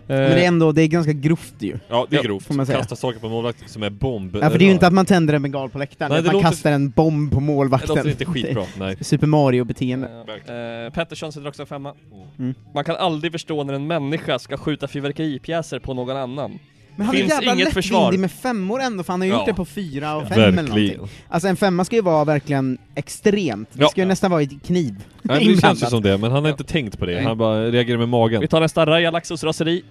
[SPEAKER 9] Men det är ändå, det är ganska grovt ju.
[SPEAKER 10] Ja, det är
[SPEAKER 9] Ja,
[SPEAKER 10] grovt.
[SPEAKER 9] får man säga.
[SPEAKER 10] Kasta saker på en målvakt som är bomb.
[SPEAKER 9] Ja, för det är ju inte att man tänder en bengal på läktaren,
[SPEAKER 10] Nej,
[SPEAKER 9] att
[SPEAKER 10] det
[SPEAKER 9] man
[SPEAKER 10] låter-
[SPEAKER 9] kastar en bomb på
[SPEAKER 10] Det
[SPEAKER 9] målvakten.
[SPEAKER 10] låter inte skitbra, nej.
[SPEAKER 9] Super Mario-beteende.
[SPEAKER 12] Eh, Pettersson sätter också en femma.
[SPEAKER 9] Mm.
[SPEAKER 12] Man kan aldrig förstå när en människa ska skjuta fyrverkeripjäser på någon annan.
[SPEAKER 9] Men han är
[SPEAKER 12] Finns
[SPEAKER 9] jävla
[SPEAKER 12] inget försvar.
[SPEAKER 9] lättvindig med femmor ändå, för han har ju
[SPEAKER 12] Ja.
[SPEAKER 9] gjort det på fyra och
[SPEAKER 12] Ja.
[SPEAKER 9] fem eller
[SPEAKER 10] Verkligen.
[SPEAKER 9] någonting. Alltså en femma ska ju vara verkligen extremt, det
[SPEAKER 10] Ja.
[SPEAKER 9] ska ju nästan vara i kniv.
[SPEAKER 10] Nej, men det känns ju
[SPEAKER 9] inblandat.
[SPEAKER 10] som det, men han har inte tänkt på det.
[SPEAKER 9] Nej.
[SPEAKER 10] Han bara reagerar med magen.
[SPEAKER 12] Vi tar nästa, Raja Laxos raseri.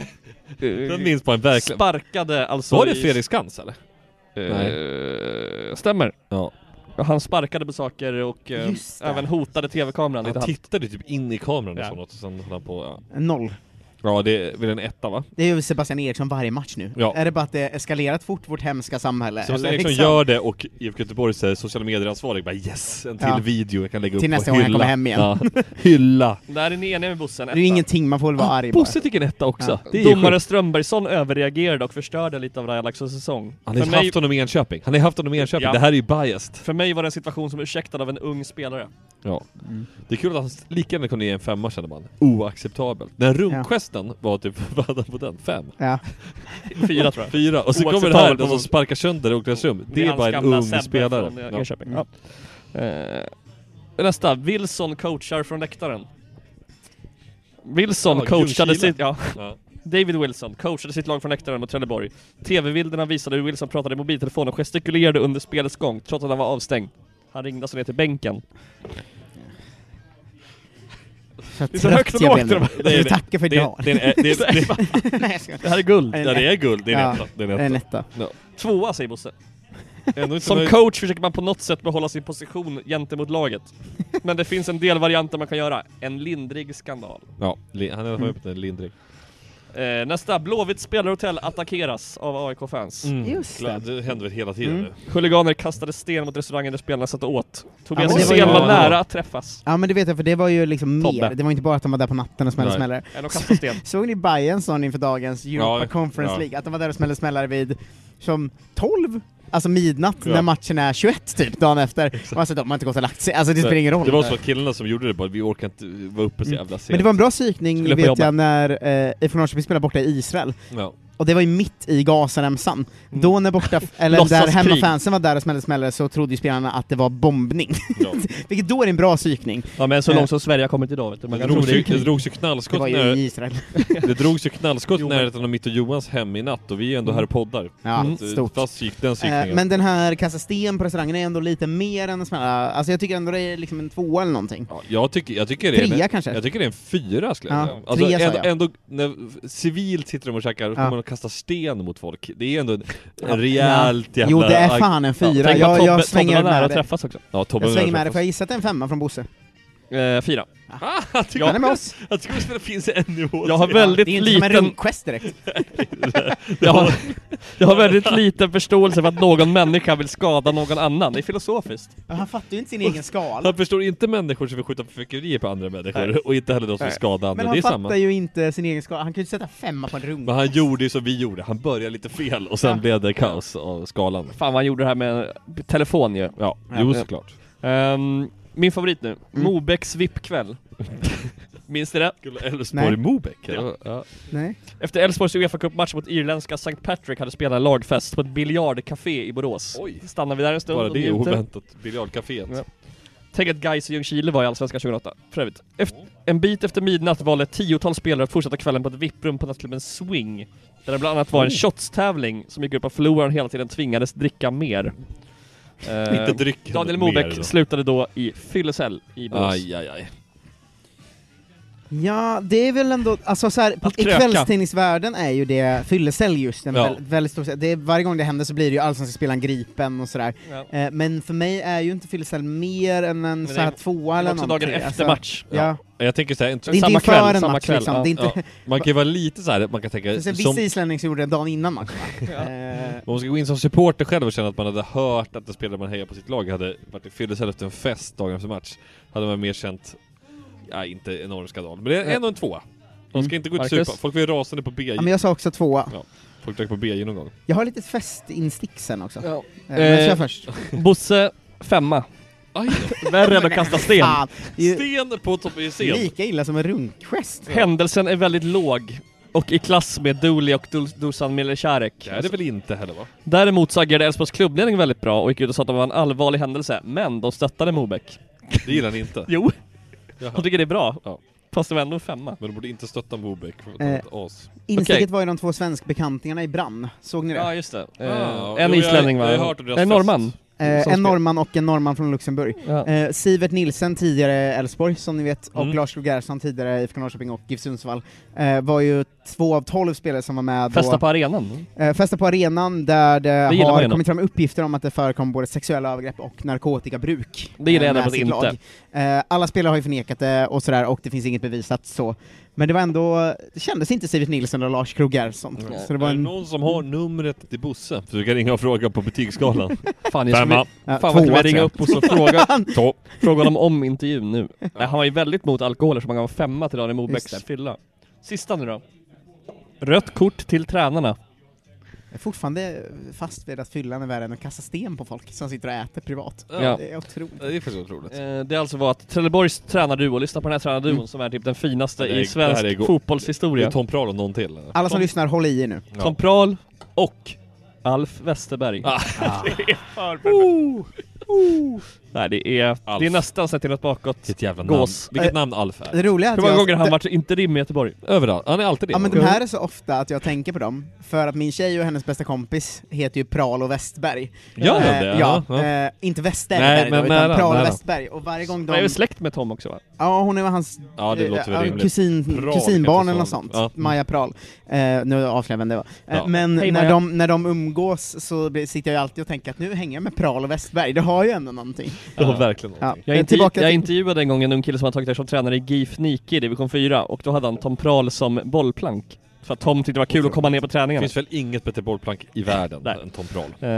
[SPEAKER 10] Den minns man verkligen.
[SPEAKER 12] Sparkade alltså
[SPEAKER 10] Var det
[SPEAKER 12] i-
[SPEAKER 10] Fredrik Skans eller?
[SPEAKER 12] Eh, stämmer.
[SPEAKER 10] Ja.
[SPEAKER 12] Han sparkade på saker och eh,
[SPEAKER 10] Just det.
[SPEAKER 12] även hotade tv-kameran lite
[SPEAKER 10] Han
[SPEAKER 12] halvt.
[SPEAKER 10] tittade typ in i kameran och
[SPEAKER 12] Ja.
[SPEAKER 10] så något och sen höll han på... Ja.
[SPEAKER 9] Noll.
[SPEAKER 10] Ja, det är väl en etta va?
[SPEAKER 9] Det är ju Sebastian Eriksson varje match nu.
[SPEAKER 10] Ja.
[SPEAKER 9] Är det bara att det eskalerat fort, vårt hemska samhälle?
[SPEAKER 10] Sebastian
[SPEAKER 9] eller
[SPEAKER 10] Eriksson
[SPEAKER 9] liksom-
[SPEAKER 10] gör det och IFK Göteborg säger sociala medier-ansvarig bara yes, en till
[SPEAKER 9] Ja.
[SPEAKER 10] video jag kan lägga upp
[SPEAKER 9] Till
[SPEAKER 10] och
[SPEAKER 9] nästa gång jag
[SPEAKER 10] hylla.
[SPEAKER 9] kommer hem igen.
[SPEAKER 10] Hylla!
[SPEAKER 12] Där är ni eniga med Bosse, en
[SPEAKER 9] Det är ju
[SPEAKER 12] etta.
[SPEAKER 9] ingenting, man får väl vara
[SPEAKER 10] Ah,
[SPEAKER 9] arg bara.
[SPEAKER 12] Bosse tycker en etta också.
[SPEAKER 9] Ja.
[SPEAKER 12] Domare Strömbergsson överreagerade och förstörde lite av Raja Laxos säsong.
[SPEAKER 10] Han har
[SPEAKER 12] För
[SPEAKER 10] ju
[SPEAKER 12] mig-
[SPEAKER 10] haft honom i Enköping. Han har ju haft honom i Enköping.
[SPEAKER 12] Ja.
[SPEAKER 10] Det här är ju biased.
[SPEAKER 12] För mig var det en situation som ursäktad av en ung spelare.
[SPEAKER 10] Ja.
[SPEAKER 9] Mm.
[SPEAKER 10] Det är kul att han lika gärna kunde ge en femma känner man. Oacceptabelt. Den runkgesten var typ, vad hade han på den? Fem?
[SPEAKER 9] Ja.
[SPEAKER 12] Fyra tror jag.
[SPEAKER 10] Fyra. Och så kommer det här,
[SPEAKER 12] Oacceptabelt
[SPEAKER 10] den som
[SPEAKER 12] på-
[SPEAKER 10] sparkar sönder i omklädningsrum. Det är
[SPEAKER 12] hans
[SPEAKER 10] bara en
[SPEAKER 12] gamla
[SPEAKER 10] ung
[SPEAKER 12] Sebbe
[SPEAKER 10] spelare.
[SPEAKER 12] från, eh,
[SPEAKER 10] Ja.
[SPEAKER 12] Enköping. Ja. Eh, Nästa, Wilson coachar från läktaren. Wilson
[SPEAKER 10] Ja,
[SPEAKER 12] coachade
[SPEAKER 10] Ljungskile.
[SPEAKER 12] sitt... Ja.
[SPEAKER 10] Ja.
[SPEAKER 12] David Wilson coachade sitt lag från läktaren mot Trelleborg. TV-bilderna visade hur Wilson pratade i mobiltelefon och gestikulerade under spelets gång, trots att han var avstängd. Han ringde alltså ner till bänken.
[SPEAKER 9] Det är så högt och lågt. Jag blev nu.
[SPEAKER 10] Det är-
[SPEAKER 9] Vi tackar för
[SPEAKER 10] det-
[SPEAKER 9] idag.
[SPEAKER 10] det är en- det är- det-
[SPEAKER 9] Nej, jag skojar.
[SPEAKER 12] Det här är guld.
[SPEAKER 10] Ja, det är guld. Det är en
[SPEAKER 9] Ja,
[SPEAKER 10] etta. Det är en
[SPEAKER 9] det är en
[SPEAKER 10] etta.
[SPEAKER 9] etta.
[SPEAKER 10] Ja.
[SPEAKER 12] Tvåa säger Bosse.
[SPEAKER 10] Ändå inte
[SPEAKER 12] Som
[SPEAKER 10] nöjd.
[SPEAKER 12] coach försöker man på något sätt behålla sin position gentemot laget. Men det finns en del varianter man kan göra. En lindrig skandal.
[SPEAKER 10] Ja, li- han har
[SPEAKER 12] Mm.
[SPEAKER 10] öppnat en lindrig.
[SPEAKER 12] Eh, nästa, Blåvitt spelarhotell attackeras av AIK-fans.
[SPEAKER 10] Mm. Just det. Det händer väl hela tiden
[SPEAKER 9] Mm.
[SPEAKER 10] nu.
[SPEAKER 12] Huliganer kastade sten mot restaurangen där spelarna satt och åt. Tobias
[SPEAKER 9] men det var
[SPEAKER 12] Hysén
[SPEAKER 9] ju-
[SPEAKER 12] var nära att träffas.
[SPEAKER 9] Ja men det vet jag, för det var ju liksom
[SPEAKER 12] Tobbe.
[SPEAKER 9] mer. Det var inte bara att de var där på natten och smällde
[SPEAKER 12] Nej.
[SPEAKER 9] smällare.
[SPEAKER 12] Ja, de kastade sten.
[SPEAKER 9] Såg ni Bayerns sån inför dagens Europa
[SPEAKER 10] Ja,
[SPEAKER 9] Conference
[SPEAKER 10] ja.
[SPEAKER 9] League? Att de var där och smällde smällare vid som 12? Alltså midnatt
[SPEAKER 10] Ja.
[SPEAKER 9] när matchen är 21 typ, dagen efter. Och alltså de har inte gått och lagt sig. Alltså det spelar ingen roll. Mm.
[SPEAKER 10] Det var så att killarna som gjorde det bara, vi orkar inte vara uppe så jävla sent.
[SPEAKER 9] Men det var en bra psykning
[SPEAKER 10] Skulle på
[SPEAKER 9] vet
[SPEAKER 10] jobba.
[SPEAKER 9] jag när eh, IFK Norrköping spelade borta i Israel.
[SPEAKER 10] Ja.
[SPEAKER 9] Och det var ju mitt i Gazaremsan. Då när borta, eller där
[SPEAKER 10] Mm. Låtsaskrig.
[SPEAKER 9] hemmafansen var där och smällde smällare så trodde ju spelarna att det var bombning. Vilket då är en bra psykning.
[SPEAKER 12] Ja men så
[SPEAKER 9] Eh,
[SPEAKER 12] långt som Sverige har kommit idag vet du. Man
[SPEAKER 10] Det
[SPEAKER 12] kan tro
[SPEAKER 10] drogs,
[SPEAKER 12] det
[SPEAKER 10] ju,
[SPEAKER 12] är
[SPEAKER 10] det
[SPEAKER 12] krig.
[SPEAKER 10] drogs ju
[SPEAKER 9] Det
[SPEAKER 10] knallskott
[SPEAKER 9] var ju
[SPEAKER 10] när-
[SPEAKER 9] i Israel. Eh,
[SPEAKER 10] Det drogs ju knallskott i närheten av mitt och Johans hem i natt och vi är ändå här och poddar.
[SPEAKER 9] Mm. Ja,
[SPEAKER 10] Så att, eh,
[SPEAKER 9] stort.
[SPEAKER 10] Fast gick den
[SPEAKER 9] Eh,
[SPEAKER 10] psykningen.
[SPEAKER 9] men den här kasta sten på restaurangen är ändå lite mer än en smällare. Alltså jag tycker ändå det är liksom en tvåa eller någonting.
[SPEAKER 10] Jag tycker, jag tycker det är
[SPEAKER 9] Trea
[SPEAKER 10] en,
[SPEAKER 9] kanske?
[SPEAKER 10] Jag tycker det är en fyra skulle jag
[SPEAKER 9] Ja,
[SPEAKER 10] säga. Alltså
[SPEAKER 9] trea sa
[SPEAKER 10] ändå,
[SPEAKER 9] jag.
[SPEAKER 10] ändå när civilt sitter de och käkar, då
[SPEAKER 9] Ja.
[SPEAKER 10] kommer de att kasta sten mot folk. Det är ändå en,
[SPEAKER 9] Ja.
[SPEAKER 10] en rejält
[SPEAKER 9] Ja.
[SPEAKER 10] jävla...
[SPEAKER 9] Jo, det är fan en
[SPEAKER 10] Ja, tänk
[SPEAKER 9] fyra.
[SPEAKER 10] vad
[SPEAKER 9] jag,
[SPEAKER 10] Tobbe-
[SPEAKER 9] jag
[SPEAKER 10] Tobbe
[SPEAKER 9] svänger
[SPEAKER 10] var
[SPEAKER 9] med
[SPEAKER 10] nära
[SPEAKER 9] det.
[SPEAKER 10] att träffas också. Ja, Tobbe
[SPEAKER 9] jag
[SPEAKER 10] var nära
[SPEAKER 9] svänger med
[SPEAKER 10] att
[SPEAKER 9] det, för jag gissar att det är en femma från Bosse.
[SPEAKER 12] Eh, fyra.
[SPEAKER 10] jag tycker,
[SPEAKER 9] Han är med oss.
[SPEAKER 10] jag tycker att det finns en nivå
[SPEAKER 12] Jag har
[SPEAKER 10] till.
[SPEAKER 12] väldigt
[SPEAKER 9] Det är inte som en
[SPEAKER 12] liten-
[SPEAKER 9] rundquest direkt.
[SPEAKER 12] Jag har, jag har väldigt liten förståelse för att någon människa vill skada någon annan. Det är filosofiskt.
[SPEAKER 9] Ja, Han fattar ju inte sin egen skala.
[SPEAKER 10] Han förstår inte människor som vill skjuta fyrverkerier på andra människor
[SPEAKER 12] Nej.
[SPEAKER 10] och inte heller de som vill
[SPEAKER 9] Nej.
[SPEAKER 10] skada andra.
[SPEAKER 9] Men
[SPEAKER 10] Det är
[SPEAKER 9] han
[SPEAKER 10] samma.
[SPEAKER 9] fattar ju inte sin egen skala. Han kunde ju sätta femma på en rund.
[SPEAKER 10] Men han gjorde ju som vi gjorde, han började lite fel och sen
[SPEAKER 9] Ja.
[SPEAKER 10] blev det kaos av skalan.
[SPEAKER 12] Fan vad han gjorde det här med telefon ju.
[SPEAKER 10] Ja, Mm. jo såklart.
[SPEAKER 12] Ehm, min favorit nu. Mobecks VIP-kväll. Minns ni det?
[SPEAKER 10] Elfsborg Mobeck?
[SPEAKER 12] Ja.
[SPEAKER 10] eller? Ja.
[SPEAKER 9] Nej.
[SPEAKER 12] Efter Elfsborgs Uefa Cup-match mot irländska St. Patrick hade spelarna lagfest på ett biljardcafé i Borås.
[SPEAKER 10] Oj.
[SPEAKER 12] Stannar vi där en stund
[SPEAKER 10] Bara
[SPEAKER 12] och
[SPEAKER 10] det är
[SPEAKER 12] njuter.
[SPEAKER 10] oväntat. Biljardcaféet.
[SPEAKER 12] Ja. Tänk att Gais och Ljungskile var i Allsvenskan 2008, för övrigt. Eft- en bit efter midnatt valde ett tiotal spelare att fortsätta kvällen på ett VIP-rum på nattklubben Swing. Där det bland annat var en
[SPEAKER 10] Oh.
[SPEAKER 12] shotstävling som gick ut på att förloraren hela tiden tvingades dricka mer. Eh,
[SPEAKER 10] Inte dricka
[SPEAKER 12] Daniel
[SPEAKER 10] mer
[SPEAKER 12] Mobeck
[SPEAKER 10] då.
[SPEAKER 12] slutade då i fyllecell i Borås.
[SPEAKER 10] Aj, aj, aj.
[SPEAKER 9] Ja, det är väl ändå, alltså så här, i
[SPEAKER 12] kröka.
[SPEAKER 9] kvällstidningsvärlden är ju det fyllecell just, en
[SPEAKER 10] Ja.
[SPEAKER 9] väldigt, väldigt stor, det är, varje gång det händer så blir det ju allsvenska spelaren gripen och sådär.
[SPEAKER 12] Ja.
[SPEAKER 9] Eh, men för mig är ju inte fyllecell mer än en
[SPEAKER 12] det
[SPEAKER 9] så här
[SPEAKER 12] är-
[SPEAKER 9] tvåa
[SPEAKER 12] det är
[SPEAKER 9] eller
[SPEAKER 12] också
[SPEAKER 9] någonting. Alltså,
[SPEAKER 12] dagen efter match.
[SPEAKER 9] Ja.
[SPEAKER 10] Jag tänker såhär,
[SPEAKER 9] Det är inte inför en match, liksom. Det är inte-
[SPEAKER 10] Man kan ju vara lite såhär, man kan tänka
[SPEAKER 9] Ja. Sen vissa
[SPEAKER 10] Eh, som,
[SPEAKER 9] islänningar som gjorde det dagen innan matchen. va? Eh,
[SPEAKER 10] om man ska gå in som supporter själv och känna att man hade hört att en spelare man hejar på sitt lag hade varit i fyllecell efter en fest dagen efter match. Hade man mer känt, ja inte enorm skandal, men det är ändå en tvåa. De ska inte gå ut och
[SPEAKER 12] Marcus?
[SPEAKER 10] supa, folk blir rasande på BJ.
[SPEAKER 9] ja, men jag sa också tvåa.
[SPEAKER 10] Ja, folk drack på BJ någon gång.
[SPEAKER 9] Jag har lite festinstick sen också.
[SPEAKER 12] Ja.
[SPEAKER 9] Eh, men kör
[SPEAKER 12] Eh,
[SPEAKER 9] först.
[SPEAKER 12] Bosse, femma.
[SPEAKER 10] Aj då.
[SPEAKER 12] Värre än att kasta sten.
[SPEAKER 9] Fan, det är ju
[SPEAKER 10] Sten på topp i scen.
[SPEAKER 9] lika illa som en runkgest.
[SPEAKER 12] Händelsen är väldigt låg och i klass med Dooley och Dul- Dusan Milicharek.
[SPEAKER 10] Det är det väl inte heller va?
[SPEAKER 12] Däremot så agerade Elfsborgs klubbledning väldigt bra och gick ut och sa att det var en allvarlig händelse, men de stöttade Mobeck.
[SPEAKER 10] Det gillar ni inte.
[SPEAKER 12] Jo,
[SPEAKER 10] Jaha.
[SPEAKER 12] de tycker det är bra.
[SPEAKER 10] Ja.
[SPEAKER 12] Fast det var ändå en femma.
[SPEAKER 10] Men de borde inte stötta Mobeck för att de
[SPEAKER 9] Eh,
[SPEAKER 10] är ett as.
[SPEAKER 9] Insticket
[SPEAKER 12] Okej.
[SPEAKER 9] var ju de två svenskbekantingarna i Brann, såg ni det?
[SPEAKER 12] Ja, just det. Eh,
[SPEAKER 10] Ah,
[SPEAKER 12] en
[SPEAKER 10] jo, jag-
[SPEAKER 12] islänning va?
[SPEAKER 10] jag har hört om deras
[SPEAKER 12] Nej, norrman.
[SPEAKER 10] fest.
[SPEAKER 9] Eh,
[SPEAKER 12] Som
[SPEAKER 9] en
[SPEAKER 12] spel-
[SPEAKER 9] norrman och en norrman från Luxemburg.
[SPEAKER 12] Ja.
[SPEAKER 9] Eh, Sivert Nilsen, tidigare Elfsborg som ni vet, och
[SPEAKER 10] Mm.
[SPEAKER 9] Lars Gerhardsson, tidigare IFK Norrköping och GIF Sundsvall, eh, var ju två av tolv spelare som var med
[SPEAKER 12] Festa
[SPEAKER 9] då.
[SPEAKER 12] på arenan.
[SPEAKER 9] eh, festa på arenan där det,
[SPEAKER 12] gillar man
[SPEAKER 9] har
[SPEAKER 12] ju
[SPEAKER 9] kommit fram uppgifter om att det förekom både sexuella övergrepp och narkotikabruk.
[SPEAKER 12] Det gillar
[SPEAKER 9] eh,
[SPEAKER 12] jag
[SPEAKER 9] med
[SPEAKER 12] däremot
[SPEAKER 9] sitt
[SPEAKER 12] inte.
[SPEAKER 9] lag. Eh, alla spelare har ju förnekat det och sådär, och det finns inget bevisat så. Men det var ändå, det kändes inte Sivert Nilsen och Lars Gerhardsson. Så det var
[SPEAKER 10] Är det
[SPEAKER 9] en...
[SPEAKER 10] någon som har numret till Bosse? Så du kan ringa och fråga på betygsskalan.
[SPEAKER 12] Fan, jag skulle,
[SPEAKER 10] Femma.
[SPEAKER 9] Ja,
[SPEAKER 12] fan vad
[SPEAKER 9] tvåa,
[SPEAKER 12] jag ringa
[SPEAKER 9] tror jag.
[SPEAKER 12] upp och så fråga,
[SPEAKER 10] Topp.
[SPEAKER 12] fråga honom om intervjun nu. Nej, han var ju väldigt mot alkohol eftersom han gav femma till Daniel Mobecks
[SPEAKER 9] Just det.
[SPEAKER 12] fylla. Sista nu då. Rött kort till tränarna.
[SPEAKER 9] Jag är fortfarande fast vid att fyllan är värre än att kasta sten på folk som sitter och äter privat.
[SPEAKER 12] Ja.
[SPEAKER 9] Det är otroligt.
[SPEAKER 10] Det är faktiskt otroligt.
[SPEAKER 12] Eh, Det alltså var att Trelleborgs tränarduo, lyssna på den här tränarduon som är typ den finaste
[SPEAKER 10] Mm. Det är-
[SPEAKER 12] i
[SPEAKER 10] det här är
[SPEAKER 12] svensk
[SPEAKER 10] go-
[SPEAKER 12] fotbollshistoria.
[SPEAKER 10] Det är Tom Prahl och någon till. eller?
[SPEAKER 9] Alla som
[SPEAKER 12] Tom-
[SPEAKER 9] lyssnar, håll i er nu.
[SPEAKER 10] Ja.
[SPEAKER 12] Tom Prahl och Alf Westerberg.
[SPEAKER 10] Ah. det är för
[SPEAKER 12] oh, oh. Nej det är, det är
[SPEAKER 10] Alf. typ-
[SPEAKER 12] nästan sett inåt bakåt. Vilket
[SPEAKER 10] jävla
[SPEAKER 9] namn.
[SPEAKER 12] Gås.
[SPEAKER 9] Vilket Eh, namn Alf är. det roliga är att
[SPEAKER 12] Hur många
[SPEAKER 9] jag-
[SPEAKER 12] gånger har han
[SPEAKER 9] det-
[SPEAKER 12] varit interim i Göteborg?
[SPEAKER 10] Överallt, han är alltid
[SPEAKER 9] Ja men de här är så ofta att jag tänker på dem, för att min tjej och hennes bästa kompis heter ju Pralo Westberg.
[SPEAKER 12] Gör de
[SPEAKER 9] Eh,
[SPEAKER 12] det?
[SPEAKER 9] Ja,
[SPEAKER 12] Ja, ja.
[SPEAKER 9] eh, inte Westerberg
[SPEAKER 12] Nej,
[SPEAKER 9] där
[SPEAKER 12] men
[SPEAKER 9] då, utan
[SPEAKER 12] nära,
[SPEAKER 9] Pralo
[SPEAKER 12] nära.
[SPEAKER 9] Westberg, och varje gång de...
[SPEAKER 12] Han är väl släkt med Tom också va?
[SPEAKER 9] Ja, hon är väl hans
[SPEAKER 12] Ja, det
[SPEAKER 9] eh,
[SPEAKER 12] låter väl
[SPEAKER 9] ja,
[SPEAKER 12] rimligt.
[SPEAKER 9] kusin,
[SPEAKER 12] Pral
[SPEAKER 9] kusinbarn
[SPEAKER 12] heter
[SPEAKER 9] eller något
[SPEAKER 12] sånt.
[SPEAKER 9] sånt.
[SPEAKER 12] Ja.
[SPEAKER 9] Maja Pral. Eh, nu avslöjar jag vem det var. Eh,
[SPEAKER 12] Ja.
[SPEAKER 9] Men
[SPEAKER 12] Hej,
[SPEAKER 9] när,
[SPEAKER 12] Maja.
[SPEAKER 9] de, när de umgås så blir- sitter jag ju alltid och tänker att nu hänger jag med Pral och Westberg, det har ju ändå någonting.
[SPEAKER 12] Det var verkligen
[SPEAKER 9] Ja.
[SPEAKER 12] Jag, intervju-
[SPEAKER 9] Tillbaka
[SPEAKER 12] jag
[SPEAKER 9] till-
[SPEAKER 12] intervjuade en gång en ung kille som hade tagit där som tränare i GIF Nike i division 4 och då hade han Tom Prahl som bollplank. För att Tom tyckte det var kul att komma ner på
[SPEAKER 10] Det
[SPEAKER 12] träningarna.
[SPEAKER 10] finns väl inget bättre bollplank i världen
[SPEAKER 12] Nej.
[SPEAKER 10] än Tom Prahl?
[SPEAKER 12] Eh,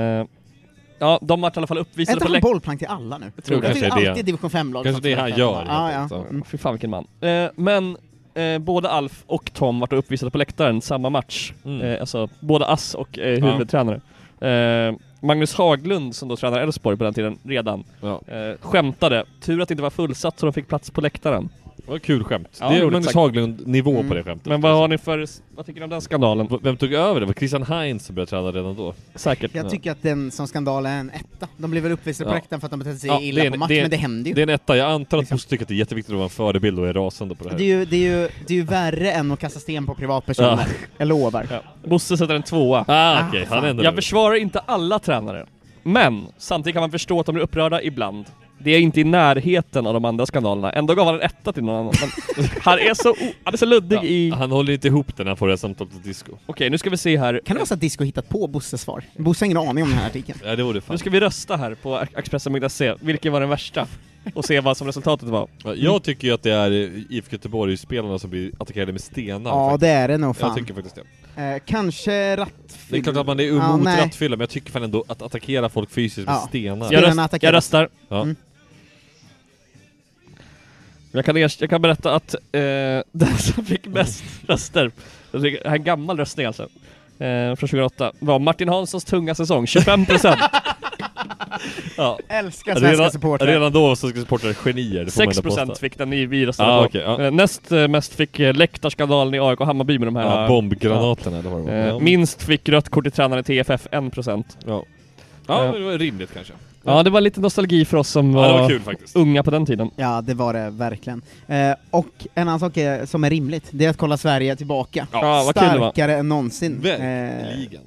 [SPEAKER 12] ja, de vart i alla fall
[SPEAKER 9] Är
[SPEAKER 12] uppvisade
[SPEAKER 9] inte
[SPEAKER 12] på
[SPEAKER 9] han
[SPEAKER 12] läktaren.
[SPEAKER 9] bollplank till alla nu? jag tycker alltid division 5-lag
[SPEAKER 10] Kanske det han gör.
[SPEAKER 9] Ja, ja.
[SPEAKER 12] Mm. Fy fan vilken man. Eh, men eh, både Alf och Tom vart uppvisade på läktaren samma match.
[SPEAKER 10] Mm.
[SPEAKER 12] Eh, alltså både Ass och eh,
[SPEAKER 10] Ja.
[SPEAKER 12] huvudtränare. Eh, Magnus Haglund som då tränade Elfsborg på den tiden redan, eh, skämtade. Tur att det inte var fullsatt så de fick plats på läktaren.
[SPEAKER 10] Det var kul skämt.
[SPEAKER 12] Ja,
[SPEAKER 10] det är
[SPEAKER 12] roligt
[SPEAKER 10] Magnus
[SPEAKER 12] sagt.
[SPEAKER 10] Haglund-nivå
[SPEAKER 12] Mm.
[SPEAKER 10] på det skämtet. alltså.
[SPEAKER 12] Men vad har ni för, vad tycker ni om den skandalen?
[SPEAKER 10] V- Vem tog över det? Var Christian Heinz som började träna redan då?
[SPEAKER 12] Säkert.
[SPEAKER 9] Jag tycker att den som skandal är en etta. De blev väl uppvisade på läktaren för att de betedde sig illa
[SPEAKER 10] det är en-
[SPEAKER 9] på match,
[SPEAKER 10] är en-
[SPEAKER 9] men det händer ju.
[SPEAKER 10] Det är en etta, jag antar att Bosse tycker att det är jätteviktigt att vara en förebild och är rasande på det här.
[SPEAKER 9] Det är ju, det är ju, det är ju värre än att kasta sten på privatpersoner.
[SPEAKER 10] Ja.
[SPEAKER 9] Jag lovar.
[SPEAKER 12] Bosse sätter en tvåa.
[SPEAKER 10] Ah, okej, han
[SPEAKER 12] fan.
[SPEAKER 10] ändrar
[SPEAKER 12] Jag
[SPEAKER 10] det.
[SPEAKER 12] försvarar inte alla tränare. Men samtidigt kan man förstå att de blir upprörda ibland. Det är inte i närheten av de andra skandalerna. Ändå gav han en etta till någon annan. Men han är så, o- han är så luddig i...
[SPEAKER 10] Han håller inte ihop den här får det här samtalet på disco.
[SPEAKER 12] Okej, nu ska vi se här.
[SPEAKER 9] Kan det vara så att Disco hittat på Bosses svar? Bosse har ingen aning om den här artikeln.
[SPEAKER 10] Ja det vore fan.
[SPEAKER 12] Nu ska vi rösta här på Expressen.se. Vilken var den värsta? Och se vad som resultatet var.
[SPEAKER 10] Ja, Jag tycker ju att det är eh, IFK Göteborg-spelarna som blir attackerade med stenar.
[SPEAKER 9] Ja,
[SPEAKER 10] faktiskt.
[SPEAKER 9] det är det nog fan.
[SPEAKER 10] Jag tycker faktiskt det.
[SPEAKER 9] Eh, kanske rattfyll...
[SPEAKER 10] Det är klart att man är
[SPEAKER 9] Ja,
[SPEAKER 10] emot
[SPEAKER 9] nej.
[SPEAKER 10] rattfylla, men jag tycker fan ändå att attackera folk fysiskt med
[SPEAKER 9] Ja.
[SPEAKER 10] stenar.
[SPEAKER 9] Spelarna Jag röst- attackerar. jag
[SPEAKER 12] röstar.
[SPEAKER 10] Ja.
[SPEAKER 9] Mm.
[SPEAKER 12] Jag kan, ers- jag kan berätta att eh, den som fick
[SPEAKER 9] Mm.
[SPEAKER 12] mest röster, jag tycker- det här är en gammal röstning alltså, eh, från 2008, var Martin Hanssons tunga säsong, 25%. ja.
[SPEAKER 9] Älskar svenska
[SPEAKER 10] redan,
[SPEAKER 9] supportrar.
[SPEAKER 10] Redan då var svenska supportrar genier, det får man ändå
[SPEAKER 12] 6%
[SPEAKER 10] påstå.
[SPEAKER 12] fick den i vi röstade
[SPEAKER 10] Ah,
[SPEAKER 12] på.
[SPEAKER 10] okej, ja.
[SPEAKER 12] Eh, Näst eh, mest fick eh, läktarskandalen i AIK och Hammarby med de här...
[SPEAKER 10] Ja, bombgranaterna, det var det.
[SPEAKER 12] Eh,
[SPEAKER 10] Ja.
[SPEAKER 12] Minst fick rött kort i tränaren E TFF, 1%.
[SPEAKER 10] Ja, Ja,
[SPEAKER 12] Eh,
[SPEAKER 10] men det var rimligt kanske.
[SPEAKER 12] Ja, det var lite nostalgi för oss som
[SPEAKER 10] Ja,
[SPEAKER 12] var,
[SPEAKER 10] det var kul faktiskt.
[SPEAKER 12] unga på den tiden.
[SPEAKER 9] Ja, det var det verkligen. Eh, och en annan sak är, som är rimligt, det är att kolla Sverige tillbaka.
[SPEAKER 12] Ja, vad kul det var.
[SPEAKER 9] Starkare än någonsin, eh,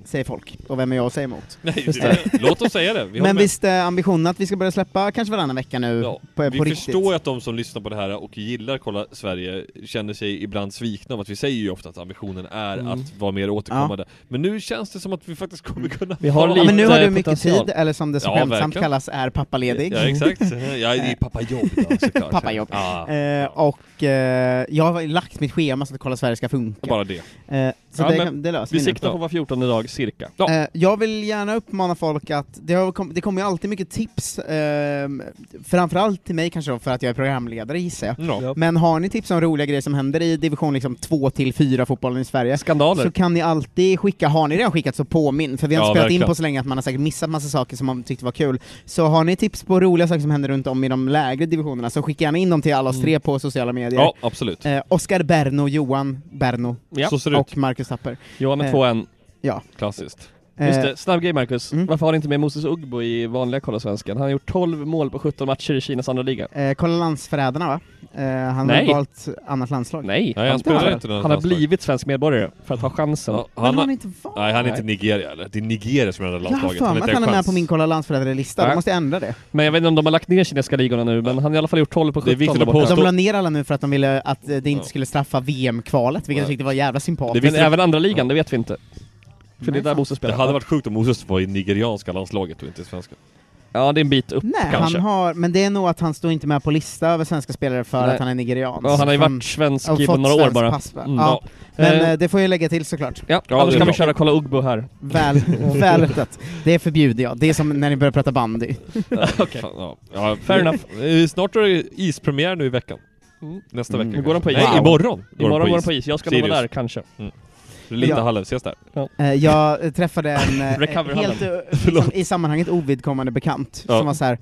[SPEAKER 9] säger folk. Och vem är jag att säga emot?
[SPEAKER 10] Nej,
[SPEAKER 9] Just
[SPEAKER 10] det- låt dem säga det. Vi håller
[SPEAKER 9] Men
[SPEAKER 10] med.
[SPEAKER 9] visst är ambitionen att vi ska börja släppa kanske varannan vecka nu, på,
[SPEAKER 10] Vi
[SPEAKER 9] på riktigt.
[SPEAKER 10] förstår ju att de som lyssnar på det här och gillar Kolla Sverige känner sig ibland svikna av att vi säger ju ofta att ambitionen är
[SPEAKER 9] Mm.
[SPEAKER 10] att vara mer återkommande. Men nu känns det som att vi faktiskt kommer kunna
[SPEAKER 12] Vi har
[SPEAKER 10] Ja,
[SPEAKER 9] Ja, men nu Mm. har du mycket tid, eller som det så
[SPEAKER 10] Ja,
[SPEAKER 9] skämtsamt
[SPEAKER 10] verkligen.
[SPEAKER 9] kallas, är pappaledig.
[SPEAKER 10] Ja, exakt. Jag är i pappajobb då, såklart.
[SPEAKER 9] pappajobb.
[SPEAKER 10] Ja.
[SPEAKER 9] Eh, och eh, jag har lagt mitt schema så att Kolla Sverige ska funka.
[SPEAKER 10] Bara det.
[SPEAKER 9] Eh, så
[SPEAKER 12] Ja, men
[SPEAKER 9] det, kan- det löser
[SPEAKER 12] Vi
[SPEAKER 9] nu.
[SPEAKER 12] siktar på var 14 dag cirka.
[SPEAKER 9] Eh, Jag vill gärna uppmana folk att, det, har kom, det kommer ju alltid mycket tips, eh, framförallt till mig kanske då, för att jag är programledare gissar jag.
[SPEAKER 10] Ja.
[SPEAKER 9] Men har ni tips om roliga grejer som händer i division liksom 2 till 4 fotbollen i Sverige,
[SPEAKER 12] Skandaler.
[SPEAKER 9] så kan ni alltid skicka, har ni redan skickat så påminn, för vi har inte
[SPEAKER 12] Ja,
[SPEAKER 9] spelat in
[SPEAKER 12] verkligen.
[SPEAKER 9] på så länge att man har säkert missat massa saker som man tyckte var kul. Så har ni tips på roliga saker som händer runt om i de lägre divisionerna så skicka gärna in dem till alla oss tre på sociala medier.
[SPEAKER 10] Ja, absolut.
[SPEAKER 9] Eh, Oskar Berno, Johan Berno
[SPEAKER 12] Ja. Så ser det ut.
[SPEAKER 9] och Marcus Tapper.
[SPEAKER 12] Johan med
[SPEAKER 9] Eh,
[SPEAKER 12] 2-1.
[SPEAKER 9] Ja.
[SPEAKER 10] Klassiskt.
[SPEAKER 12] Just
[SPEAKER 9] Eh,
[SPEAKER 12] det, snabb grej Marcus. Varför har ni inte med Moses Ugbo i vanliga Kolla Svenskan? Han har gjort 12 mål på 17 matcher i Kinas andra liga.
[SPEAKER 9] Eh, kolla landsförrädarna va? Eh, han
[SPEAKER 12] Nej.
[SPEAKER 9] har valt annat landslag.
[SPEAKER 12] Nej,
[SPEAKER 10] han spelar inte något
[SPEAKER 12] Han har
[SPEAKER 10] landslag.
[SPEAKER 12] blivit svensk medborgare för att ha chansen.
[SPEAKER 9] Men han har inte valt.
[SPEAKER 10] Nej, han är inte Nigeria eller? Det är Nigeria som är det
[SPEAKER 9] Jag har
[SPEAKER 10] landslaget.
[SPEAKER 9] för mig att han är med på min kolla landsförrädare-lista,
[SPEAKER 12] Nej.
[SPEAKER 9] då måste jag ändra det.
[SPEAKER 12] Men jag vet inte om de har lagt ner kinesiska ligorna nu, men han har i alla fall gjort 12 på 17 där borta.
[SPEAKER 9] De la ner alla nu för att de ville att eh, det inte skulle straffa VM-kvalet, vilket jag tyckte var jävla sympatiskt.
[SPEAKER 12] Men även andra ligan, det vet vi inte. För det är där Moses
[SPEAKER 10] Det
[SPEAKER 12] spelar.
[SPEAKER 10] hade varit sjukt om Moses var i nigerianska landslaget och inte i svenska.
[SPEAKER 12] Ja, det är en bit upp
[SPEAKER 9] Nej,
[SPEAKER 12] kanske.
[SPEAKER 9] han har, men det är nog att han står inte med på lista över svenska spelare för
[SPEAKER 12] Nej.
[SPEAKER 9] att han är nigerian.
[SPEAKER 12] Ja, han har ju
[SPEAKER 9] Så
[SPEAKER 12] varit svensk
[SPEAKER 9] har
[SPEAKER 12] i
[SPEAKER 9] fått
[SPEAKER 12] några år
[SPEAKER 9] svenskt
[SPEAKER 12] bara.
[SPEAKER 9] pass, va?
[SPEAKER 12] Mm.
[SPEAKER 9] Ja.
[SPEAKER 12] Ja.
[SPEAKER 9] Men
[SPEAKER 12] Eh,
[SPEAKER 9] eh, det får jag lägga till såklart.
[SPEAKER 12] Ja, annars kan vi köra Kolla Ugbo här.
[SPEAKER 9] Väl, väl öppnat. Det förbjuder jag. Det är som när ni börjar prata bandy.
[SPEAKER 12] Okej.
[SPEAKER 10] Fan, ja. Ja,
[SPEAKER 12] Fair enough.
[SPEAKER 10] Eh, Snart är det ispremiär nu i veckan. Nästa
[SPEAKER 12] Mm.
[SPEAKER 10] vecka.
[SPEAKER 12] Nu går de på is.
[SPEAKER 10] Nej,
[SPEAKER 12] Wow.
[SPEAKER 10] imorgon. de
[SPEAKER 12] Imorgon går de på is. Jag ska nog vara där, kanske.
[SPEAKER 10] Mm. Lite
[SPEAKER 9] Ja.
[SPEAKER 10] halv, ses där.
[SPEAKER 9] Eh, Jag eh, träffade en eh,
[SPEAKER 10] Recoverhallen.
[SPEAKER 9] helt eh, liksom, i sammanhanget ovidkommande bekant
[SPEAKER 10] Ja.
[SPEAKER 9] som var så här.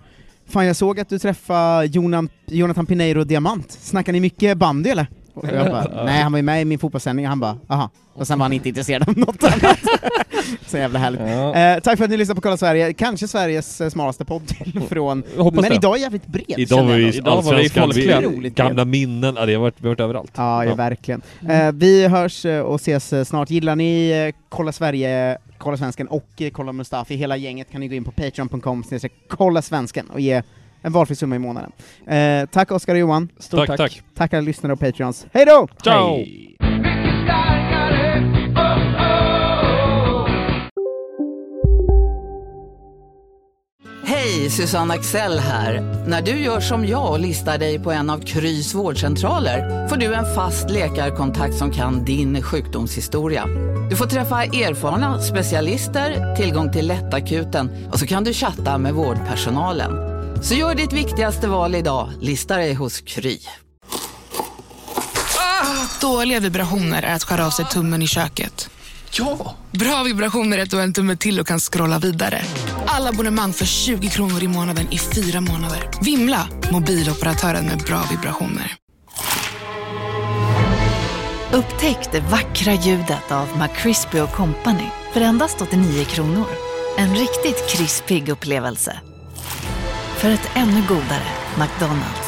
[SPEAKER 9] Fan jag såg att du träffade Jonan, Jonathan Pineiro Diamant, snackar ni mycket bandy eller? Och jag bara, nej han var ju med i min fotbollssändning och han bara, aha. Och sen var han inte intresserad av något annat. Så jävla härligt. Eh, tack för att ni lyssnade på Kolla Sverige, kanske Sveriges eh, smalaste podd till och från.
[SPEAKER 10] Jag hoppas
[SPEAKER 9] Men
[SPEAKER 10] det.
[SPEAKER 9] idag är jävligt bred.
[SPEAKER 10] Idag var vi i Allsvenskan, vi,
[SPEAKER 9] Otroligt bred.
[SPEAKER 10] gamla minnen, ja, det har varit, vi har varit överallt.
[SPEAKER 9] Ja, ja, verkligen. Eh, vi hörs eh, och ses eh, snart. Gillar ni eh, Kolla Sverige, Kolla Svensken och eh, Kolla Mustafi, hela gänget, kan ni gå in på patreon.com snedstreck Kolla Svensken och ge en valfri summa i månaden. Eh, tack Oskar och Johan.
[SPEAKER 12] Stort Tack, tack. tack.
[SPEAKER 9] Tack alla lyssnare och patreons. Hej då!
[SPEAKER 12] Ciao!
[SPEAKER 7] Hej, Susanne Axel här. När du gör som jag och listar dig på en av Krys vårdcentraler får du en fast läkarkontakt som kan din sjukdomshistoria. Du får träffa erfarna specialister, tillgång till lättakuten och så kan du chatta med vårdpersonalen. Så gör ditt viktigaste val idag, lista dig hos Kry.
[SPEAKER 14] Dåliga vibrationer är att skära av sig tummen i köket. Ja! Bra vibrationer är att du har en tumme till och kan scrolla vidare. Alla abonnemang för 20 kronor i månaden i fyra månader. Vimla! Mobiloperatören med bra vibrationer.
[SPEAKER 11] Upptäck det vackra ljudet av McCrispy Company för endast 89 kronor. En riktigt krispig upplevelse. För ett ännu godare McDonalds.